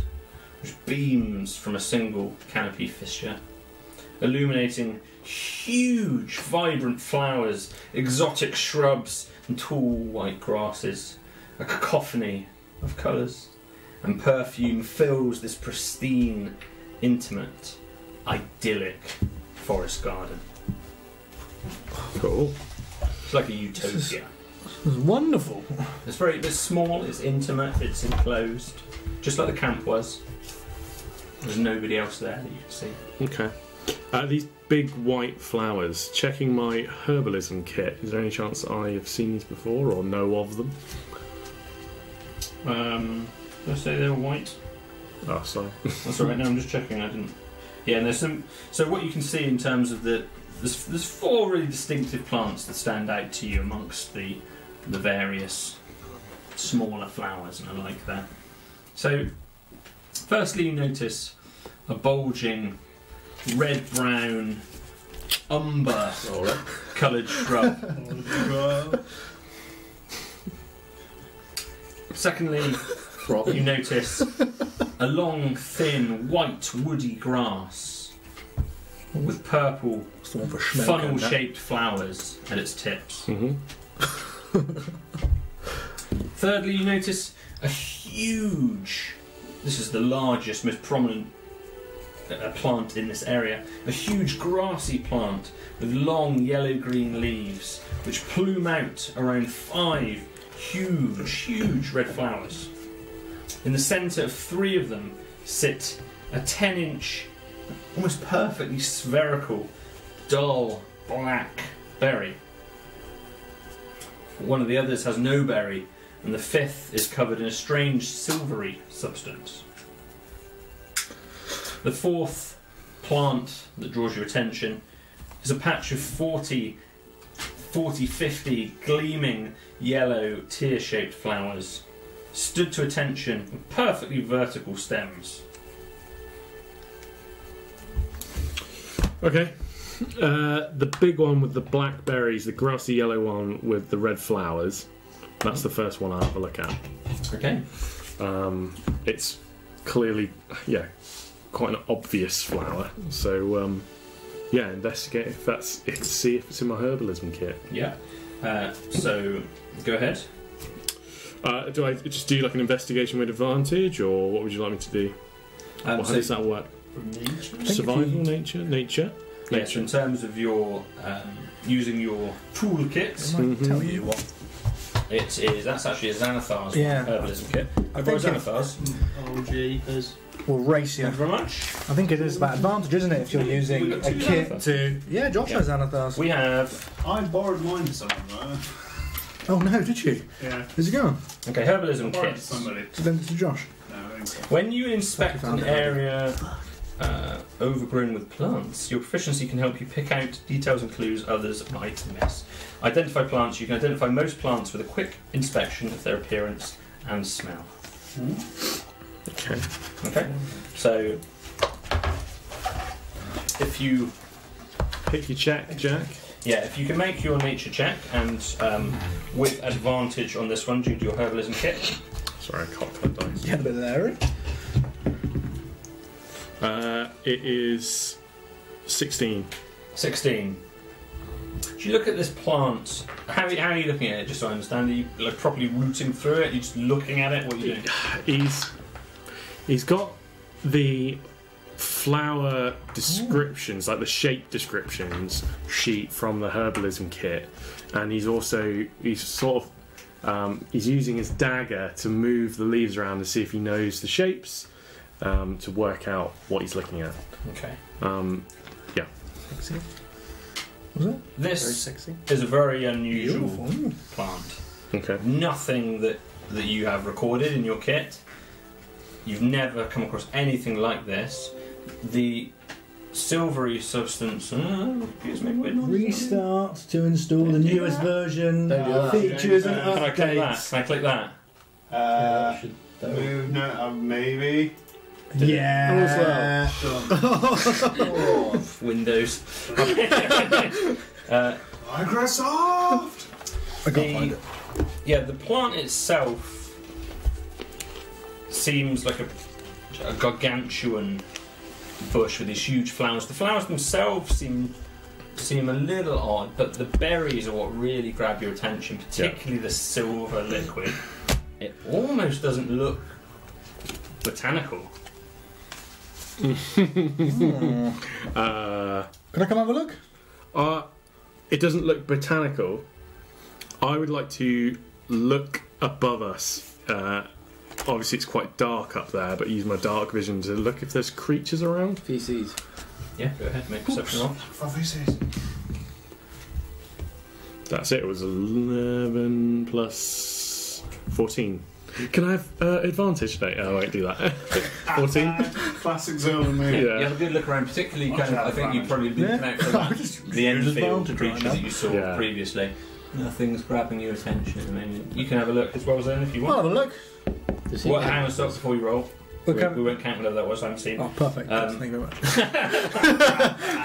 [SPEAKER 7] which beams from a single canopy fissure, illuminating huge, vibrant flowers, exotic shrubs, and tall white grasses. A cacophony of colours and perfume fills this pristine, intimate, idyllic forest garden.
[SPEAKER 1] Cool.
[SPEAKER 7] It's like a utopia.
[SPEAKER 3] It's wonderful.
[SPEAKER 7] It's very it's small, it's intimate, it's enclosed, just like the camp was. There's nobody else there that you can see.
[SPEAKER 1] Okay. Uh, these big white flowers. Checking my herbalism kit. Is there any chance I have seen these before or know of them?
[SPEAKER 7] Um, did I say they were white?
[SPEAKER 1] Oh, sorry.
[SPEAKER 7] That's all right. Now I'm just checking. I didn't. Yeah, and there's some. So what you can see in terms of the there's there's four really distinctive plants that stand out to you amongst the the various smaller flowers and I like that. So, firstly, you notice a bulging red brown umber coloured shrub. Secondly, you notice a long, thin, white, woody grass with purple
[SPEAKER 3] It's the one for schmeck,
[SPEAKER 7] funnel
[SPEAKER 3] isn't it?
[SPEAKER 7] shaped flowers at its tips.
[SPEAKER 1] hmm
[SPEAKER 7] Thirdly, you notice a huge, this is the largest, most prominent a plant in this area, a huge grassy plant with long yellow-green leaves, which plume out around five huge, huge red flowers. In the centre of three of them sit a ten-inch, almost perfectly spherical, dull black berry. One of the others has no berry, and the fifth is covered in a strange silvery substance. The fourth plant that draws your attention is a patch of 40, 40 50 gleaming yellow tear shaped flowers, stood to attention with perfectly vertical stems.
[SPEAKER 1] Okay. Uh, the big one with the black berries, the grassy yellow one with the red flowers. That's the first one I'll have a look at.
[SPEAKER 7] Okay.
[SPEAKER 1] Um, it's clearly, yeah, quite an obvious flower. So, um, yeah, investigate if that's it. See if it's in my herbalism kit.
[SPEAKER 7] Yeah. Uh, so go ahead.
[SPEAKER 1] Uh, do I just do like an investigation with advantage, or what would you like me to do?
[SPEAKER 7] Um,
[SPEAKER 1] Or how
[SPEAKER 7] so,
[SPEAKER 1] does that work?
[SPEAKER 7] yes,
[SPEAKER 1] Survival, nature, nature.
[SPEAKER 7] in terms of your um, using your toolkit,
[SPEAKER 9] I might tell you what.
[SPEAKER 7] it is that's actually a Xanathar's
[SPEAKER 3] Yeah.
[SPEAKER 7] herbalism kit. I
[SPEAKER 3] think I've-
[SPEAKER 7] Xanathar's.
[SPEAKER 4] Mm, oh,
[SPEAKER 8] OG has
[SPEAKER 3] Well,
[SPEAKER 7] Thank
[SPEAKER 3] racier.
[SPEAKER 7] you very much.
[SPEAKER 3] I think it is about advantage, isn't it? If you're using
[SPEAKER 7] We've
[SPEAKER 3] a
[SPEAKER 7] got two
[SPEAKER 3] kit
[SPEAKER 7] Xanathars.
[SPEAKER 3] to. Yeah, Josh
[SPEAKER 7] Yeah.
[SPEAKER 3] has Anathars.
[SPEAKER 7] We have
[SPEAKER 4] I borrowed mine to someone, right?
[SPEAKER 3] Oh no, did you?
[SPEAKER 4] Yeah.
[SPEAKER 3] Is it gone?
[SPEAKER 7] okay herbalism
[SPEAKER 4] Borrowed to
[SPEAKER 7] kits.
[SPEAKER 4] somebody.
[SPEAKER 3] So then it's to Josh.
[SPEAKER 4] No, I think so.
[SPEAKER 7] When you inspect
[SPEAKER 3] Fucking
[SPEAKER 7] an
[SPEAKER 3] found it.
[SPEAKER 7] area uh, overgrown with plants, your proficiency can help you pick out details and clues others might miss. Identify plants. You can identify most plants with a quick inspection of their appearance and smell.
[SPEAKER 3] Hmm.
[SPEAKER 1] Okay.
[SPEAKER 7] Okay, so if you
[SPEAKER 1] Pick your check, Jack.
[SPEAKER 7] yeah, if you can make your nature check and um, with advantage on this one due to your herbalism kit.
[SPEAKER 1] Sorry, I cocked that dice.
[SPEAKER 3] You had a bit of Eric.
[SPEAKER 1] Uh, it is sixteen.
[SPEAKER 7] 16. If you look at this plant, how are you, how are you looking at it, just so I understand? Are you like properly rooting through it? Are you just looking at it? What are you doing?
[SPEAKER 1] He's he's got the flower descriptions, like the shape descriptions sheet from the herbalism kit, and he's also he's sort of um, he's using his dagger to move the leaves around to see if he knows the shapes um, to work out what he's looking at.
[SPEAKER 7] Okay.
[SPEAKER 1] Um,
[SPEAKER 9] Sexy. Very
[SPEAKER 7] This
[SPEAKER 9] sexy.
[SPEAKER 7] is a very unusual
[SPEAKER 9] Beautiful.
[SPEAKER 7] plant.
[SPEAKER 1] okay.
[SPEAKER 7] Nothing that, that you have recorded in your kit. You've never come across anything like this. The silvery substance. Uh, excuse me, we're not-
[SPEAKER 3] Restart to install the
[SPEAKER 7] Yeah.
[SPEAKER 3] newest version,
[SPEAKER 5] Don't do
[SPEAKER 3] uh,
[SPEAKER 5] that.
[SPEAKER 3] features and
[SPEAKER 7] Can I click that?
[SPEAKER 3] updates.
[SPEAKER 7] Can I click that?
[SPEAKER 5] Yeah, that
[SPEAKER 4] Uh,
[SPEAKER 5] should- that would-
[SPEAKER 4] move, no, uh, maybe.
[SPEAKER 3] Yeah.
[SPEAKER 4] Done.
[SPEAKER 9] Oh.
[SPEAKER 7] Windows. uh,
[SPEAKER 4] Microsoft!
[SPEAKER 3] I can't
[SPEAKER 7] The-
[SPEAKER 3] find it.
[SPEAKER 7] yeah, the plant itself seems like a, a gargantuan bush with these huge flowers. The flowers themselves seem seem a little odd, but the berries are what really grab your attention, particularly the silver liquid. It almost doesn't look botanical.
[SPEAKER 1] Uh,
[SPEAKER 3] Can I come have a look?
[SPEAKER 1] Uh, it doesn't look botanical. I would like to look above us. Uh, obviously, it's quite dark up there, but use my dark vision to look if there's creatures around.
[SPEAKER 6] PCs.
[SPEAKER 7] Yeah, go ahead, make a perception roll.
[SPEAKER 4] Fuck, this is-
[SPEAKER 1] That's it. It was 11 plus 14. Can I have uh, advantage today? Oh, I won't do that. 14?
[SPEAKER 4] Classic Zola movie.
[SPEAKER 7] You
[SPEAKER 1] Yeah.
[SPEAKER 7] have a good look around, particularly
[SPEAKER 4] I'll
[SPEAKER 7] kind of,
[SPEAKER 4] try
[SPEAKER 7] I think
[SPEAKER 4] that.
[SPEAKER 7] you probably been out for
[SPEAKER 3] Yeah.
[SPEAKER 7] that. the Enfield
[SPEAKER 3] Disadvantage right
[SPEAKER 7] creatures
[SPEAKER 3] now.
[SPEAKER 7] that you saw
[SPEAKER 1] Yeah.
[SPEAKER 7] previously. Nothing's grabbing your attention. I mean, you can have a look as well as then if you
[SPEAKER 3] I'll
[SPEAKER 7] want.
[SPEAKER 3] have a look.
[SPEAKER 6] Does he
[SPEAKER 7] Well,
[SPEAKER 6] have-
[SPEAKER 7] hang on, stop before you roll. We,
[SPEAKER 3] Okay.
[SPEAKER 7] we won't count whether that was. I'm seeing.
[SPEAKER 3] Oh, perfect.
[SPEAKER 7] Um,
[SPEAKER 3] Thank you very much.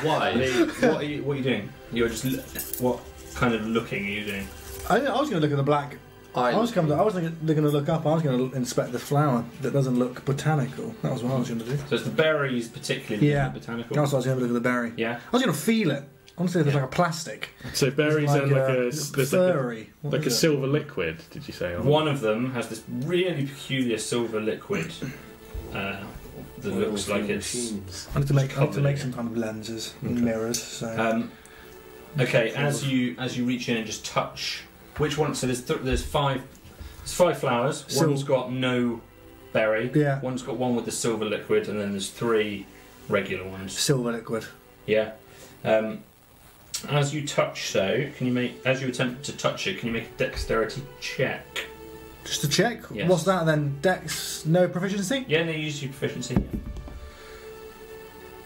[SPEAKER 7] Why? what, are you, what are you doing? You're just. L- what kind of looking are you doing?
[SPEAKER 3] I, I was going to look at the black. I was coming. To, I was going to look up. I was going to inspect this flower that doesn't look botanical. That was what I was going to do.
[SPEAKER 7] So it's the berries, particularly
[SPEAKER 3] Yeah.
[SPEAKER 7] the botanical.
[SPEAKER 3] That's what I was going to look at the berry.
[SPEAKER 7] Yeah.
[SPEAKER 3] I was going to feel it. Honestly, it looks
[SPEAKER 7] Yeah.
[SPEAKER 3] like a plastic.
[SPEAKER 1] So
[SPEAKER 3] It's
[SPEAKER 1] berries and like a,
[SPEAKER 3] it's
[SPEAKER 1] there's like a,
[SPEAKER 3] furry. What
[SPEAKER 1] like a
[SPEAKER 3] is it?
[SPEAKER 1] silver liquid. Did you say? on it?
[SPEAKER 7] One of them has this really peculiar silver liquid, uh, that looks like it's.
[SPEAKER 3] I need to make, I need to
[SPEAKER 7] covered
[SPEAKER 3] make
[SPEAKER 7] in-
[SPEAKER 3] some kind of lenses and
[SPEAKER 7] Okay.
[SPEAKER 3] mirrors. So
[SPEAKER 7] Um, okay, as you as you reach in and just touch which one? So there's th- there's five there's five flowers.
[SPEAKER 3] So-
[SPEAKER 7] One's got no berry.
[SPEAKER 3] yeah,
[SPEAKER 7] One's got one with the silver liquid, and then there's three regular ones.
[SPEAKER 3] silver liquid.
[SPEAKER 7] Yeah. Um, as you touch, though, can you make as you attempt to touch it? Can you make a dexterity check?
[SPEAKER 3] Just to check.
[SPEAKER 7] Yes.
[SPEAKER 3] What's that then? Dex, no proficiency.
[SPEAKER 7] Yeah, no, use your proficiency. Yeah.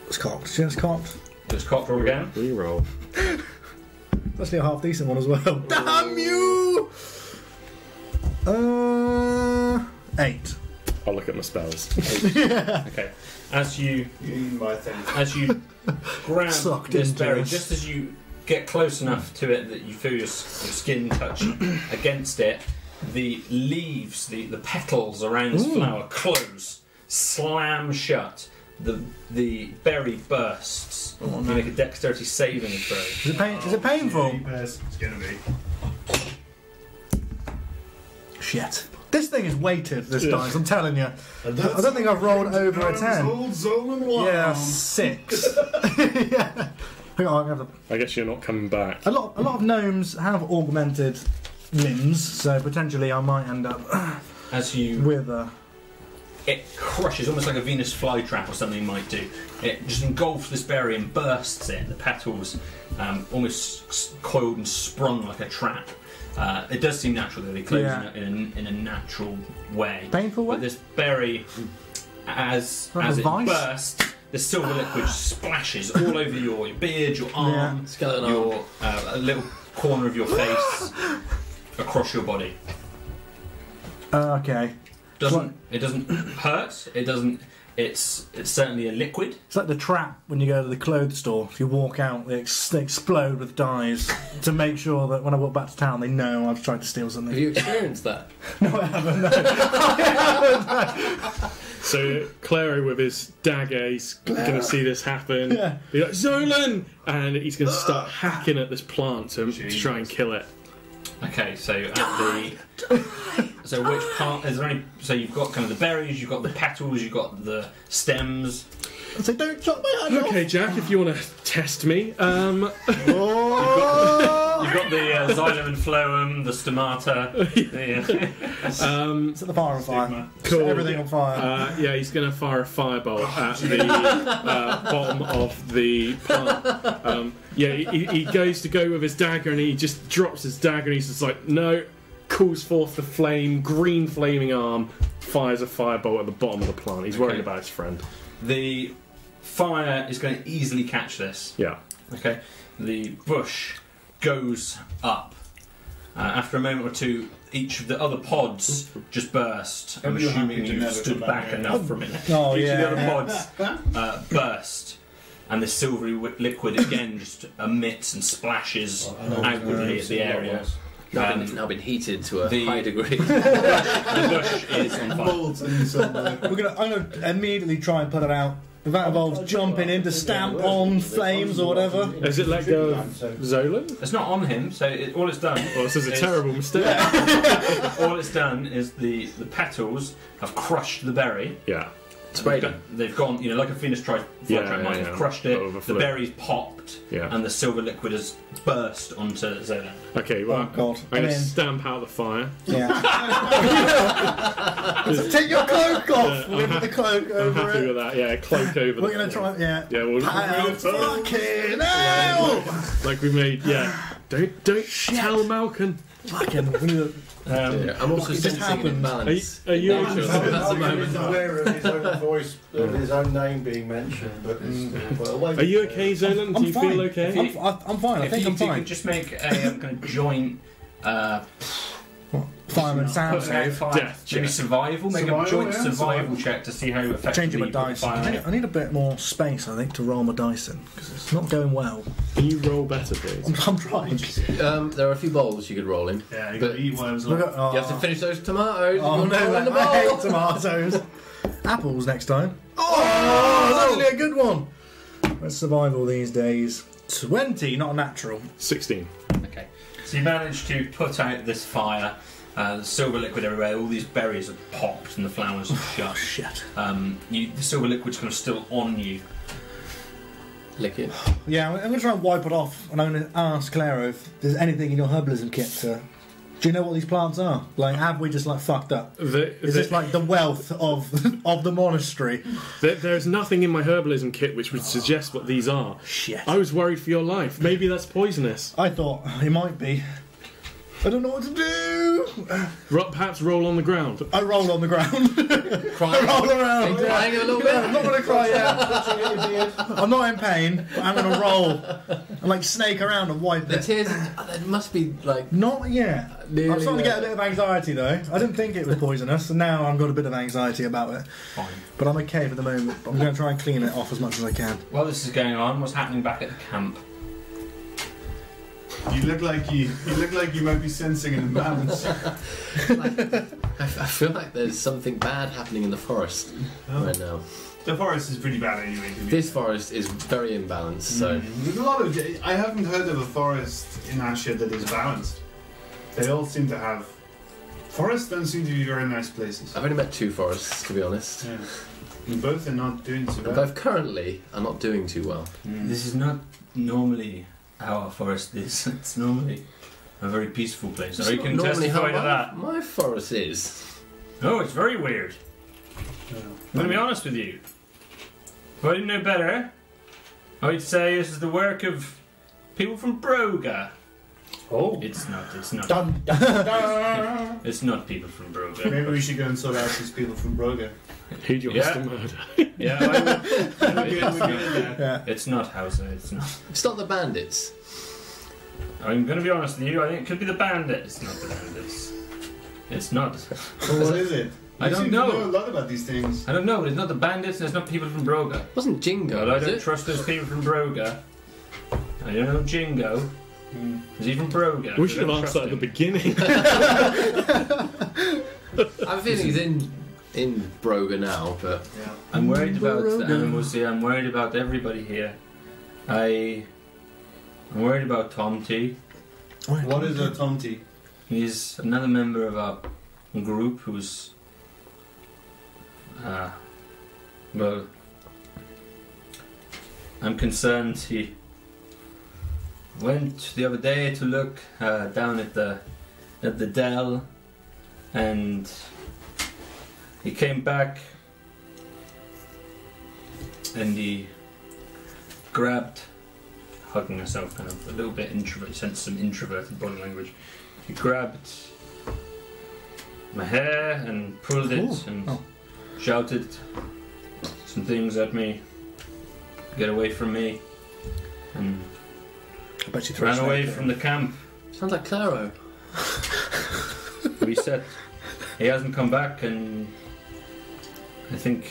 [SPEAKER 3] It's cocked. See, it's cocked.
[SPEAKER 7] Just cock roll again.
[SPEAKER 1] Reroll.
[SPEAKER 3] It's actually a half decent one as well. Damn you! Uh, eight.
[SPEAKER 1] I'll look at my spells.
[SPEAKER 7] Okay. As you
[SPEAKER 4] You mean my thing.
[SPEAKER 7] as you grab
[SPEAKER 3] Sucked
[SPEAKER 7] this
[SPEAKER 3] into
[SPEAKER 7] berry,
[SPEAKER 3] us.
[SPEAKER 7] just as you get close enough to it that you feel your, s- your skin touch against it, the leaves, the, the petals around
[SPEAKER 3] Mm.
[SPEAKER 7] this flower close, slam shut. The the berry bursts.
[SPEAKER 3] Oh,
[SPEAKER 7] You make a dexterity saving throw.
[SPEAKER 3] Is it, pain, is it painful?
[SPEAKER 4] It's gonna be.
[SPEAKER 3] Shit. This thing is weighted. This dice. I'm telling you.
[SPEAKER 5] And
[SPEAKER 3] I don't think I've rolled over a ten.
[SPEAKER 4] Old Zolan Wild.
[SPEAKER 3] Yeah, six. yeah. Hang on, I'm gonna have to-
[SPEAKER 1] I guess you're not coming back.
[SPEAKER 3] A lot, a lot of gnomes have augmented limbs, so potentially I might end up
[SPEAKER 7] As you
[SPEAKER 3] with a.
[SPEAKER 7] it crushes, almost like a Venus flytrap or something might do. It just engulfs this berry and bursts it. The petals um, almost s- coiled and sprung like a trap. Uh, it does seem natural though; they close
[SPEAKER 3] Yeah.
[SPEAKER 7] in, a, in, a, in a natural way.
[SPEAKER 3] Painful
[SPEAKER 7] But
[SPEAKER 3] way?
[SPEAKER 7] this berry, as
[SPEAKER 3] Like
[SPEAKER 7] as
[SPEAKER 3] a
[SPEAKER 7] it
[SPEAKER 3] vice?
[SPEAKER 7] bursts, the silver liquid splashes all over your, your beard, your arm,
[SPEAKER 6] Skeleton arm.
[SPEAKER 7] your uh, a little corner of your face, across your body
[SPEAKER 3] Uh, okay.
[SPEAKER 7] doesn't
[SPEAKER 3] Right.
[SPEAKER 7] it doesn't hurt it doesn't it's it's certainly a liquid
[SPEAKER 3] It's like the trap when you go to the clothes store. If you walk out, they, ex- they explode with dyes to make sure that when I walk back to town, they know I've tried to steal
[SPEAKER 6] Have
[SPEAKER 3] something.
[SPEAKER 6] you experienced
[SPEAKER 3] Um,
[SPEAKER 6] that?
[SPEAKER 1] So Clary with his dagger, he's gonna see this happen.
[SPEAKER 3] Yeah.
[SPEAKER 1] He's like, Zolan! And he's gonna start hacking at this plant to, to try and kill it.
[SPEAKER 7] okay so at the so which part is there any so you've got kind of the berries you've got the petals you've got the stems
[SPEAKER 3] So don't chop my hand
[SPEAKER 1] Okay, Jack, if you wanna test me, um,
[SPEAKER 7] you've got the uh, xylem and phloem the stomata the, uh,
[SPEAKER 1] um,
[SPEAKER 3] Set the fire on fire.
[SPEAKER 1] Cool.
[SPEAKER 3] Set everything on fire.
[SPEAKER 1] Uh, yeah, he's going to fire a fireball at the uh, bottom of the plant. Um, yeah, he, he goes to go with his dagger and he just drops his dagger and he's just like, no, calls forth the flame, green flaming arm, fires a fireball at the bottom of the plant. He's worried
[SPEAKER 7] Okay.
[SPEAKER 1] about his friend.
[SPEAKER 7] the fire is going to easily catch this
[SPEAKER 1] Yeah.
[SPEAKER 7] Okay, the bush goes up. Uh, after a moment or two, each of the other pods just burst. I'm
[SPEAKER 4] Hope you're
[SPEAKER 7] assuming
[SPEAKER 4] happy to
[SPEAKER 7] you've
[SPEAKER 4] never
[SPEAKER 7] stood
[SPEAKER 4] come back
[SPEAKER 7] back
[SPEAKER 4] here.
[SPEAKER 7] enough from it.
[SPEAKER 3] Oh,
[SPEAKER 7] each
[SPEAKER 3] yeah.
[SPEAKER 7] of the other pods uh, burst, and the silvery wi- liquid again just emits and splashes outwardly at the area.
[SPEAKER 6] Now been-
[SPEAKER 7] Um,
[SPEAKER 6] now been heated to a
[SPEAKER 7] the-
[SPEAKER 6] high degree.
[SPEAKER 7] The bush is on fire.
[SPEAKER 4] Molds and somewhere.
[SPEAKER 3] We're gonna, I'm gonna immediately try and put it out. If that involves jumping in to stamp on flames or whatever.
[SPEAKER 1] Has it let go of
[SPEAKER 5] So
[SPEAKER 1] Zolan?
[SPEAKER 7] It's not on him, so it, all it's done.
[SPEAKER 1] Oh, this is a
[SPEAKER 7] It's-
[SPEAKER 1] terrible mistake.
[SPEAKER 7] All it's done is the the petals have crushed the berry.
[SPEAKER 1] Yeah.
[SPEAKER 6] Sprayed
[SPEAKER 7] They've
[SPEAKER 6] him.
[SPEAKER 7] gone- They've gone, you know, like a Phoenix tri-
[SPEAKER 1] Yeah,
[SPEAKER 7] flytrap might
[SPEAKER 1] yeah,
[SPEAKER 7] have
[SPEAKER 1] yeah.
[SPEAKER 7] crushed it.
[SPEAKER 1] Overflow.
[SPEAKER 7] The berries popped,
[SPEAKER 1] Yeah.
[SPEAKER 7] and the silver liquid has burst onto Zolan.
[SPEAKER 1] Okay, well,
[SPEAKER 3] Oh, God.
[SPEAKER 1] I'm going
[SPEAKER 3] And
[SPEAKER 1] to
[SPEAKER 3] then-
[SPEAKER 1] stamp out the fire.
[SPEAKER 3] Yeah. Take your cloak off. We're gonna put the cloak
[SPEAKER 1] I'm
[SPEAKER 3] over
[SPEAKER 1] happy
[SPEAKER 3] it.
[SPEAKER 1] with that. Yeah, cloak over
[SPEAKER 3] We're
[SPEAKER 1] the
[SPEAKER 3] gonna try. Yeah.
[SPEAKER 1] Yeah, we'll,
[SPEAKER 3] Oh, fucking hell!
[SPEAKER 1] like we made. Yeah, don't don't tell Malcolm.
[SPEAKER 3] Fucking. we need to-
[SPEAKER 7] Um,
[SPEAKER 6] I'm also
[SPEAKER 3] It just
[SPEAKER 6] sensing an
[SPEAKER 3] happened.
[SPEAKER 1] Are you,
[SPEAKER 6] imbalance.
[SPEAKER 1] are you
[SPEAKER 6] Yeah,
[SPEAKER 1] okay?
[SPEAKER 6] sure. That's the
[SPEAKER 5] Malcolm is
[SPEAKER 6] moment.
[SPEAKER 5] aware of his own voice, of his own name being mentioned, but it's still well away.
[SPEAKER 1] Are you okay, Zolan? Do
[SPEAKER 3] I'm
[SPEAKER 1] you
[SPEAKER 3] fine.
[SPEAKER 1] feel okay?
[SPEAKER 3] I'm, f- I'm fine. I
[SPEAKER 7] if
[SPEAKER 3] think
[SPEAKER 7] you
[SPEAKER 3] I'm
[SPEAKER 7] two could
[SPEAKER 3] fine.
[SPEAKER 7] just make a um, kind of joint, uh,
[SPEAKER 3] Fireman sound
[SPEAKER 7] putting out
[SPEAKER 3] save.
[SPEAKER 7] fire,
[SPEAKER 1] Death
[SPEAKER 7] maybe
[SPEAKER 1] check.
[SPEAKER 7] survival, make a
[SPEAKER 4] Survival,
[SPEAKER 7] joint
[SPEAKER 4] yeah,
[SPEAKER 7] survival
[SPEAKER 4] survival.
[SPEAKER 7] check to see how effectively
[SPEAKER 3] Changing my
[SPEAKER 7] you put
[SPEAKER 3] dice.
[SPEAKER 7] fire
[SPEAKER 3] I
[SPEAKER 7] out.
[SPEAKER 3] need, I need a bit more space, I think, to roll my dice in because it's not going well.
[SPEAKER 1] Can you roll better, please?
[SPEAKER 3] I'm, I'm trying.
[SPEAKER 6] Um, there are a few bowls you could roll in.
[SPEAKER 4] Yeah, you
[SPEAKER 6] But-
[SPEAKER 4] gotta eat worms
[SPEAKER 3] Look
[SPEAKER 4] like
[SPEAKER 3] at, oh,
[SPEAKER 6] You have to finish those tomatoes.
[SPEAKER 3] oh
[SPEAKER 6] You're
[SPEAKER 3] no!
[SPEAKER 6] not in the
[SPEAKER 3] I hate
[SPEAKER 6] bowl.
[SPEAKER 3] tomatoes. Apples next time. Oh, that's actually a good one. Let's survival these days. Twenty, not a natural.
[SPEAKER 1] Sixteen.
[SPEAKER 7] Okay, so you managed to put out this fire. Uh, there's silver liquid everywhere. All these berries have popped and the flowers have shut.
[SPEAKER 3] Shit.
[SPEAKER 7] Um, you, the silver liquid's kind of still on you.
[SPEAKER 6] Lick it.
[SPEAKER 3] Yeah, I'm gonna try and wipe it off, and I'm gonna ask Clara if there's anything in your herbalism kit. To, do you know what these plants are? Like, have we just like fucked up?
[SPEAKER 1] The,
[SPEAKER 3] Is
[SPEAKER 1] the-
[SPEAKER 3] this like the wealth of of the monastery?
[SPEAKER 1] there, there's nothing in my herbalism kit which would suggest what these are.
[SPEAKER 3] Shit.
[SPEAKER 1] I was worried for your life. Maybe that's poisonous.
[SPEAKER 3] Oh, I thought it might be. I don't know what to do.
[SPEAKER 1] Ro- perhaps roll on the ground.
[SPEAKER 3] I roll on the ground.
[SPEAKER 6] Cry.
[SPEAKER 3] roll around.
[SPEAKER 6] Been crying a little bit.
[SPEAKER 3] I'm not gonna cry out. I'm not in pain. But I'm gonna roll and like snake around and wipe
[SPEAKER 6] The
[SPEAKER 3] it.
[SPEAKER 6] tears. It must be like.
[SPEAKER 3] Not yet.
[SPEAKER 6] Nearly
[SPEAKER 3] I'm starting to get a
[SPEAKER 6] there.
[SPEAKER 3] bit of anxiety though. I didn't think it was poisonous, and now I've got a bit of anxiety about it.
[SPEAKER 7] Fine.
[SPEAKER 3] But I'm okay for the moment. I'm going to try and clean it off as much as I can.
[SPEAKER 7] While this is going on, what's happening back at the camp?
[SPEAKER 4] You look like you, you look like you might be sensing an imbalance.
[SPEAKER 6] I, f- I feel like there's something bad happening in the forest
[SPEAKER 3] Oh.
[SPEAKER 6] right now.
[SPEAKER 4] the forest is pretty bad anyway. To be Mm.
[SPEAKER 6] This forest is very imbalanced.
[SPEAKER 3] Mm.
[SPEAKER 6] So
[SPEAKER 4] There's a lot of. I haven't heard of a forest in Asher that is balanced. They all seem to have. Forests don't seem to be very nice places.
[SPEAKER 6] I've only met two forests, to be honest.
[SPEAKER 4] Yeah. And both are not doing so
[SPEAKER 6] And
[SPEAKER 4] well. Mm.
[SPEAKER 6] both currently are not doing too well.
[SPEAKER 7] This is not normally our forest. This it's normally a very peaceful place.
[SPEAKER 6] It's
[SPEAKER 7] you
[SPEAKER 6] not
[SPEAKER 7] can
[SPEAKER 6] normally
[SPEAKER 7] testify to
[SPEAKER 6] how my,
[SPEAKER 7] that.
[SPEAKER 6] my forest is.
[SPEAKER 7] Oh, it's very weird. I'm gonna be honest with you. If I didn't know better, I'd say this is the work of people from Broga.
[SPEAKER 5] Oh.
[SPEAKER 7] It's not. It's not.
[SPEAKER 5] Dun, dun, dun.
[SPEAKER 7] It's not people from Broga.
[SPEAKER 4] Maybe we should go and sort out these people from Broga.
[SPEAKER 1] Who do you want us to
[SPEAKER 7] Yeah.
[SPEAKER 1] murder?
[SPEAKER 7] yeah, I would-
[SPEAKER 4] We're good, we're good at that.
[SPEAKER 7] it's not Hauser. It's not.
[SPEAKER 6] It's not the bandits.
[SPEAKER 7] I'm gonna be honest with you. I think it could be the bandits. It's not the bandits. It's not.
[SPEAKER 4] Well, what is it?
[SPEAKER 7] I
[SPEAKER 4] You
[SPEAKER 7] don't
[SPEAKER 4] seem
[SPEAKER 7] know.
[SPEAKER 4] To know a lot about these things.
[SPEAKER 7] I don't know. But it's not the bandits, and it's not people from Broga.
[SPEAKER 6] It wasn't Jingo,
[SPEAKER 7] Well, I
[SPEAKER 6] was
[SPEAKER 7] don't
[SPEAKER 6] it?
[SPEAKER 7] trust those people from Broga. I don't know Jingo. Is he from Broga?
[SPEAKER 1] We
[SPEAKER 7] I
[SPEAKER 1] should have
[SPEAKER 7] don't
[SPEAKER 1] asked
[SPEAKER 7] trust
[SPEAKER 1] that at the
[SPEAKER 7] him.
[SPEAKER 1] beginning.
[SPEAKER 6] I'm feeling he's in in Broga now, but
[SPEAKER 7] I'm worried about the animals here. I'm worried about everybody here. I. I'm worried about Tom T.
[SPEAKER 4] What is a tomty?
[SPEAKER 7] He's another member of our group who's. Uh, well. I'm concerned he went the other day to look uh, down at the at the dell and he came back and he grabbed hugging myself kind of a little bit introvert sense some introverted body language he grabbed my hair and pulled it
[SPEAKER 3] Ooh.
[SPEAKER 7] and
[SPEAKER 3] Oh.
[SPEAKER 7] shouted some things at me get away from me and
[SPEAKER 3] I bet you throw
[SPEAKER 7] ran
[SPEAKER 3] a
[SPEAKER 7] away
[SPEAKER 3] snake
[SPEAKER 7] from the camp
[SPEAKER 6] sounds like Claro.
[SPEAKER 7] reset. he hasn't come back, and I think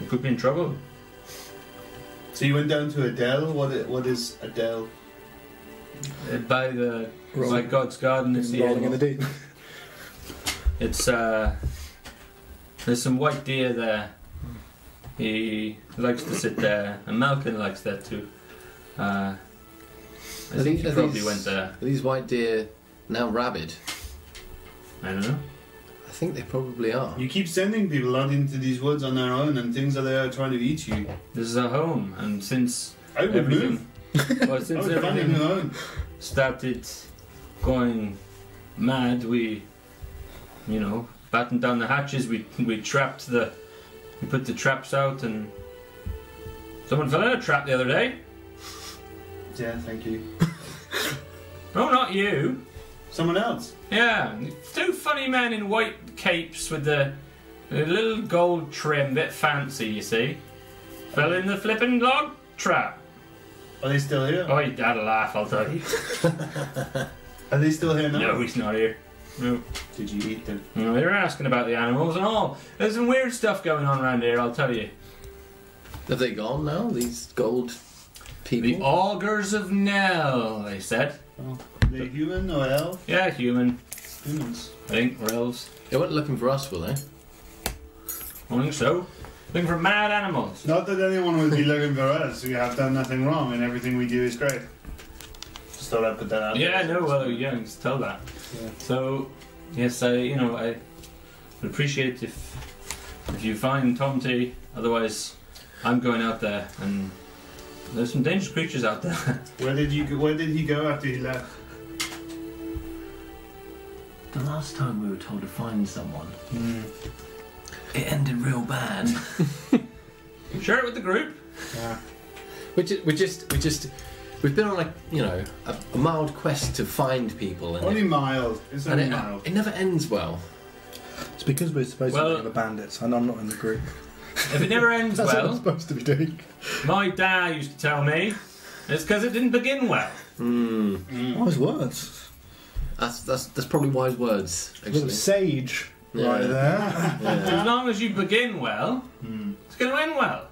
[SPEAKER 7] we could be in trouble.
[SPEAKER 4] So you went down to Adele. What? i- What is Adele?
[SPEAKER 7] Uh, By the by
[SPEAKER 3] Rolling-
[SPEAKER 7] God's garden, it's
[SPEAKER 3] in.
[SPEAKER 7] the
[SPEAKER 3] rolling in the
[SPEAKER 7] end.
[SPEAKER 3] deep.
[SPEAKER 7] It's uh, there's some white deer there. He likes to sit there, and Malkin likes that too. Uh, I
[SPEAKER 6] Are
[SPEAKER 7] think
[SPEAKER 6] these-
[SPEAKER 7] he
[SPEAKER 6] are
[SPEAKER 7] probably
[SPEAKER 6] these-
[SPEAKER 7] went there.
[SPEAKER 6] Are these white deer now rabid?
[SPEAKER 7] I don't know.
[SPEAKER 6] I think they probably are.
[SPEAKER 4] You keep sending people out into these woods on their own, and things are there trying to eat you.
[SPEAKER 7] This is our home, and since
[SPEAKER 4] I would move.
[SPEAKER 7] everything, well,
[SPEAKER 4] I
[SPEAKER 7] since
[SPEAKER 4] would find a
[SPEAKER 7] everything
[SPEAKER 4] new home.
[SPEAKER 7] started going mad, we, you know, battened down the hatches. We we trapped the, we put the traps out, and someone fell in a trap the other day.
[SPEAKER 4] Yeah, thank you.
[SPEAKER 7] No, not you.
[SPEAKER 4] Someone else.
[SPEAKER 7] Yeah, two funny men in white capes with the, the little gold trim, bit fancy, you see, fell in the flippin' log trap.
[SPEAKER 4] Are they still here?
[SPEAKER 7] Oh, you had a laugh, I'll tell you.
[SPEAKER 4] Are they still here now?
[SPEAKER 7] No, he's not here. No.
[SPEAKER 4] Did you eat them?
[SPEAKER 7] You know, they were asking about the animals and all. There's some weird stuff going on around here, I'll tell you.
[SPEAKER 6] Have they gone now? These gold
[SPEAKER 7] The
[SPEAKER 6] people.
[SPEAKER 7] augurs of Nell, they said.
[SPEAKER 4] Are they human or elf?
[SPEAKER 7] Yeah, human.
[SPEAKER 4] Humans.
[SPEAKER 7] I think or elves.
[SPEAKER 6] They weren't looking for us, were they?
[SPEAKER 7] I think so. Looking for mad animals.
[SPEAKER 4] Not that anyone would be looking for us. We have done nothing wrong, and everything we do is great. Just thought I'd put that out.
[SPEAKER 7] Yeah,
[SPEAKER 4] there.
[SPEAKER 7] no, well, yeah, you can tell that. So, yes, I you know I would appreciate if if you find Tomty. Otherwise, I'm going out there, and there's some dangerous creatures out there.
[SPEAKER 4] Where did you? go- Where did he go after he left?
[SPEAKER 6] The last time we were told to find someone, it ended real bad.
[SPEAKER 7] Share it with the group.
[SPEAKER 6] We're just, we're just, we're just, we've been on a, you know, a, a mild quest to find people,
[SPEAKER 7] Oh,
[SPEAKER 6] and,
[SPEAKER 4] Only
[SPEAKER 6] it,
[SPEAKER 4] mild. It's
[SPEAKER 6] and
[SPEAKER 4] only
[SPEAKER 6] it, uh,
[SPEAKER 4] mild.
[SPEAKER 6] it never ends well.
[SPEAKER 3] It's because we're supposed
[SPEAKER 7] Well-
[SPEAKER 3] to be the bandits, and I'm not in the group.
[SPEAKER 7] If it never ends
[SPEAKER 3] That's what I'm
[SPEAKER 7] well,
[SPEAKER 3] supposed to be doing.
[SPEAKER 7] my dad used to tell me it's because it didn't begin well.
[SPEAKER 6] Mm.
[SPEAKER 7] Hmm.
[SPEAKER 3] Wise words.
[SPEAKER 6] That's that's that's probably wise words,
[SPEAKER 3] A little
[SPEAKER 6] actually.
[SPEAKER 3] sage
[SPEAKER 6] Yeah.
[SPEAKER 3] right there.
[SPEAKER 6] Yeah.
[SPEAKER 7] As long as you begin well, it's going to end well.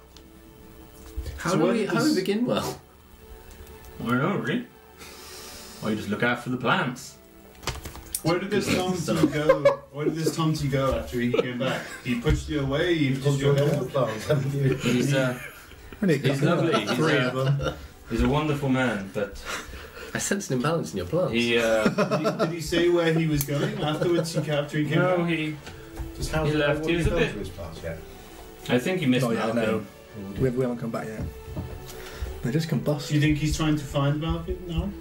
[SPEAKER 6] How
[SPEAKER 4] So
[SPEAKER 6] do
[SPEAKER 4] what
[SPEAKER 6] we how do
[SPEAKER 4] is-
[SPEAKER 6] we begin well?
[SPEAKER 7] I don't know, really. Or you just look out for the plants.
[SPEAKER 4] Where did this Tomty go? Where did this Tomty go after he came back? He pushed you away. He
[SPEAKER 5] You've
[SPEAKER 4] pulled
[SPEAKER 5] just
[SPEAKER 4] your
[SPEAKER 5] your all
[SPEAKER 4] hair.
[SPEAKER 5] the plants, haven't you?
[SPEAKER 7] He's, uh, he's
[SPEAKER 3] Oh,
[SPEAKER 7] lovely. He's,
[SPEAKER 4] Three
[SPEAKER 7] uh,
[SPEAKER 4] of them.
[SPEAKER 7] he's a wonderful man, but
[SPEAKER 6] I sense an imbalance in your plants.
[SPEAKER 7] he. Uh,
[SPEAKER 4] Did he, did he say where he was going afterwards? He after he came
[SPEAKER 7] no,
[SPEAKER 4] back.
[SPEAKER 7] he.
[SPEAKER 5] Just how's
[SPEAKER 7] He
[SPEAKER 5] it-
[SPEAKER 7] left
[SPEAKER 5] what have
[SPEAKER 7] you
[SPEAKER 5] you
[SPEAKER 7] a
[SPEAKER 5] done
[SPEAKER 7] bit.
[SPEAKER 5] to his plants yet?
[SPEAKER 7] I think he missed
[SPEAKER 3] Not yet,
[SPEAKER 7] Malcolm.
[SPEAKER 3] Oh, no. We, we haven't come back yet. They just
[SPEAKER 4] Do you
[SPEAKER 3] combust.
[SPEAKER 4] think he's trying to find Malcolm? No.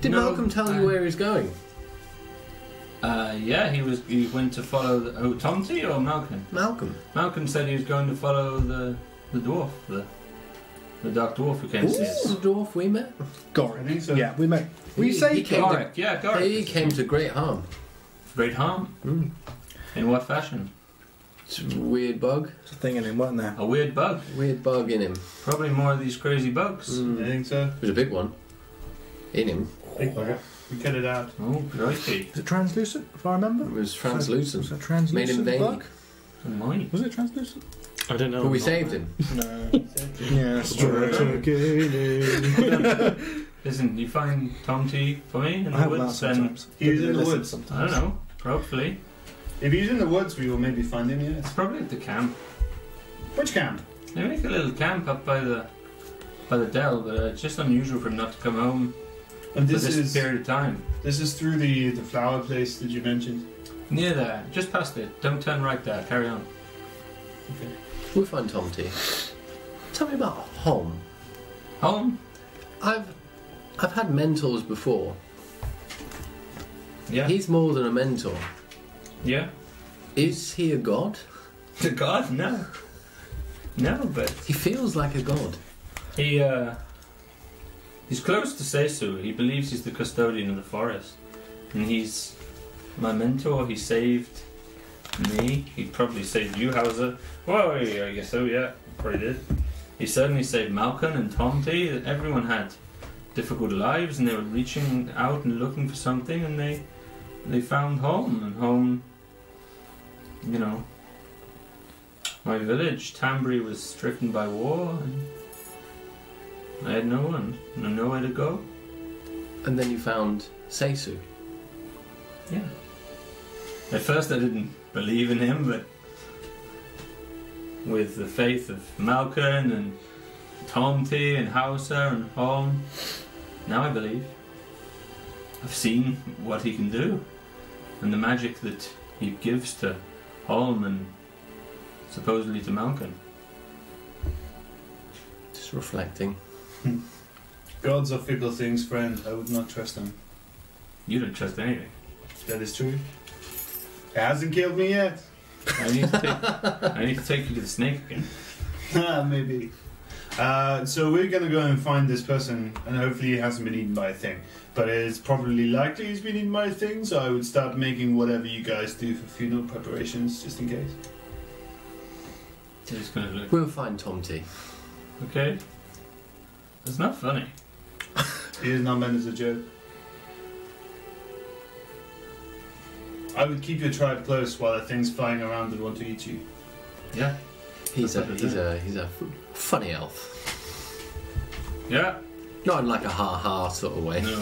[SPEAKER 6] Did
[SPEAKER 7] No,
[SPEAKER 6] Malcolm tell
[SPEAKER 7] I-
[SPEAKER 6] you where he's going?
[SPEAKER 7] Uh, yeah, he was. He went to follow the, who, Tomty or Malcolm.
[SPEAKER 6] Malcolm.
[SPEAKER 7] Malcolm said he was going to follow the the dwarf, the the dark dwarf who came
[SPEAKER 6] Is
[SPEAKER 7] to
[SPEAKER 6] this
[SPEAKER 7] us.
[SPEAKER 6] the dwarf we met?
[SPEAKER 4] I
[SPEAKER 3] Gorin.
[SPEAKER 4] think so.
[SPEAKER 3] Yeah, we make. We
[SPEAKER 6] He-
[SPEAKER 3] say
[SPEAKER 6] he came to,
[SPEAKER 7] Goric, yeah, Goric.
[SPEAKER 6] he came to great harm.
[SPEAKER 7] Great harm.
[SPEAKER 6] Mm.
[SPEAKER 7] In what fashion?
[SPEAKER 6] It's a weird bug.
[SPEAKER 3] It's a thing in him, weren't there?
[SPEAKER 7] A weird bug.
[SPEAKER 6] Weird bug in him.
[SPEAKER 7] Probably more of these crazy bugs.
[SPEAKER 4] I think so.
[SPEAKER 6] It was a big one. In him.
[SPEAKER 4] Big bugger. We cut it out.
[SPEAKER 7] Oh, crikey.
[SPEAKER 3] Is it translucent? If I remember.
[SPEAKER 6] It was
[SPEAKER 3] Was
[SPEAKER 6] translucent.
[SPEAKER 3] it translucent?
[SPEAKER 6] Made him veiny.
[SPEAKER 3] bug?
[SPEAKER 7] Mine.
[SPEAKER 3] Was it translucent?
[SPEAKER 1] I don't know.
[SPEAKER 6] But we
[SPEAKER 1] I'm not-
[SPEAKER 6] saved him.
[SPEAKER 3] No. yeah. Stratocaine.
[SPEAKER 7] Listen, you find Tomty for me in
[SPEAKER 3] I
[SPEAKER 7] the
[SPEAKER 3] have that
[SPEAKER 7] woods, then
[SPEAKER 3] sometimes.
[SPEAKER 4] He was in the
[SPEAKER 3] Listen
[SPEAKER 4] woods.
[SPEAKER 7] I don't know. Hopefully,
[SPEAKER 4] If he's in the woods, we will maybe find him. Yes.
[SPEAKER 7] it's probably at the camp.
[SPEAKER 4] Which camp?
[SPEAKER 7] They make a little camp up by the by the dell, but uh, it's just unusual for him not to come home
[SPEAKER 4] And this,
[SPEAKER 7] for this
[SPEAKER 4] is
[SPEAKER 7] period of time.
[SPEAKER 4] this is through the the flower place that you mentioned.
[SPEAKER 7] Near there, just past it. Don't turn right there. Carry on.
[SPEAKER 6] We'll find Tom T. Tell me about Home.
[SPEAKER 7] Home.
[SPEAKER 6] I've I've had mentors before.
[SPEAKER 7] Yeah.
[SPEAKER 6] He's more than a mentor.
[SPEAKER 7] yeah.
[SPEAKER 6] Is he a god?
[SPEAKER 7] To God, no. No, but
[SPEAKER 6] He feels like a god.
[SPEAKER 7] he uh he's close to Seisu. He believes he's the custodian of the forest. And he's my mentor, he saved me. He probably saved you, Hauser. Well, yeah, I guess so, yeah, probably did. He certainly saved Malcolm and Tomty. Everyone had difficult lives and they were reaching out and looking for something and they they found home and home you know my village, Tambri was stricken by war and I had no one, no nowhere to go.
[SPEAKER 6] And then you found Seisu.
[SPEAKER 7] Yeah. At first, I didn't believe in him, but with the faith of Malcolm and Tomty and Hauser and Holm, now I believe. I've seen what he can do, and the magic that he gives to Holm and supposedly to Malcolm.
[SPEAKER 6] Just reflecting.
[SPEAKER 4] Gods are fickle things, friend. I would not trust them.
[SPEAKER 7] You don't trust anything.
[SPEAKER 4] That is true. It hasn't killed me yet.
[SPEAKER 7] I need to take, I need to take you to the snake again.
[SPEAKER 4] Ah, Maybe. Uh, so we're gonna go and find this person, and hopefully he hasn't been eaten by a thing. But it's probably likely he's been eaten by a thing, so I would start making whatever you guys do for funeral preparations, just in case.
[SPEAKER 7] So he's gonna look.
[SPEAKER 6] We'll find Tom T.
[SPEAKER 7] Okay. It's not funny.
[SPEAKER 4] It is not meant as a joke. I would keep your tribe close while the thing's flying around that want to eat you.
[SPEAKER 7] Yeah.
[SPEAKER 6] He's a
[SPEAKER 7] That's what
[SPEAKER 6] he's
[SPEAKER 7] it
[SPEAKER 6] a he's a funny elf.
[SPEAKER 7] Yeah.
[SPEAKER 6] Not in like a ha ha sort of way.
[SPEAKER 7] No.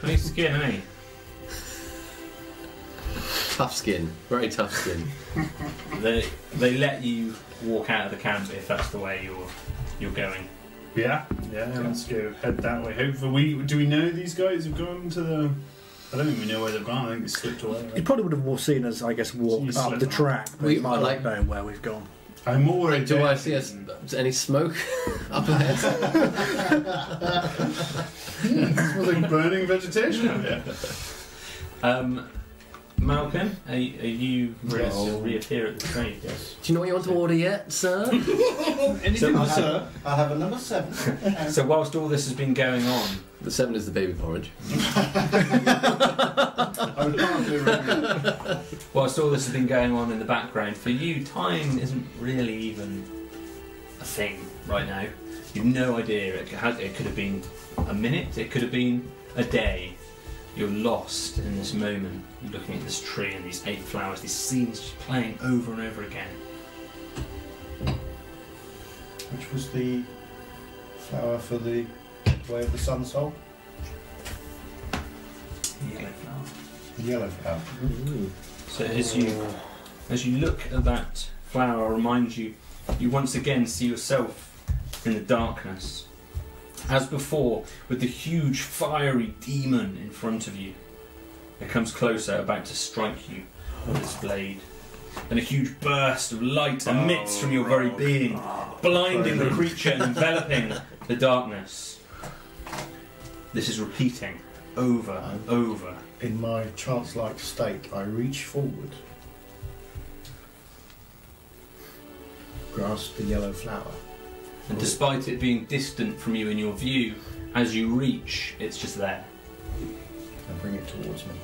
[SPEAKER 7] Funny skin, eh?
[SPEAKER 6] Tough skin, very tough skin.
[SPEAKER 7] They they let you walk out of the camp if that's the way you're you're going.
[SPEAKER 4] Yeah, yeah. Let's go head that way. Hopefully, we do we know these guys have gone to the I don't even know where they've gone. I think they slipped away.
[SPEAKER 3] You
[SPEAKER 4] Right?
[SPEAKER 3] probably would have wa- seen us, I guess, walk
[SPEAKER 4] Yes,
[SPEAKER 3] up the
[SPEAKER 4] sir.
[SPEAKER 3] track, but
[SPEAKER 6] We-
[SPEAKER 3] you might
[SPEAKER 6] I
[SPEAKER 3] not
[SPEAKER 6] like-
[SPEAKER 3] know where we've gone.
[SPEAKER 4] I'm more worried.
[SPEAKER 6] Do
[SPEAKER 4] that-
[SPEAKER 6] I see us, any smoke up ahead?
[SPEAKER 4] smells like burning vegetation up here.
[SPEAKER 7] Um, Malcolm, are, are you ready
[SPEAKER 5] No.
[SPEAKER 7] to reappear at the train?
[SPEAKER 5] Yes.
[SPEAKER 6] Do you know what you want to order yet, sir?
[SPEAKER 4] Anything,
[SPEAKER 5] I'll,
[SPEAKER 4] sir?
[SPEAKER 5] have, I'll have a number seven.
[SPEAKER 7] So whilst all this has been going on,
[SPEAKER 6] The seven is the baby porridge.
[SPEAKER 4] I would probably recommend.
[SPEAKER 7] whilst all this has been going on in the background, for you, time isn't really even a thing right now. You've no idea. It, has, it could have been a minute. It could have been a day. You're lost in this moment, looking at this tree and these eight flowers, these scenes just playing over and over again.
[SPEAKER 5] Which was the flower for the way of the sun soul?
[SPEAKER 7] The yellow flower.
[SPEAKER 5] The yellow flower.
[SPEAKER 7] So as you as you look at that flower, it reminds you you once again see yourself in the darkness. As before, with the huge fiery demon in front of you. It comes closer, about to strike you with its blade. And a huge burst of light emits from your very being, blinding the creature and enveloping the darkness. This is repeating over and over.
[SPEAKER 5] In my trance like state, I reach forward, grasp the yellow flower.
[SPEAKER 7] And despite it being distant from you in your view, as you reach, it's just there.
[SPEAKER 5] and bring it towards me.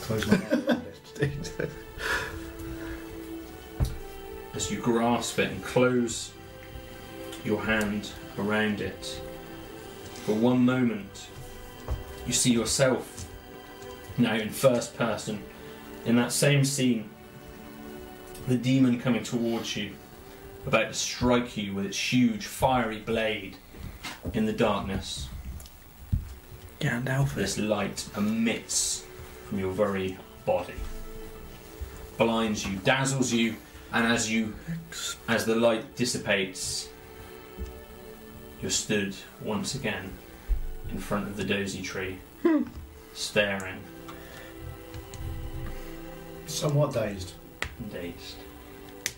[SPEAKER 5] Close my eyes. and lift.
[SPEAKER 7] As you grasp it and close your hand around it, for one moment, you see yourself now in first person in that same scene. The demon coming towards you, about to strike you with its huge fiery blade in the darkness.
[SPEAKER 3] Gandalf.
[SPEAKER 7] This light emits from your very body, blinds you, dazzles you, and as you, as the light dissipates, you're stood once again in front of the dozy tree, staring
[SPEAKER 5] Somewhat dazed,
[SPEAKER 7] and dazed.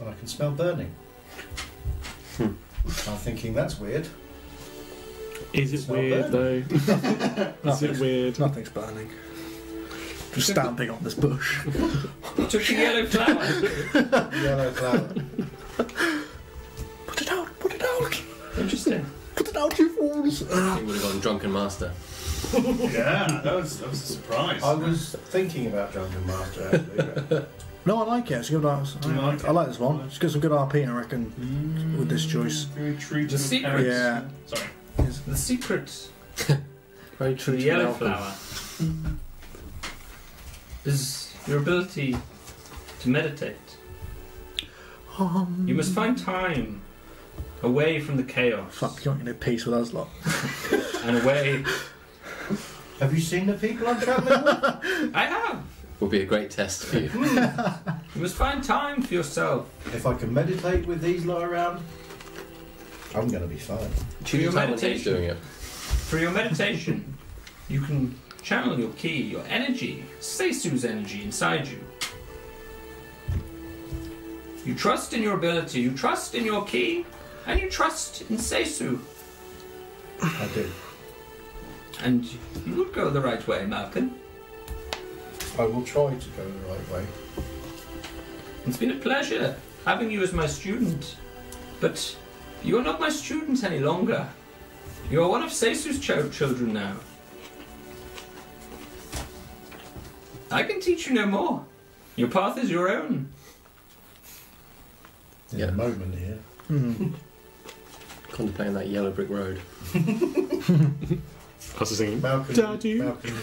[SPEAKER 5] and I can smell burning. I'm thinking that's weird.
[SPEAKER 1] Is it
[SPEAKER 5] It's not
[SPEAKER 1] weird though? Is it
[SPEAKER 3] Nothing's,
[SPEAKER 1] weird?
[SPEAKER 3] nothing's burning. Just stamping on this bush.
[SPEAKER 7] Took the yellow flower.
[SPEAKER 5] Yellow flower.
[SPEAKER 3] Put it out, put it out,
[SPEAKER 7] Interesting.
[SPEAKER 3] put it out, you fools!
[SPEAKER 7] Ah.
[SPEAKER 6] He would have gone drunken master.
[SPEAKER 4] Yeah, that was that was a surprise.
[SPEAKER 5] I was thinking about Drunken Master, actually. but
[SPEAKER 3] No, I like it. It's a good. I, I,
[SPEAKER 4] You like
[SPEAKER 3] like,
[SPEAKER 4] it?
[SPEAKER 3] I like this one. It's got some good RP, I reckon, with this choice.
[SPEAKER 4] Very treated.
[SPEAKER 7] The secret.
[SPEAKER 3] Yeah.
[SPEAKER 7] Sorry.
[SPEAKER 3] Yes.
[SPEAKER 7] The secret
[SPEAKER 6] Very
[SPEAKER 7] to
[SPEAKER 6] true.
[SPEAKER 7] the
[SPEAKER 6] to
[SPEAKER 7] yellow
[SPEAKER 6] Malcolm.
[SPEAKER 7] flower is your ability to meditate.
[SPEAKER 3] Um,
[SPEAKER 7] You must find time away from the chaos
[SPEAKER 3] Fuck, you aren't going to peace with us lot.
[SPEAKER 7] and away.
[SPEAKER 5] Have you seen the people I'm travelling with?
[SPEAKER 7] I have.
[SPEAKER 6] Will be a great test for you.
[SPEAKER 7] You must find time for yourself.
[SPEAKER 5] If I can meditate with these lot around, I'm going to be fine.
[SPEAKER 6] Choose your meditation. When
[SPEAKER 7] your
[SPEAKER 6] he's
[SPEAKER 7] meditation.
[SPEAKER 6] doing it.
[SPEAKER 7] For your meditation, you can channel your ki, your energy, Seisu's energy inside you. You trust in your ability, you trust in your ki, and you trust in Seisu.
[SPEAKER 5] I do.
[SPEAKER 7] And you would go the right way, Malcolm.
[SPEAKER 5] I will try to go the right way.
[SPEAKER 7] It's been a pleasure having you as my student. But you are not my student any longer. You are one of Seisu's cho- children now. I can teach you no more. Your path is your own.
[SPEAKER 5] In
[SPEAKER 6] Yeah.
[SPEAKER 5] a moment here.
[SPEAKER 6] Contemplating that yellow brick road.
[SPEAKER 1] I was singing.
[SPEAKER 5] Malcolm,
[SPEAKER 1] Daddy.
[SPEAKER 5] Malcolm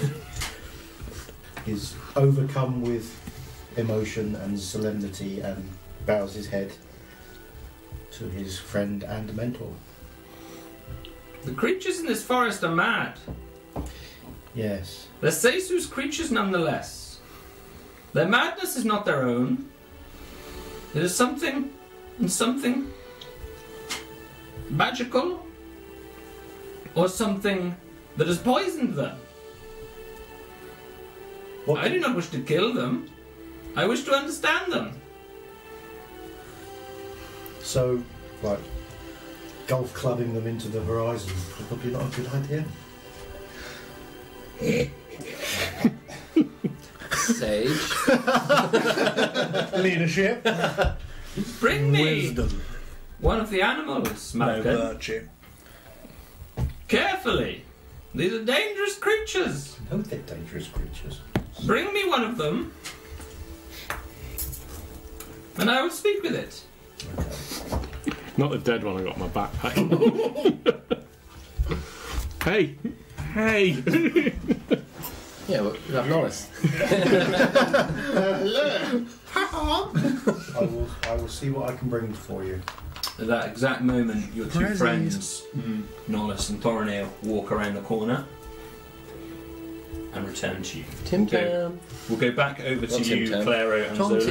[SPEAKER 5] is overcome with emotion and solemnity and bows his head to his friend and mentor.
[SPEAKER 7] The creatures in this forest are mad.
[SPEAKER 5] Yes.
[SPEAKER 7] They're Seisu's creatures nonetheless. Their madness is not their own. It is something and something magical or something that has poisoned them.
[SPEAKER 5] What
[SPEAKER 8] I do not wish to kill them. I wish to understand them.
[SPEAKER 5] So, like, golf clubbing them into the horizon is probably not a good idea.
[SPEAKER 6] Sage,
[SPEAKER 9] Leadership,
[SPEAKER 8] Bring me
[SPEAKER 9] wisdom,
[SPEAKER 8] one of the animals,
[SPEAKER 9] no
[SPEAKER 8] Malcolm.
[SPEAKER 9] virtue.
[SPEAKER 8] Carefully. These are dangerous creatures.
[SPEAKER 5] No, they're dangerous creatures.
[SPEAKER 8] Bring me one of them, and I will speak with it.
[SPEAKER 1] Not the dead one I got in my backpack. hey! Hey!
[SPEAKER 6] yeah, well, you have Norris.
[SPEAKER 5] I will, I will see what I can bring for you.
[SPEAKER 7] At that exact moment, your two friends, Nollis and Thorinale, walk around the corner and return to you.
[SPEAKER 6] Tim
[SPEAKER 7] Okay.
[SPEAKER 6] Tam,
[SPEAKER 7] We'll go back over to
[SPEAKER 6] Not
[SPEAKER 7] you,
[SPEAKER 6] Tim Tam.
[SPEAKER 7] Claro and
[SPEAKER 6] Tom
[SPEAKER 7] Zola.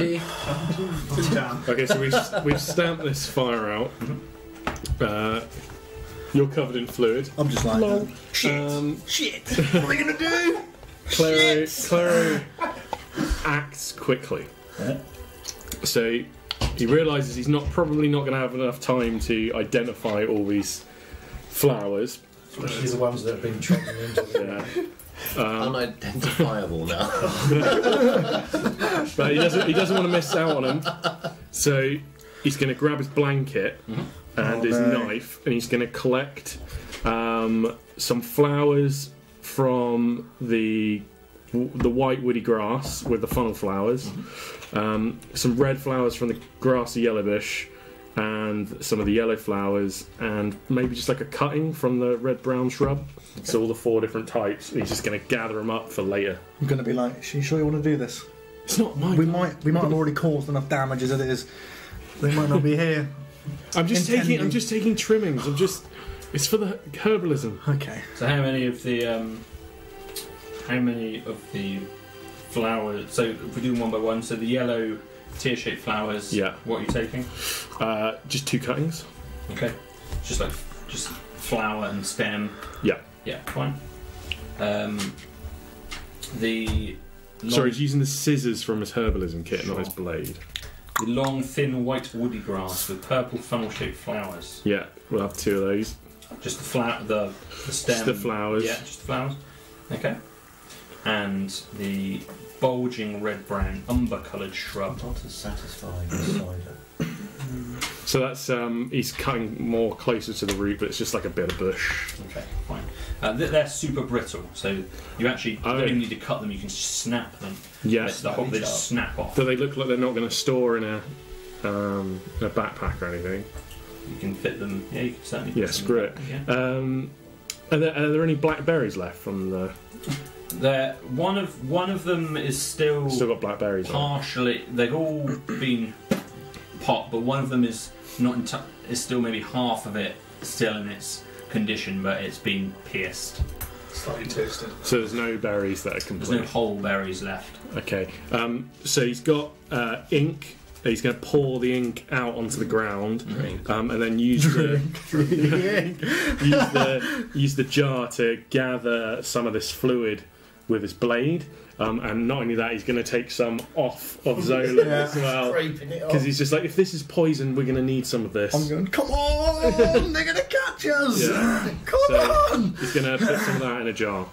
[SPEAKER 6] T.
[SPEAKER 1] Okay, so we've, we've stamped this fire out. Uh, you're covered in fluid.
[SPEAKER 3] I'm just like, that.
[SPEAKER 1] Um, Shit! What are you gonna do? Claro, Claro acts quickly. So he realizes he's not probably not gonna have enough time to identify all these flowers.
[SPEAKER 5] Especially the ones that have been chopping into the
[SPEAKER 1] Yeah.
[SPEAKER 6] Unidentifiable now.
[SPEAKER 1] but he doesn't he doesn't want to miss out on them. So he's going to grab his blanket and his knife, and he's going to collect um, some flowers from the the white woody grass with the funnel flowers, um, some red flowers from the grassy yellowbush. And some of the yellow flowers, and maybe just like a cutting from the red brown shrub. So all the four different types. He's just going to gather them up for later.
[SPEAKER 9] I'm gonna be like, "Sh- you sure you want to do this?
[SPEAKER 1] It's not mine.
[SPEAKER 9] We might, we might have already caused enough damage as it is. They might not be here.
[SPEAKER 1] I'm just taking. I'm
[SPEAKER 9] Intending.
[SPEAKER 1] just taking trimmings. I'm just. It's for the herbalism.
[SPEAKER 9] Okay.
[SPEAKER 7] So how many of the um, how many of the flowers? So if we do one by one, so the yellow tear-shaped flowers.
[SPEAKER 1] Yeah.
[SPEAKER 7] What are you taking?
[SPEAKER 1] Uh, just two cuttings.
[SPEAKER 7] Okay. Just like just flower and stem.
[SPEAKER 1] Yeah.
[SPEAKER 7] Yeah. Fine. Um, the long,
[SPEAKER 1] Sorry, he's using the scissors from his herbalism kit,
[SPEAKER 7] Sure.
[SPEAKER 1] not his blade.
[SPEAKER 7] the long, thin, white woody grass with purple funnel-shaped flowers.
[SPEAKER 1] Yeah, we'll have two of those.
[SPEAKER 7] Just the flower, the the stem.
[SPEAKER 1] Just the flowers.
[SPEAKER 7] Yeah, just the flowers. Okay. And the bulging red-brown umber-coloured shrub.
[SPEAKER 5] Not as satisfying as cider.
[SPEAKER 1] So that's um, he's cutting more closer to the root, but it's just like a bit of bush.
[SPEAKER 7] Okay, fine. Uh, th- they're super brittle, so you actually
[SPEAKER 1] Oh.
[SPEAKER 7] don't even need to cut them. You can just snap them.
[SPEAKER 1] Yes.
[SPEAKER 7] the whole, they just snap off.
[SPEAKER 1] So they look like they're not going to store in a um, in a backpack or anything.
[SPEAKER 7] You can fit them. Yeah, you can certainly. fit
[SPEAKER 1] Yeah,
[SPEAKER 7] them.
[SPEAKER 1] screw it.
[SPEAKER 7] Yeah.
[SPEAKER 1] Um, are, there, are there any blackberries left from the?
[SPEAKER 7] They're one of one of them is still,
[SPEAKER 1] Still got blackberries. On.
[SPEAKER 7] partially. They've all been pot, but one of them is not enti- is still maybe half of it still in its condition, but it's been pierced.
[SPEAKER 4] Slightly toasted.
[SPEAKER 1] So there's no berries that are
[SPEAKER 7] There's
[SPEAKER 1] complete.
[SPEAKER 7] no whole berries left.
[SPEAKER 1] Okay, um, so he's got uh, ink. He's going to pour the ink out onto the ground,
[SPEAKER 5] Mm-hmm.
[SPEAKER 1] um, and then use the, use the use the jar to gather some of this fluid with his blade. Um, and not only that, he's going to take some off of Zola as well
[SPEAKER 5] Scraping it
[SPEAKER 1] because he's just like, if this is poison, we're going to need some of this.
[SPEAKER 9] I'm going. Come on, they're gonna catch us.
[SPEAKER 1] Yeah.
[SPEAKER 9] Come
[SPEAKER 1] So-
[SPEAKER 9] on.
[SPEAKER 1] He's going to put some of that in a jar.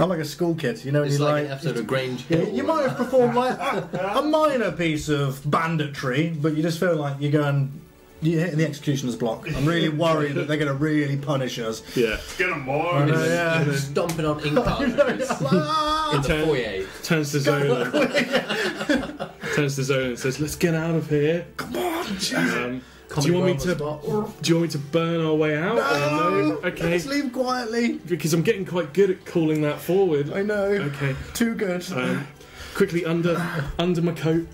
[SPEAKER 9] I'm like a school kid, you know.
[SPEAKER 6] It's
[SPEAKER 9] you
[SPEAKER 6] like an episode of Grange
[SPEAKER 9] Yeah,
[SPEAKER 6] Hill.
[SPEAKER 9] you might have performed like a minor piece of banditry, but you just feel like you're going. You're hitting the executioner's block. I'm really worried that they're going to really punish us.
[SPEAKER 1] Yeah,
[SPEAKER 4] Get him, boy!
[SPEAKER 9] Uh, yeah.
[SPEAKER 6] Stomping on ink cartridges in the
[SPEAKER 1] Turn-
[SPEAKER 6] foyer.
[SPEAKER 1] turns to Zola. turns to Zola and says, "Let's get out of here."
[SPEAKER 9] Come on, Jesus.
[SPEAKER 1] Um, do you want me to? Do you want me to burn our way out? or
[SPEAKER 9] No,
[SPEAKER 1] no? Okay,
[SPEAKER 9] Let's leave quietly.
[SPEAKER 1] because I'm getting quite good at calling that forward.
[SPEAKER 9] I know.
[SPEAKER 1] Okay,
[SPEAKER 9] Too good.
[SPEAKER 1] um, quickly under under my coat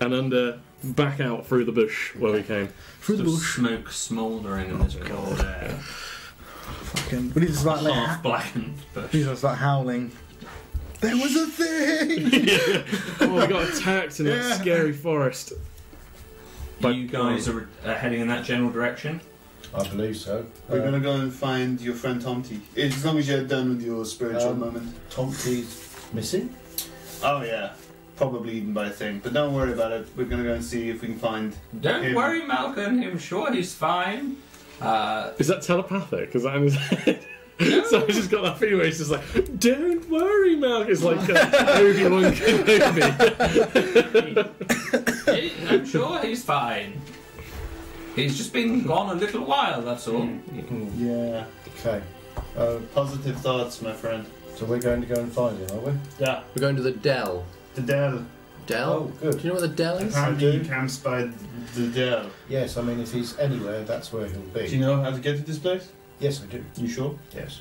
[SPEAKER 1] and under back out through the bush where we came.
[SPEAKER 9] Through the
[SPEAKER 7] Sort of
[SPEAKER 9] bush.
[SPEAKER 7] smoke smouldering in this cold air,
[SPEAKER 9] Fucking. We need to start like.
[SPEAKER 7] half blackened. But
[SPEAKER 9] We need to start howling. There was a thing.
[SPEAKER 1] Oh, I got attacked in that
[SPEAKER 9] Yeah.
[SPEAKER 1] scary forest.
[SPEAKER 7] you guys are, are heading in that general direction.
[SPEAKER 5] I believe so.
[SPEAKER 4] We're gonna go and find your friend Tomty. As long as you're done with your spiritual
[SPEAKER 5] Um,
[SPEAKER 4] moment.
[SPEAKER 5] Tomty's missing.
[SPEAKER 4] Oh yeah, probably eaten by a thing. But don't worry about it. We're gonna go and see if we can find.
[SPEAKER 8] Don't
[SPEAKER 4] Him.
[SPEAKER 8] worry, Malcolm. I'm sure he's fine. Uh,
[SPEAKER 1] Is that telepathic? Is that in his head? so I just got that feeling where it's just like, don't worry, Malcolm. It's like uh, Obi-Wan Kenobi.
[SPEAKER 8] he- I'm sure he's fine. He's just been gone a little while. That's all.
[SPEAKER 4] Yeah.
[SPEAKER 5] Hmm. Okay. Uh,
[SPEAKER 4] Positive thoughts, my friend.
[SPEAKER 5] so we're going to go and find him, are we?
[SPEAKER 4] Yeah.
[SPEAKER 6] We're going to the Dell.
[SPEAKER 4] The Dell.
[SPEAKER 6] Dell?
[SPEAKER 5] Oh, good.
[SPEAKER 6] Do you know what the Dell is?
[SPEAKER 4] Apparently,
[SPEAKER 5] do.
[SPEAKER 4] he camps by the Dell.
[SPEAKER 5] Yes, I mean, if he's anywhere, that's where he'll
[SPEAKER 4] Do you
[SPEAKER 5] be.
[SPEAKER 4] know how to get to this place?
[SPEAKER 5] Yes, I do.
[SPEAKER 4] You sure?
[SPEAKER 5] Yes.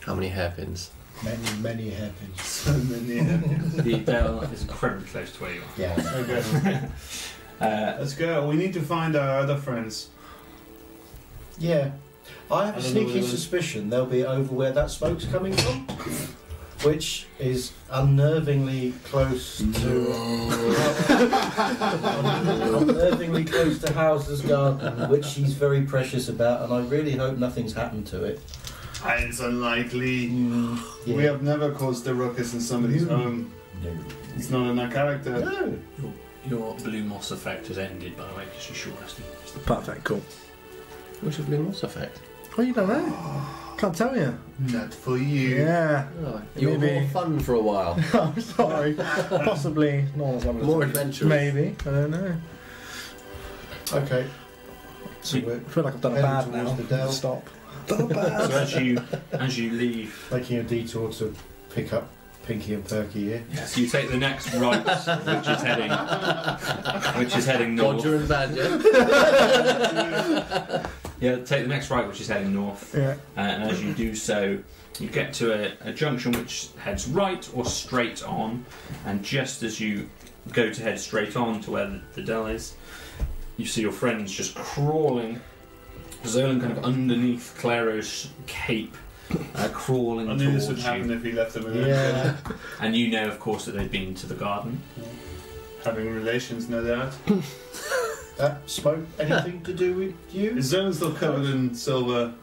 [SPEAKER 6] How many hairpins?
[SPEAKER 5] Many, many hairpins.
[SPEAKER 4] So many. yeah.
[SPEAKER 8] The bell is incredibly close to where you are.
[SPEAKER 5] Yeah.
[SPEAKER 4] okay.
[SPEAKER 8] Uh,
[SPEAKER 4] Let's go. We need to find our other friends.
[SPEAKER 5] Yeah. I have
[SPEAKER 4] I
[SPEAKER 5] a
[SPEAKER 4] don't know
[SPEAKER 5] sneaking
[SPEAKER 4] whether-
[SPEAKER 5] suspicion they'll be over where that smoke's coming from, which is unnervingly close to. unnervingly close to House's garden, which she's very precious about, and I really hope nothing's happened to it.
[SPEAKER 4] It's unlikely.
[SPEAKER 5] Yeah.
[SPEAKER 4] We have never caused a ruckus in somebody's
[SPEAKER 5] Mm.
[SPEAKER 4] home.
[SPEAKER 5] No.
[SPEAKER 4] It's not in our character.
[SPEAKER 5] No.
[SPEAKER 7] Your blue moss effect has ended, by the way, because you sure has to.
[SPEAKER 9] Perfect, cool.
[SPEAKER 6] Which would be an also effect.
[SPEAKER 9] Oh, you don't know. Can't tell you.
[SPEAKER 4] Not for you.
[SPEAKER 9] Yeah.
[SPEAKER 6] Oh, you were
[SPEAKER 9] Maybe.
[SPEAKER 6] more fun for a while.
[SPEAKER 9] I'm sorry. Possibly not as long as
[SPEAKER 6] more adventurous.
[SPEAKER 9] Maybe. I don't know.
[SPEAKER 5] Okay. So we're
[SPEAKER 9] I feel like I've done a
[SPEAKER 5] Heading
[SPEAKER 9] bad now.
[SPEAKER 5] towards the Dell.
[SPEAKER 9] Stop.
[SPEAKER 7] So as you as you leave,
[SPEAKER 5] making a detour to pick up Pinky and Perky here.
[SPEAKER 7] yes, you take the next right, which is heading which is heading north.
[SPEAKER 6] Dodger and Badger.
[SPEAKER 7] Yeah, take the next right, which is heading north.
[SPEAKER 9] Yeah.
[SPEAKER 7] Uh, and as you do so, you get to a, a junction which heads right or straight on. And just as you go to head straight on to where the, the dell is, you see your friends just crawling. Zolan kind of underneath Claro's cape, uh, crawling
[SPEAKER 4] I knew this would
[SPEAKER 7] towards
[SPEAKER 4] happen
[SPEAKER 7] you.
[SPEAKER 4] if we left them alone.
[SPEAKER 5] Yeah.
[SPEAKER 7] And you know, of course, that they've been to the garden.
[SPEAKER 4] Having relations, no doubt.
[SPEAKER 5] That smoke Uh, anything to do with you?
[SPEAKER 4] Is Zone's still covered in silver?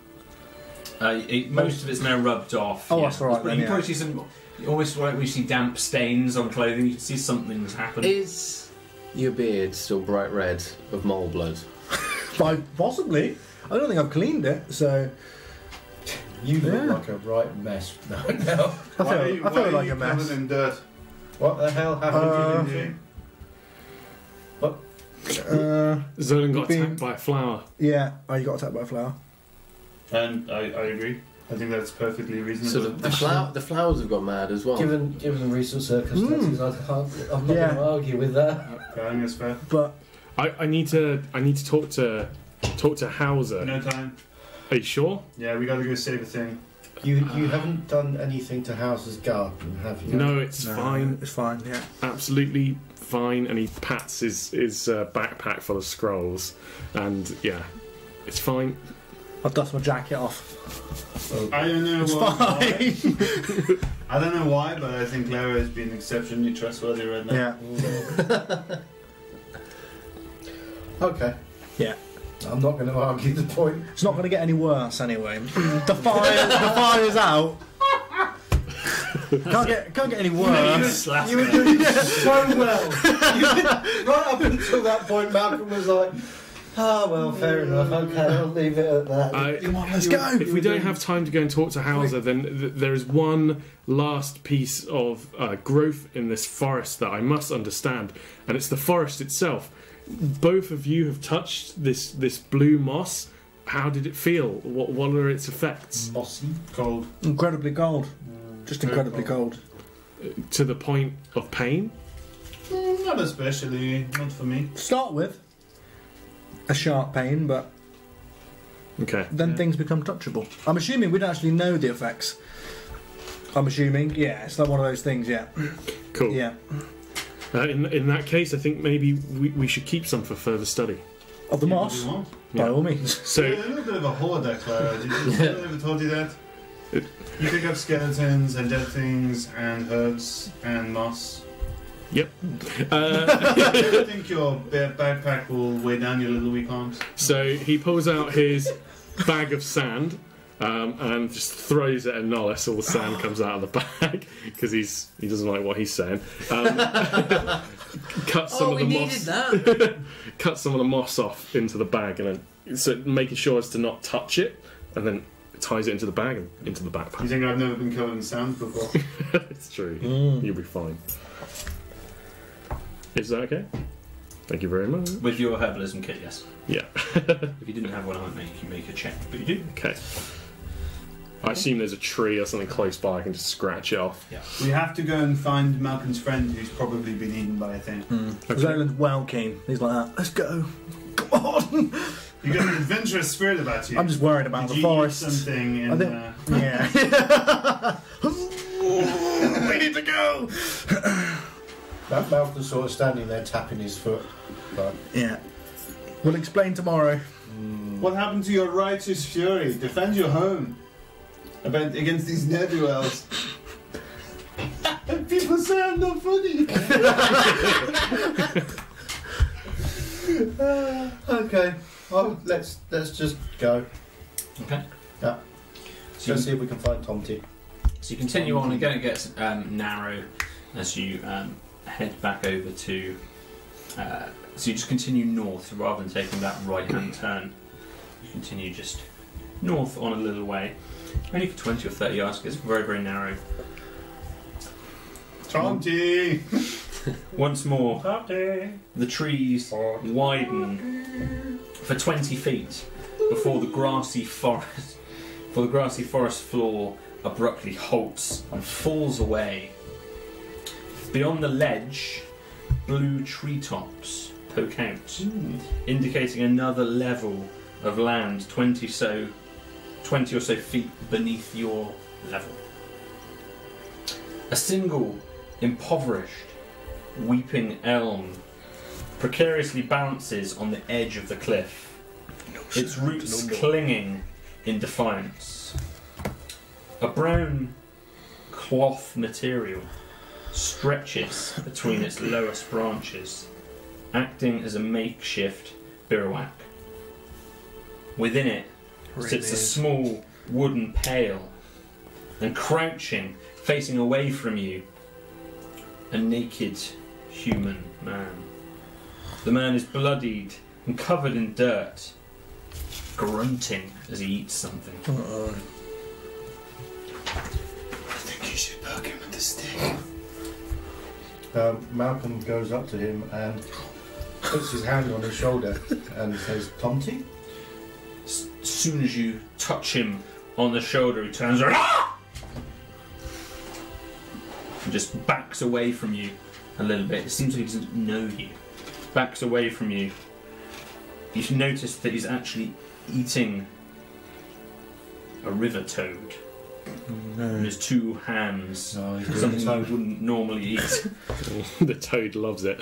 [SPEAKER 7] Uh,
[SPEAKER 4] Oh.
[SPEAKER 7] it, most of it's now rubbed off.
[SPEAKER 9] Oh, that's all right
[SPEAKER 7] But
[SPEAKER 9] then,
[SPEAKER 7] you
[SPEAKER 9] yeah.
[SPEAKER 7] probably see some, almost like we see damp stains on clothing. You can see something's happened.
[SPEAKER 6] Is your beard still bright red of mole blood?
[SPEAKER 9] By possibly. I don't think I've cleaned it, so
[SPEAKER 5] You look
[SPEAKER 9] Yeah.
[SPEAKER 5] like a right mess. No, no.
[SPEAKER 9] I
[SPEAKER 4] Why are
[SPEAKER 9] feel,
[SPEAKER 4] you,
[SPEAKER 9] I
[SPEAKER 4] why are
[SPEAKER 9] feel like
[SPEAKER 4] you
[SPEAKER 9] a mess.
[SPEAKER 4] covered in dirt?
[SPEAKER 5] What the hell happened
[SPEAKER 9] Uh,
[SPEAKER 5] to you? Ninja?
[SPEAKER 9] Uh,
[SPEAKER 1] Zolan got
[SPEAKER 9] Being-
[SPEAKER 1] attacked by a flower.
[SPEAKER 9] yeah. Oh, you got attacked by a flower.
[SPEAKER 4] And I, I agree. I think that's perfectly reasonable.
[SPEAKER 6] So the, the, flower, the flowers have got mad as well.
[SPEAKER 5] Given given the recent circumstances, I can't. I'm not
[SPEAKER 9] Yeah.
[SPEAKER 5] going to argue with that.
[SPEAKER 4] Okay, I think that's fair.
[SPEAKER 9] But
[SPEAKER 1] I, I need to I need to talk to talk to Hauser.
[SPEAKER 4] No time.
[SPEAKER 1] Are you sure?
[SPEAKER 4] Yeah, we gotta go save a thing.
[SPEAKER 5] You you haven't done anything to House's garden, have you?
[SPEAKER 1] No, it's
[SPEAKER 9] No,
[SPEAKER 1] fine.
[SPEAKER 9] It's fine. Yeah.
[SPEAKER 1] Absolutely fine. And he pats his his uh, backpack full of scrolls, and yeah, it's fine.
[SPEAKER 9] I've dust my jacket off.
[SPEAKER 5] Oh,
[SPEAKER 4] I don't know
[SPEAKER 9] It's
[SPEAKER 4] why.
[SPEAKER 9] fine.
[SPEAKER 4] I don't know why, but I think Clara has been exceptionally trustworthy right now.
[SPEAKER 9] yeah.
[SPEAKER 5] Okay.
[SPEAKER 9] Yeah.
[SPEAKER 5] I'm not going to argue the point.
[SPEAKER 9] It's not going to get any worse anyway. the fire, the fire's out. Can't get, can't get any worse.
[SPEAKER 5] You were doing so well. You did- right up until that point, Malcolm was like, "Ah, well, fair enough. Okay, I'll leave it at that."
[SPEAKER 1] I,
[SPEAKER 9] Let's go.
[SPEAKER 1] If we don't have time to go and talk to Hauser, then th- there is one last piece of uh, growth in this forest that I must understand, and it's the forest itself. Both of you have touched this this blue moss. How did it feel? What what are its effects?
[SPEAKER 5] Mossy.
[SPEAKER 4] Cold.
[SPEAKER 9] Incredibly cold.
[SPEAKER 1] Mm.
[SPEAKER 9] Just incredibly cold.
[SPEAKER 1] To the point of pain.
[SPEAKER 4] Mm, not especially. Not for me.
[SPEAKER 9] Start with a sharp pain, but
[SPEAKER 1] Okay.
[SPEAKER 9] then things become touchable. I'm assuming we don't actually know the effects. I'm assuming, yeah, it's like one of those things, yeah,
[SPEAKER 1] Cool.
[SPEAKER 9] yeah,
[SPEAKER 1] Uh, in in that case, I think maybe we, we should keep some for further study.
[SPEAKER 9] of the moss,
[SPEAKER 4] You want?
[SPEAKER 9] by all means.
[SPEAKER 4] You're
[SPEAKER 1] So
[SPEAKER 4] a little bit of a hoarder, Clara. Did you yeah. ever told you that? You pick up skeletons and dead things and herbs and moss.
[SPEAKER 1] Yep. uh,
[SPEAKER 4] Do you think your ba- backpack will weigh down your little weak arms?
[SPEAKER 1] So he pulls out his bag of sand um, and just throws it at Nollis. All the sand comes out of the bag because he's he doesn't like what he's saying. Um, cuts some
[SPEAKER 6] oh,
[SPEAKER 1] of
[SPEAKER 6] we
[SPEAKER 1] the
[SPEAKER 6] needed
[SPEAKER 1] moss,
[SPEAKER 6] that.
[SPEAKER 1] cuts some of the moss off into the bag, and then so making sure as to not touch it, and then ties it into the bag and into the
[SPEAKER 4] You
[SPEAKER 1] backpack.
[SPEAKER 4] think I've never been covered in sand before?
[SPEAKER 1] it's true.
[SPEAKER 6] Mm.
[SPEAKER 1] You'll be fine. Is that okay? Thank you very much.
[SPEAKER 7] With your herbalism kit, yes.
[SPEAKER 1] Yeah.
[SPEAKER 7] If you didn't have one, I might make you make a check, but you do.
[SPEAKER 1] Okay. I assume there's a tree or something close by. I can just scratch it off.
[SPEAKER 4] We have to go and find Malcolm's friend who's probably been eaten by a thing.
[SPEAKER 9] Zolan's well keen. He's like that. Let's go. Come on.
[SPEAKER 4] You got an adventurous spirit about you.
[SPEAKER 9] I'm just worried about
[SPEAKER 4] Did
[SPEAKER 9] the
[SPEAKER 4] you eat
[SPEAKER 9] forest.
[SPEAKER 4] something in,
[SPEAKER 9] I think-
[SPEAKER 4] uh,
[SPEAKER 9] Yeah. we need to go.
[SPEAKER 5] That Malcolm's sort of standing there tapping his foot. Like,
[SPEAKER 9] Yeah. We'll explain tomorrow.
[SPEAKER 4] What happened to your righteous fury? Defend your home about, against these nebuels. People say I'm not funny.
[SPEAKER 5] "Ah, okay, well, let's let's just go.
[SPEAKER 7] Okay.
[SPEAKER 5] Yeah.
[SPEAKER 7] So
[SPEAKER 5] Go
[SPEAKER 7] you,
[SPEAKER 5] see if we can find Tomty.
[SPEAKER 7] so you continue on and go and get um, narrow as you um, head back over to. Uh, so you just continue north so rather than taking that right hand turn. You continue just north on a little way. Only for 20 or 30 yards, 'cause it's very, very narrow.
[SPEAKER 4] Tomty!
[SPEAKER 7] Once more, the trees widen for 20 feet before the grassy forest, before the grassy forest floor abruptly halts and falls away. Beyond the ledge, blue treetops poke out, indicating another level of land, 20 so, 20 or so feet beneath your level. A single impoverished weeping elm precariously bounces on the edge of the cliff, its roots clinging in defiance. A brown cloth material stretches between its lowest branches, acting as a makeshift bivouac. Within it sits a small wooden pail, and crouching, facing away from you, a naked human man. The man is bloodied and covered in dirt, grunting as he eats something.
[SPEAKER 4] I think you should poke him with the stick.
[SPEAKER 5] Um, Malcolm goes up to him and puts his hand on his shoulder and says, "Tomty."
[SPEAKER 7] As soon as you touch him on the shoulder, he turns around "Ah!" and just backs away from you a little bit. It seems like he doesn't know you. Backs away from you. You should notice that he's actually eating a river toad. In his two hands.
[SPEAKER 5] No, he's
[SPEAKER 7] Something you wouldn't normally eat.
[SPEAKER 1] the toad loves it.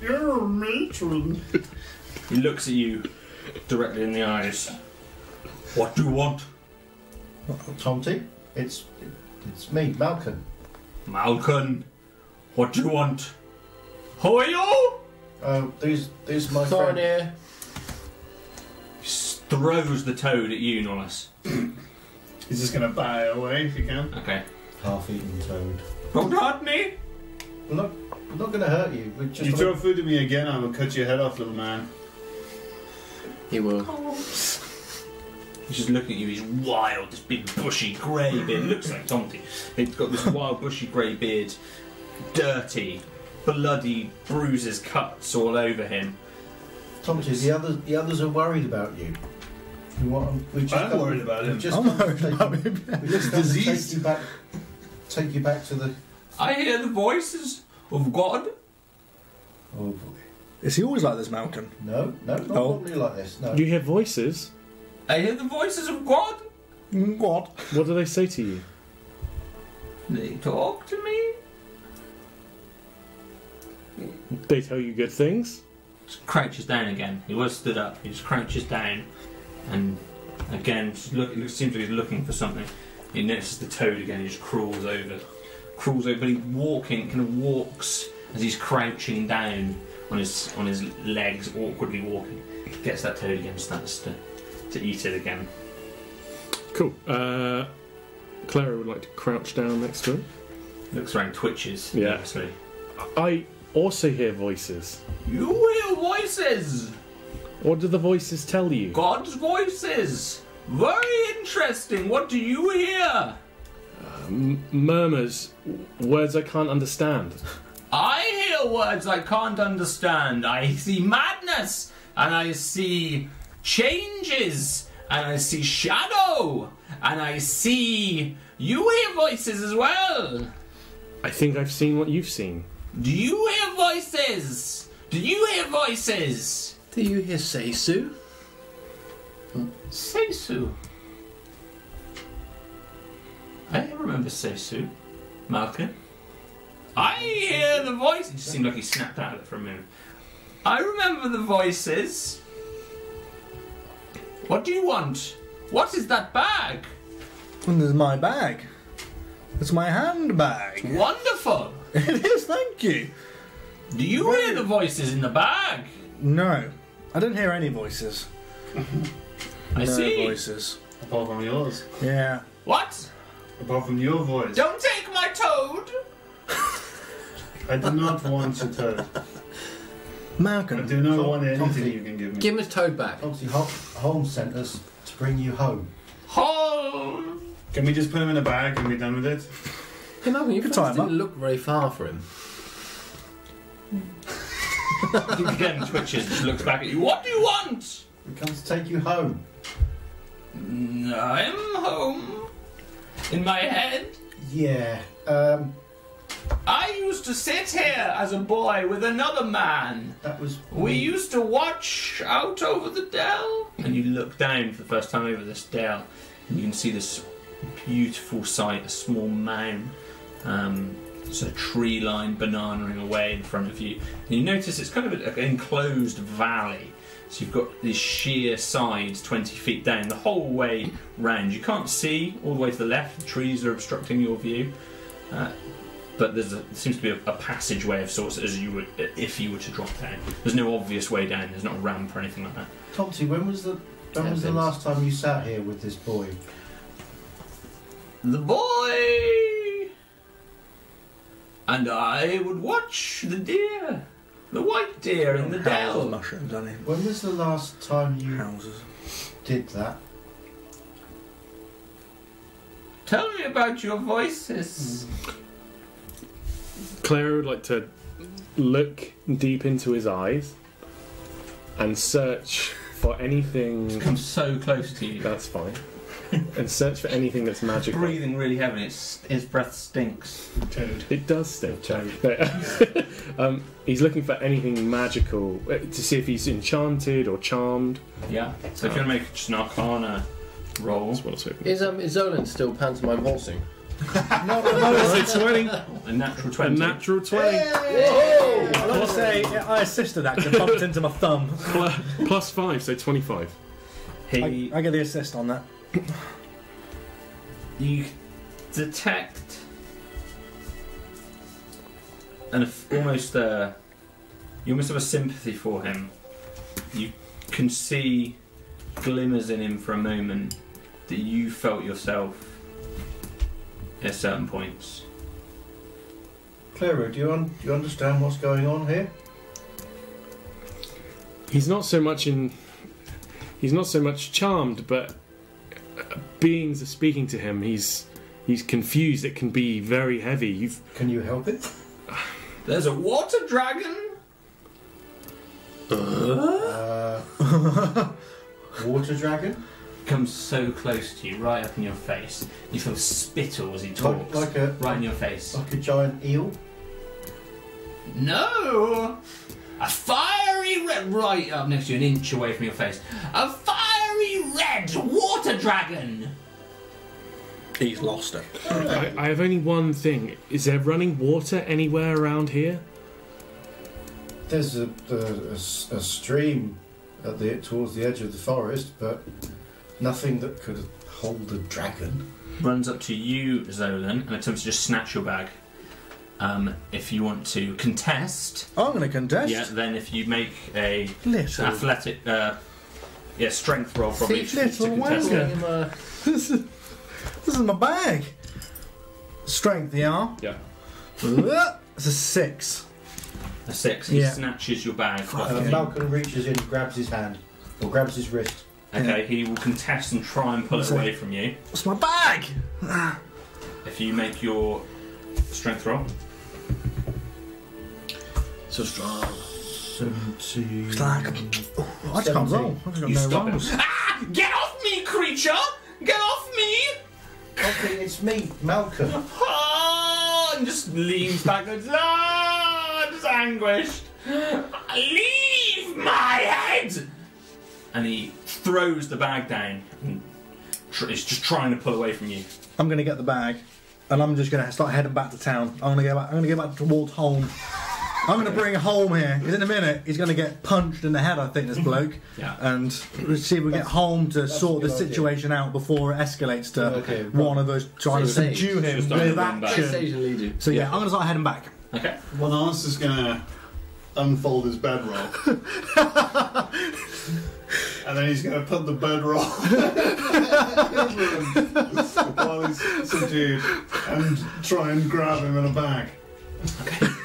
[SPEAKER 4] You're a matron.
[SPEAKER 7] He looks at you directly in the eyes. What do you want?
[SPEAKER 5] Tomty, it's it's me, Malcolm.
[SPEAKER 7] Malcolm, what do you want? Who are you?
[SPEAKER 5] Uh, these these are my friend.
[SPEAKER 6] Thornir.
[SPEAKER 7] He s- throws the toad at you, Nollis.
[SPEAKER 4] He's just gonna buy away if he can.
[SPEAKER 7] Okay.
[SPEAKER 5] Half-eaten toad.
[SPEAKER 7] Don't hurt me!
[SPEAKER 5] I'm not, I'm not going to hurt you. We're just
[SPEAKER 4] You throw food at me again, I will cut your head off, little man.
[SPEAKER 6] He will.
[SPEAKER 7] He's just looking at you, he's wild, this big bushy grey beard. Looks like Tomty. He's got this wild bushy grey beard, dirty, bloody bruises, cuts all over him.
[SPEAKER 5] Tomty, the others the others are worried about you. We want, we just
[SPEAKER 4] I'm
[SPEAKER 5] got-
[SPEAKER 4] worried about him.
[SPEAKER 5] We've just got to take you- we've just got to
[SPEAKER 4] Disease.
[SPEAKER 5] Take you back. Take you back to the.
[SPEAKER 7] I hear the voices of God.
[SPEAKER 5] Oh boy.
[SPEAKER 9] Is he always like this, Malcolm?
[SPEAKER 5] No, no, not
[SPEAKER 9] Oh.
[SPEAKER 5] normally like this. No.
[SPEAKER 1] You hear voices.
[SPEAKER 7] I hear the voices of God.
[SPEAKER 9] What?
[SPEAKER 1] What do they say to you?
[SPEAKER 7] They talk to me.
[SPEAKER 1] They tell you good things.
[SPEAKER 7] Just crouches down again. He was stood up. He just crouches down, and again, just look, it seems like he's looking for something. He notices the toad again. He just crawls over, crawls over. But he's walking, kind of walks as he's crouching down on his on his legs, awkwardly walking. Gets that toad again, starts to to eat it again.
[SPEAKER 1] Cool. Uh, Clara would like to crouch down next to him.
[SPEAKER 7] Looks around, twitches.
[SPEAKER 1] Yeah.
[SPEAKER 7] nervously.
[SPEAKER 1] I also hear voices.
[SPEAKER 7] You hear voices.
[SPEAKER 1] What do the voices tell you?
[SPEAKER 7] God's voices. Very interesting. What do you hear?
[SPEAKER 1] Murmurs, words I can't understand.
[SPEAKER 7] I hear words I can't understand. I see madness, and I see changes, and I see shadow, and I see. You hear voices as well.
[SPEAKER 1] I think I've seen what you've seen.
[SPEAKER 7] Do you hear voices? Do you hear voices?
[SPEAKER 6] Do you hear Seisu?
[SPEAKER 7] Seisu. I remember Seisu. Malcolm. I hear the voice. It just seemed like he snapped out of it for a minute. I remember the voices. What do you want? What is that bag?
[SPEAKER 9] And there's my bag. It's my handbag.
[SPEAKER 7] Wonderful.
[SPEAKER 9] It is, thank you.
[SPEAKER 7] Do you hear the voices in the bag?
[SPEAKER 9] No, I didn't hear any voices.
[SPEAKER 7] I
[SPEAKER 9] no
[SPEAKER 7] see.
[SPEAKER 9] voices.
[SPEAKER 4] Apart from yours.
[SPEAKER 9] Yeah.
[SPEAKER 7] What?
[SPEAKER 4] Apart from your voice.
[SPEAKER 7] Don't take my toad.
[SPEAKER 4] I do not want your toad. I
[SPEAKER 9] Malcolm,
[SPEAKER 4] do not want anything you can give me.
[SPEAKER 6] Give him his toad back.
[SPEAKER 4] Oh,
[SPEAKER 5] Obviously, Ho- Holmes sent us to bring you home.
[SPEAKER 7] Hold.
[SPEAKER 4] Can we just put him in a bag and be done with it?
[SPEAKER 6] Hey, Malcolm, your friends
[SPEAKER 9] tie him
[SPEAKER 6] didn't
[SPEAKER 9] up.
[SPEAKER 6] look very far for him.
[SPEAKER 7] Again twitches. Just looks back at you. What do you want?
[SPEAKER 5] We come to take you home.
[SPEAKER 7] I'm home. In my head,
[SPEAKER 5] Yeah. Um,
[SPEAKER 7] I used to sit here as a boy with another man.
[SPEAKER 5] that was.
[SPEAKER 7] We used to watch out over the dell. And you look down for the first time over this dell, and you can see this beautiful sight a small mound. Um, it's a tree line bananaing away in front of you. And you notice it's kind of an enclosed valley. So you've got these sheer sides 20 feet down, the whole way round. You can't see all the way to the left, the trees are obstructing your view. Uh, but there's a, there seems to be a, a passageway of sorts as you would if you were to drop down. There's no obvious way down. There's not a ramp or anything like that.
[SPEAKER 5] Topsy, when was the when
[SPEAKER 6] Yeah,
[SPEAKER 5] was the
[SPEAKER 6] Vince.
[SPEAKER 5] last time you sat here with this boy?
[SPEAKER 7] The boy and I would watch the deer, the white deer in the
[SPEAKER 9] houses,
[SPEAKER 7] dell.
[SPEAKER 9] mushrooms, aren't they?
[SPEAKER 5] When was the last time you
[SPEAKER 9] Houses.
[SPEAKER 5] did that?
[SPEAKER 7] Tell me about your voices.
[SPEAKER 1] Clara would like to look deep into his eyes and search for anything.
[SPEAKER 7] Come so close to you.
[SPEAKER 1] That's fine. and search for anything that's magical.
[SPEAKER 7] Breathing really heavily, it's, his breath stinks.
[SPEAKER 4] Toad.
[SPEAKER 1] It does stink. um, he's looking for anything magical uh, to see if he's enchanted or charmed.
[SPEAKER 7] Yeah. So if you want to make just an arcana roll,
[SPEAKER 1] That's what I was hoping.
[SPEAKER 6] Is um is Zolan still pantomime horsing?
[SPEAKER 1] It's a 20.
[SPEAKER 7] a natural
[SPEAKER 1] A
[SPEAKER 7] 20.
[SPEAKER 1] natural 20.
[SPEAKER 7] Oh,
[SPEAKER 9] I like to say, yeah, I assisted actually, bumped into my thumb.
[SPEAKER 1] Pl- plus 5, so 25.
[SPEAKER 9] I,
[SPEAKER 7] he,
[SPEAKER 9] I get the assist on that.
[SPEAKER 7] you detect an af- almost uh, you almost have a sympathy for him. You can see glimmers in him for a moment that you felt yourself at certain points.
[SPEAKER 5] Clara, do you un- do you understand what's going on here?
[SPEAKER 1] He's not so much in. He's not so much charmed, but uh, beings are speaking to him. He's he's confused. It can be very heavy. You've
[SPEAKER 5] Can you help it?
[SPEAKER 7] There's a water dragon.
[SPEAKER 5] Uh, water dragon,
[SPEAKER 7] Comes so close to you, right up in your face. You feel spittle as he
[SPEAKER 5] like,
[SPEAKER 7] talks,
[SPEAKER 5] like a
[SPEAKER 7] right in your face.
[SPEAKER 5] like a giant eel.
[SPEAKER 7] No! A fiery red, right up next to you, an inch away from your face. A fiery red water dragon!
[SPEAKER 9] He's lost it.
[SPEAKER 1] I, I have only one thing. Is there running water anywhere around here?
[SPEAKER 5] There's a, a, a s- a stream at the towards the edge of the forest, but nothing that could hold a dragon?
[SPEAKER 7] runs up to you, Zolan, and attempts to just snatch your bag. Um, if you want to contest,
[SPEAKER 3] Oh, I'm going to contest.
[SPEAKER 7] yeah, then if you make a
[SPEAKER 3] Little.
[SPEAKER 7] athletic, uh, yeah, strength roll from each to
[SPEAKER 3] little
[SPEAKER 7] contest.
[SPEAKER 3] wanker. This is, this is my bag. Strength, yeah.
[SPEAKER 1] Yeah.
[SPEAKER 3] it's a six.
[SPEAKER 7] A six. He
[SPEAKER 3] Yeah.
[SPEAKER 7] snatches your bag. Off
[SPEAKER 5] Uh,
[SPEAKER 7] you.
[SPEAKER 5] Malcolm reaches in, grabs his hand, or grabs his wrist.
[SPEAKER 7] Okay, he will contest and try and pull it
[SPEAKER 3] Sorry.
[SPEAKER 7] away from you.
[SPEAKER 3] It's my bag.
[SPEAKER 7] If you make your strength roll,
[SPEAKER 6] So strong.
[SPEAKER 5] Seventy.
[SPEAKER 3] It's like, oh, I just can't roll. I've got no
[SPEAKER 1] stop it.
[SPEAKER 3] rolls.
[SPEAKER 7] Ah! get off me, creature! Get off me!
[SPEAKER 5] Okay, it's me, Malcolm.
[SPEAKER 7] Ah, and just leans backwards. Ah, just anguished. Leave my head! And he throws the bag down and tr- is just trying to pull away from you.
[SPEAKER 3] I'm going to get the bag, and I'm just going to start heading back to town. I'm going to go back. I'm going to go back towards home. I'm going to bring home here because in a minute he's going to get punched in the head. I think this bloke.
[SPEAKER 7] Yeah.
[SPEAKER 3] And we'll see if we get home to sort
[SPEAKER 5] a
[SPEAKER 3] the
[SPEAKER 5] good idea.
[SPEAKER 3] situation out before it escalates to
[SPEAKER 5] Okay, right.
[SPEAKER 3] one of us trying
[SPEAKER 6] So
[SPEAKER 3] to
[SPEAKER 6] you say-
[SPEAKER 3] subdue him
[SPEAKER 12] just don't
[SPEAKER 3] with
[SPEAKER 12] run back.
[SPEAKER 3] action.
[SPEAKER 6] Station lead you.
[SPEAKER 3] So yeah, I'm going to start heading back.
[SPEAKER 7] Okay.
[SPEAKER 4] Well, Lance is gonna unfold his bedroll. and then he's gonna put the bedroll while he's subdued and try and grab him in a bag.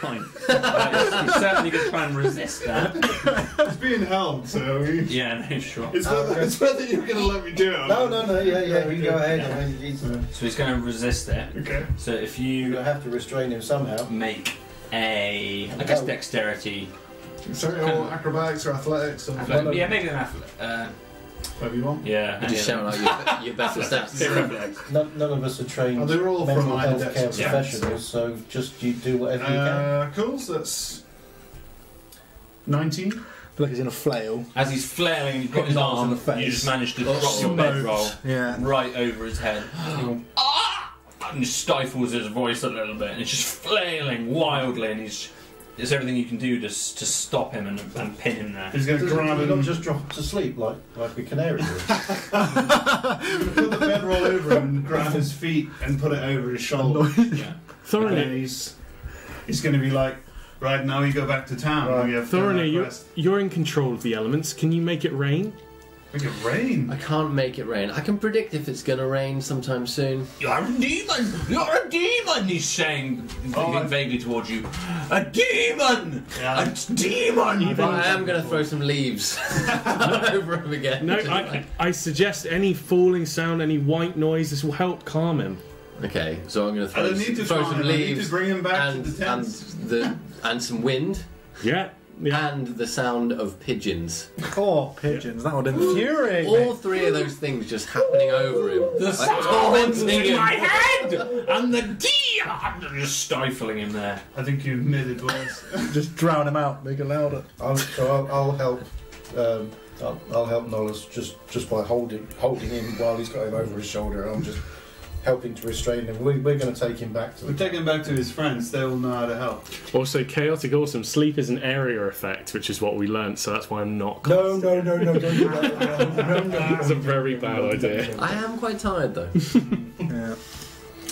[SPEAKER 7] Fine. Uh, he's certainly going to try and resist that.
[SPEAKER 4] It's being held, so he,
[SPEAKER 7] Yeah, no, sure.
[SPEAKER 4] it's, whether, it's whether you're gonna let me do it. or
[SPEAKER 5] No,
[SPEAKER 4] not.
[SPEAKER 5] no, no, yeah, yeah, you go ahead. I mean, he's,
[SPEAKER 7] So he's going to resist it.
[SPEAKER 4] Okay.
[SPEAKER 7] So if
[SPEAKER 5] you
[SPEAKER 7] you
[SPEAKER 5] have to restrain him somehow.
[SPEAKER 7] make a, I guess, dexterity.
[SPEAKER 4] Sorry, all acrobatics or athletics or
[SPEAKER 7] But, yeah, maybe an athlete. Uh,
[SPEAKER 4] whatever you want.
[SPEAKER 7] yeah.
[SPEAKER 6] You just
[SPEAKER 7] any
[SPEAKER 6] shout
[SPEAKER 7] of
[SPEAKER 6] out your, your better stats.
[SPEAKER 7] them.
[SPEAKER 5] None, none of us are trained
[SPEAKER 4] Oh, they were all from
[SPEAKER 5] mental
[SPEAKER 4] my
[SPEAKER 5] health care
[SPEAKER 4] depth.
[SPEAKER 7] Yeah.
[SPEAKER 5] professionals, so just you do whatever you can.
[SPEAKER 4] Uh, cool, so that's 19.
[SPEAKER 3] Look, he's in a flail.
[SPEAKER 7] As he's flailing, you've got his
[SPEAKER 3] Knocks in
[SPEAKER 7] arm,
[SPEAKER 3] the face.
[SPEAKER 7] you just manage to drop your
[SPEAKER 3] Smoked.
[SPEAKER 7] bedroll
[SPEAKER 3] Yeah.
[SPEAKER 7] right over his head. ah! And just stifles his voice a little bit, and he's just flailing wildly, and he's. There's everything you can do to, s- to stop him and, and pin him there.
[SPEAKER 4] He's gonna
[SPEAKER 5] Does-
[SPEAKER 4] grab
[SPEAKER 5] do you
[SPEAKER 4] him.
[SPEAKER 5] not just drop to sleep like like a canary. would?
[SPEAKER 4] put the bedroll over him and grab his feet and put it over his shoulder.
[SPEAKER 7] Yeah.
[SPEAKER 4] and
[SPEAKER 1] Thoroughly,
[SPEAKER 4] then he's he's going to be like, right now you go back to town.
[SPEAKER 5] Right.
[SPEAKER 4] We have done
[SPEAKER 1] thoroughly,
[SPEAKER 4] our
[SPEAKER 1] you're,
[SPEAKER 4] quest."
[SPEAKER 1] you're in control of the elements. Can you make it rain?
[SPEAKER 4] Make it rain.
[SPEAKER 6] I can't make it rain. I can predict if it's gonna rain sometime soon.
[SPEAKER 7] You're a demon! You're a demon! He's saying,
[SPEAKER 4] Oh, I-
[SPEAKER 7] looking vaguely towards you. A demon!
[SPEAKER 4] Yeah.
[SPEAKER 7] A demon!
[SPEAKER 6] But I am gonna throw some leaves over him again.
[SPEAKER 1] No,
[SPEAKER 6] Just
[SPEAKER 1] I,
[SPEAKER 6] like-
[SPEAKER 1] I suggest any falling sound, any white noise. This will help calm him.
[SPEAKER 6] Okay, so I'm gonna
[SPEAKER 4] I
[SPEAKER 6] throw,
[SPEAKER 4] don't
[SPEAKER 6] some,
[SPEAKER 4] need to
[SPEAKER 6] throw
[SPEAKER 4] find
[SPEAKER 6] some
[SPEAKER 4] him. I need to
[SPEAKER 6] leaves
[SPEAKER 4] bring him back
[SPEAKER 6] and
[SPEAKER 4] to the
[SPEAKER 6] and
[SPEAKER 4] tent.
[SPEAKER 6] the and some wind
[SPEAKER 1] Yeah, yeah.
[SPEAKER 6] and the sound of pigeons.
[SPEAKER 3] Oh, pigeons. That would infuriate me.
[SPEAKER 6] All three of those things just happening over him.
[SPEAKER 7] The
[SPEAKER 6] like,
[SPEAKER 7] sounds
[SPEAKER 6] tormenting
[SPEAKER 7] oh, in
[SPEAKER 6] him.
[SPEAKER 7] my head! And the demon! Just stifling him there.
[SPEAKER 4] I think you've admitted worse.
[SPEAKER 3] Just drown him out. Make it louder.
[SPEAKER 5] I'll, so I'll, I'll help. Um, I'll, I'll help Nollis just just by holding holding him while he's got him over his shoulder. and I'm just helping to restrain him. We, we're going to take him back to
[SPEAKER 4] We'll
[SPEAKER 5] the.
[SPEAKER 4] take him back to his friends. They will know how to help.
[SPEAKER 1] Also, chaotic awesome sleep is an area effect, which is what we learnt. So that's why I'm not.
[SPEAKER 5] No, no, no, no, don't do that. No, no, no.
[SPEAKER 1] That's a very bad idea.
[SPEAKER 6] I am quite tired though.
[SPEAKER 3] Yeah.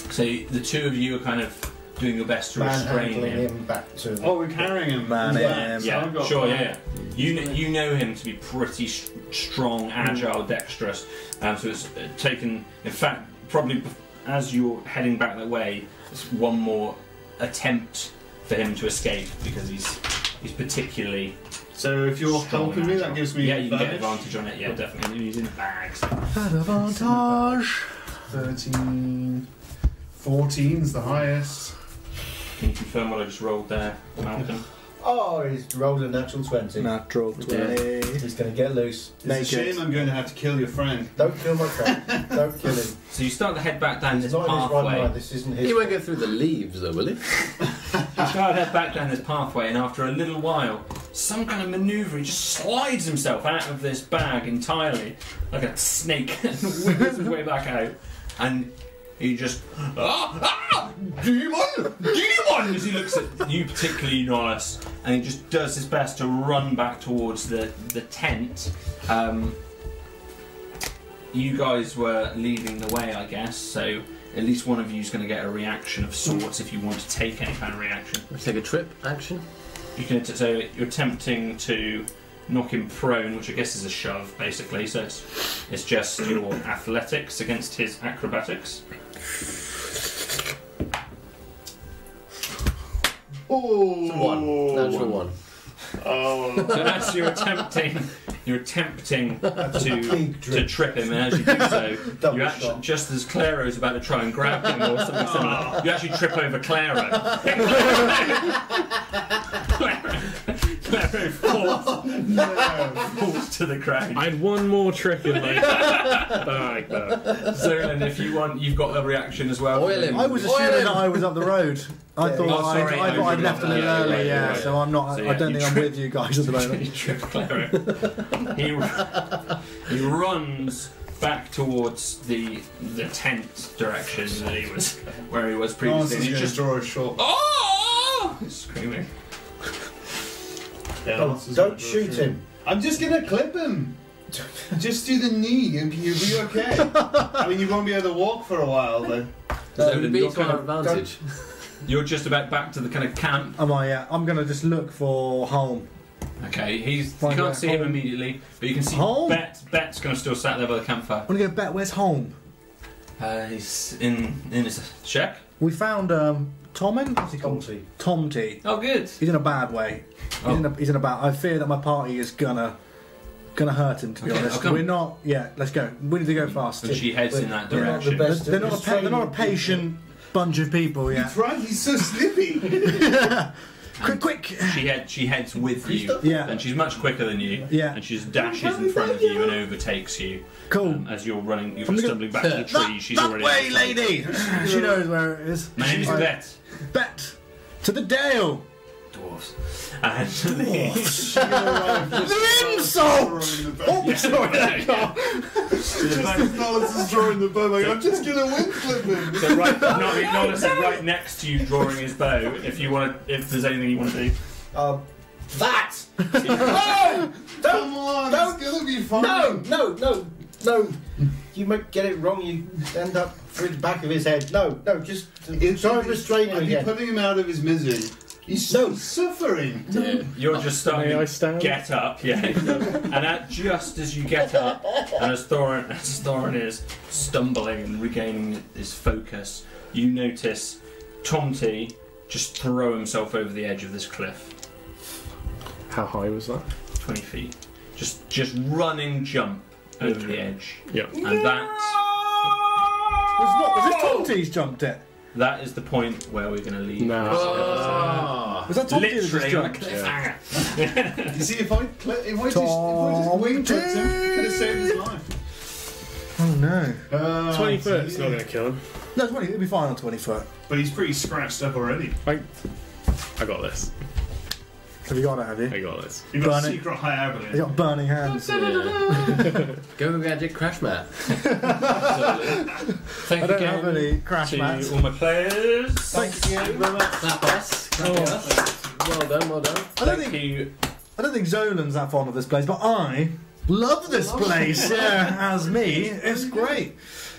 [SPEAKER 7] So the two of you are kind of doing your best to restrain
[SPEAKER 5] Manhandling
[SPEAKER 7] him.
[SPEAKER 5] him back to.
[SPEAKER 4] Oh, we're carrying him.
[SPEAKER 3] Man,
[SPEAKER 4] He's
[SPEAKER 3] yeah, yeah.
[SPEAKER 4] back. So I've got-
[SPEAKER 7] sure, yeah. yeah. You kn- you know him to be pretty s
[SPEAKER 4] Hmm.
[SPEAKER 7] strong, agile, dexterous. Um, so it's uh, taken. In fact, probably bef- as you're heading back that way, it's one more attempt for him to escape because he's he's particularly.
[SPEAKER 4] So if you're
[SPEAKER 7] strong
[SPEAKER 4] helping
[SPEAKER 7] and
[SPEAKER 4] me,
[SPEAKER 7] agile.
[SPEAKER 4] that gives me
[SPEAKER 7] Yeah, you can get
[SPEAKER 4] advantage.
[SPEAKER 7] advantage on it. Yeah, definitely. And he's in bags.
[SPEAKER 3] Advantage.
[SPEAKER 4] 13, 14 is the highest.
[SPEAKER 7] Can you confirm what I just rolled there, Malcolm?
[SPEAKER 5] Oh, he's rolled a natural twenty.
[SPEAKER 3] Natural 20.
[SPEAKER 5] He's going to get loose.
[SPEAKER 4] It's
[SPEAKER 3] Naked.
[SPEAKER 4] a shame I'm going to have to kill your friend.
[SPEAKER 5] Don't kill my friend. Don't kill him.
[SPEAKER 7] So you start to head back down
[SPEAKER 5] He's
[SPEAKER 7] this
[SPEAKER 5] not in his right
[SPEAKER 7] pathway.
[SPEAKER 5] mind. This isn't his.
[SPEAKER 6] He won't go through the leaves though, will he?
[SPEAKER 7] He started head back down this pathway, and after a little while, some kind of manoeuvre, he just slides himself out of this bag entirely, like a snake, and wiggles his way back out. And he just, ah, ah, demon, demon, as he looks at you, particularly Norris, and he just does his best to run back towards the, the tent. Um, you guys were leading the way, I guess. So at least one of you is going to get a reaction of sorts if you want to take any kind of reaction.
[SPEAKER 6] Let's take a trip action.
[SPEAKER 7] You can att- so you're attempting to knock him prone, which I guess is a shove, basically. So it's it's just your athletics against his acrobatics.
[SPEAKER 6] It's a one. Natural one.
[SPEAKER 7] So as you're attempting, you're attempting to
[SPEAKER 5] big
[SPEAKER 7] to
[SPEAKER 5] drip.
[SPEAKER 7] trip him, and as you do so,
[SPEAKER 5] Double
[SPEAKER 7] you
[SPEAKER 5] shot.
[SPEAKER 7] actually just as Claro's about to try and grab him or something similar, you actually trip over Claro. Claro, Claro falls, falls to the ground.
[SPEAKER 1] I had one more trick in my bag. There.
[SPEAKER 7] Zolan, if you want, you've got a reaction as well.
[SPEAKER 6] Oil him.
[SPEAKER 3] I was
[SPEAKER 6] Oil
[SPEAKER 3] assuming
[SPEAKER 6] him.
[SPEAKER 3] that I was up the road. I thought
[SPEAKER 7] Oh,
[SPEAKER 3] I'd-
[SPEAKER 7] sorry,
[SPEAKER 3] I,
[SPEAKER 7] no,
[SPEAKER 3] thought I'd
[SPEAKER 7] you
[SPEAKER 3] left a
[SPEAKER 7] were
[SPEAKER 3] little
[SPEAKER 7] right,
[SPEAKER 3] early,
[SPEAKER 7] yeah,
[SPEAKER 3] yeah.
[SPEAKER 7] right,
[SPEAKER 3] So I'm not.
[SPEAKER 7] So,
[SPEAKER 3] I
[SPEAKER 7] yeah,
[SPEAKER 3] don't
[SPEAKER 7] you
[SPEAKER 3] think I'm
[SPEAKER 7] tri-
[SPEAKER 3] with you guys at the moment.
[SPEAKER 7] He tripped Clara. he, he runs back towards the the tent direction that he was where he was previously. and
[SPEAKER 4] Answer's
[SPEAKER 7] he
[SPEAKER 4] gonna
[SPEAKER 7] just
[SPEAKER 4] draw a short.
[SPEAKER 7] oh! He's screaming.
[SPEAKER 4] Yeah,
[SPEAKER 5] Don't,
[SPEAKER 4] Answer's
[SPEAKER 5] don't
[SPEAKER 4] gonna draw a
[SPEAKER 5] shoot
[SPEAKER 4] short.
[SPEAKER 5] him.
[SPEAKER 4] I'm just gonna clip him. Just do the knee, you'll be, you'll be okay. I mean, you won't be able to walk for a while, but
[SPEAKER 6] So it would be
[SPEAKER 7] you're,
[SPEAKER 6] to
[SPEAKER 7] kind
[SPEAKER 6] our
[SPEAKER 7] of,
[SPEAKER 6] advantage.
[SPEAKER 7] you're just about back to the kind of camp.
[SPEAKER 3] Am I? Yeah. I'm gonna just look for home.
[SPEAKER 7] Okay, he's
[SPEAKER 3] Find
[SPEAKER 7] you can't
[SPEAKER 3] out
[SPEAKER 7] see him
[SPEAKER 3] home.
[SPEAKER 7] immediately, but you can see
[SPEAKER 3] Home?
[SPEAKER 7] Bet. Bet's kind of still sat there by the campfire.
[SPEAKER 3] I want to go bet. Where's home?
[SPEAKER 7] Uh, he's in in his check.
[SPEAKER 3] We found um, Tomin. What's he called?
[SPEAKER 5] Tomty.
[SPEAKER 3] Tomty.
[SPEAKER 7] Oh, good.
[SPEAKER 3] He's in a bad way. He's,
[SPEAKER 7] Oh.
[SPEAKER 3] in a, he's in a bad. I fear that my party is gonna gonna hurt him. To be
[SPEAKER 7] Okay, I'll
[SPEAKER 3] honest,
[SPEAKER 7] come.
[SPEAKER 3] we're not. Yeah, let's go. We need to go fast.
[SPEAKER 7] And she heads in that
[SPEAKER 5] We're not the
[SPEAKER 7] direction.
[SPEAKER 5] best
[SPEAKER 3] They're not. A pa- they're not a patient bunch of people. Yeah.
[SPEAKER 4] that's right. He's so slippy.
[SPEAKER 3] Quick, quick.
[SPEAKER 7] She head, she heads with you,
[SPEAKER 3] Yeah.
[SPEAKER 7] and she's much quicker than you.
[SPEAKER 3] Yeah.
[SPEAKER 7] and she just dashes in front of you and overtakes you
[SPEAKER 3] Cool.
[SPEAKER 7] um, as you're running. You're
[SPEAKER 3] I'm gonna-
[SPEAKER 7] stumbling back to the tree. She's
[SPEAKER 3] that
[SPEAKER 7] already
[SPEAKER 3] way, lady. she knows where it is.
[SPEAKER 7] My name is
[SPEAKER 3] I
[SPEAKER 7] Bet.
[SPEAKER 3] Bet to the Dale.
[SPEAKER 7] Dwarfs. And
[SPEAKER 3] The insult. Oh, sorry.
[SPEAKER 4] Nolans Oh, is drawing the bow. Like, I'm just gonna wind flip him.
[SPEAKER 7] so right, no, Nolus is right next to you drawing his bow. If you want, to, if there's anything you want to do,
[SPEAKER 5] Um, that!
[SPEAKER 4] Come on, it's gonna be fine.
[SPEAKER 5] No, no, no, no. You might get it wrong, you end up through the back of his head. No, no, just
[SPEAKER 4] It's
[SPEAKER 5] try and restrain him
[SPEAKER 4] I'd be
[SPEAKER 5] again.
[SPEAKER 4] putting him out of his misery. He's
[SPEAKER 5] No.
[SPEAKER 4] suffering.
[SPEAKER 6] Yeah.
[SPEAKER 3] Uh,
[SPEAKER 7] you're just starting.
[SPEAKER 1] May I
[SPEAKER 7] to
[SPEAKER 1] stand?
[SPEAKER 7] Get up, yeah. and that, just as you get up, and as Thorin, as Thorin is stumbling and regaining his focus, you notice Tomty just throw himself over the edge of this cliff,
[SPEAKER 1] How high was that?
[SPEAKER 7] 20 feet. Just, just running jump over the edge.
[SPEAKER 1] Yep.
[SPEAKER 7] And that,
[SPEAKER 3] Was, what, was this Tomty's jumped it?
[SPEAKER 7] that is the point where we're going to leave.
[SPEAKER 1] No.
[SPEAKER 7] this episode.
[SPEAKER 3] Was that Tomty that just
[SPEAKER 7] Literally on a
[SPEAKER 3] jumped?
[SPEAKER 7] cliffhanger.
[SPEAKER 4] You see, if I cl- if I just, if I just wing clipped him, could have saved his life.
[SPEAKER 3] Oh no.
[SPEAKER 4] Uh,
[SPEAKER 1] Twenty foot. It's not going to kill him.
[SPEAKER 3] No, 20, it'll be fine on 20 foot.
[SPEAKER 4] But he's pretty scratched up already.
[SPEAKER 1] I, I got this.
[SPEAKER 3] Have you got it, have you?
[SPEAKER 1] I got this.
[SPEAKER 4] You've
[SPEAKER 3] got
[SPEAKER 4] got
[SPEAKER 3] Burn it.
[SPEAKER 4] secret high
[SPEAKER 3] He's got burning hands.
[SPEAKER 6] Yeah.
[SPEAKER 7] Ah.
[SPEAKER 6] Go gadget crash mat.
[SPEAKER 7] Thank
[SPEAKER 3] I don't have any crash mats.
[SPEAKER 7] to all my players.
[SPEAKER 3] Thank you.
[SPEAKER 6] Clap us. Clap us.
[SPEAKER 7] Oh.
[SPEAKER 6] Well done, well done.
[SPEAKER 3] I don't think
[SPEAKER 7] you.
[SPEAKER 3] I don't think Zolan's that fond of this place, but I love this place. yeah, as me, it's great.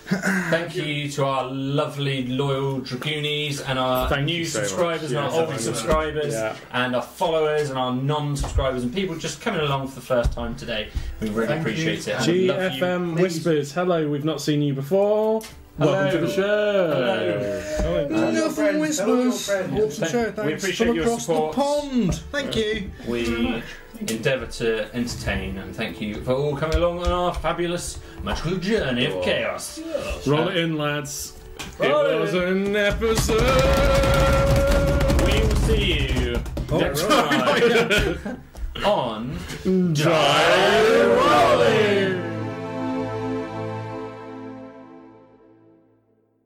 [SPEAKER 7] Thank you to our lovely loyal dragoonies and our
[SPEAKER 1] Thank
[SPEAKER 7] new
[SPEAKER 1] you so much.
[SPEAKER 7] subscribers
[SPEAKER 1] Yeah,
[SPEAKER 7] and our old
[SPEAKER 1] thank you.
[SPEAKER 7] subscribers
[SPEAKER 1] Yeah.
[SPEAKER 7] and our followers and our non-subscribers and people just coming along for the first time today. We really appreciate it. and we love you.
[SPEAKER 1] GFM whispers. Hello, we've not seen you before. Welcome to the show.
[SPEAKER 3] Hello
[SPEAKER 5] your
[SPEAKER 3] from
[SPEAKER 5] friends. Hello, your
[SPEAKER 3] Whispers.
[SPEAKER 5] friends.
[SPEAKER 3] Hope to
[SPEAKER 7] Thank-
[SPEAKER 3] show
[SPEAKER 7] we
[SPEAKER 3] thanks
[SPEAKER 7] appreciate
[SPEAKER 3] from
[SPEAKER 7] your
[SPEAKER 3] across
[SPEAKER 7] support.
[SPEAKER 3] the pond. Thank you.
[SPEAKER 7] We endeavour to entertain and thank you for all coming along on our fabulous magical journey of chaos.
[SPEAKER 1] Oh. Roll it in, lads.
[SPEAKER 7] Roll it
[SPEAKER 1] it was
[SPEAKER 7] in.
[SPEAKER 1] an episode.
[SPEAKER 7] We will see you
[SPEAKER 1] Oh,
[SPEAKER 7] next time on
[SPEAKER 1] Dry rolling.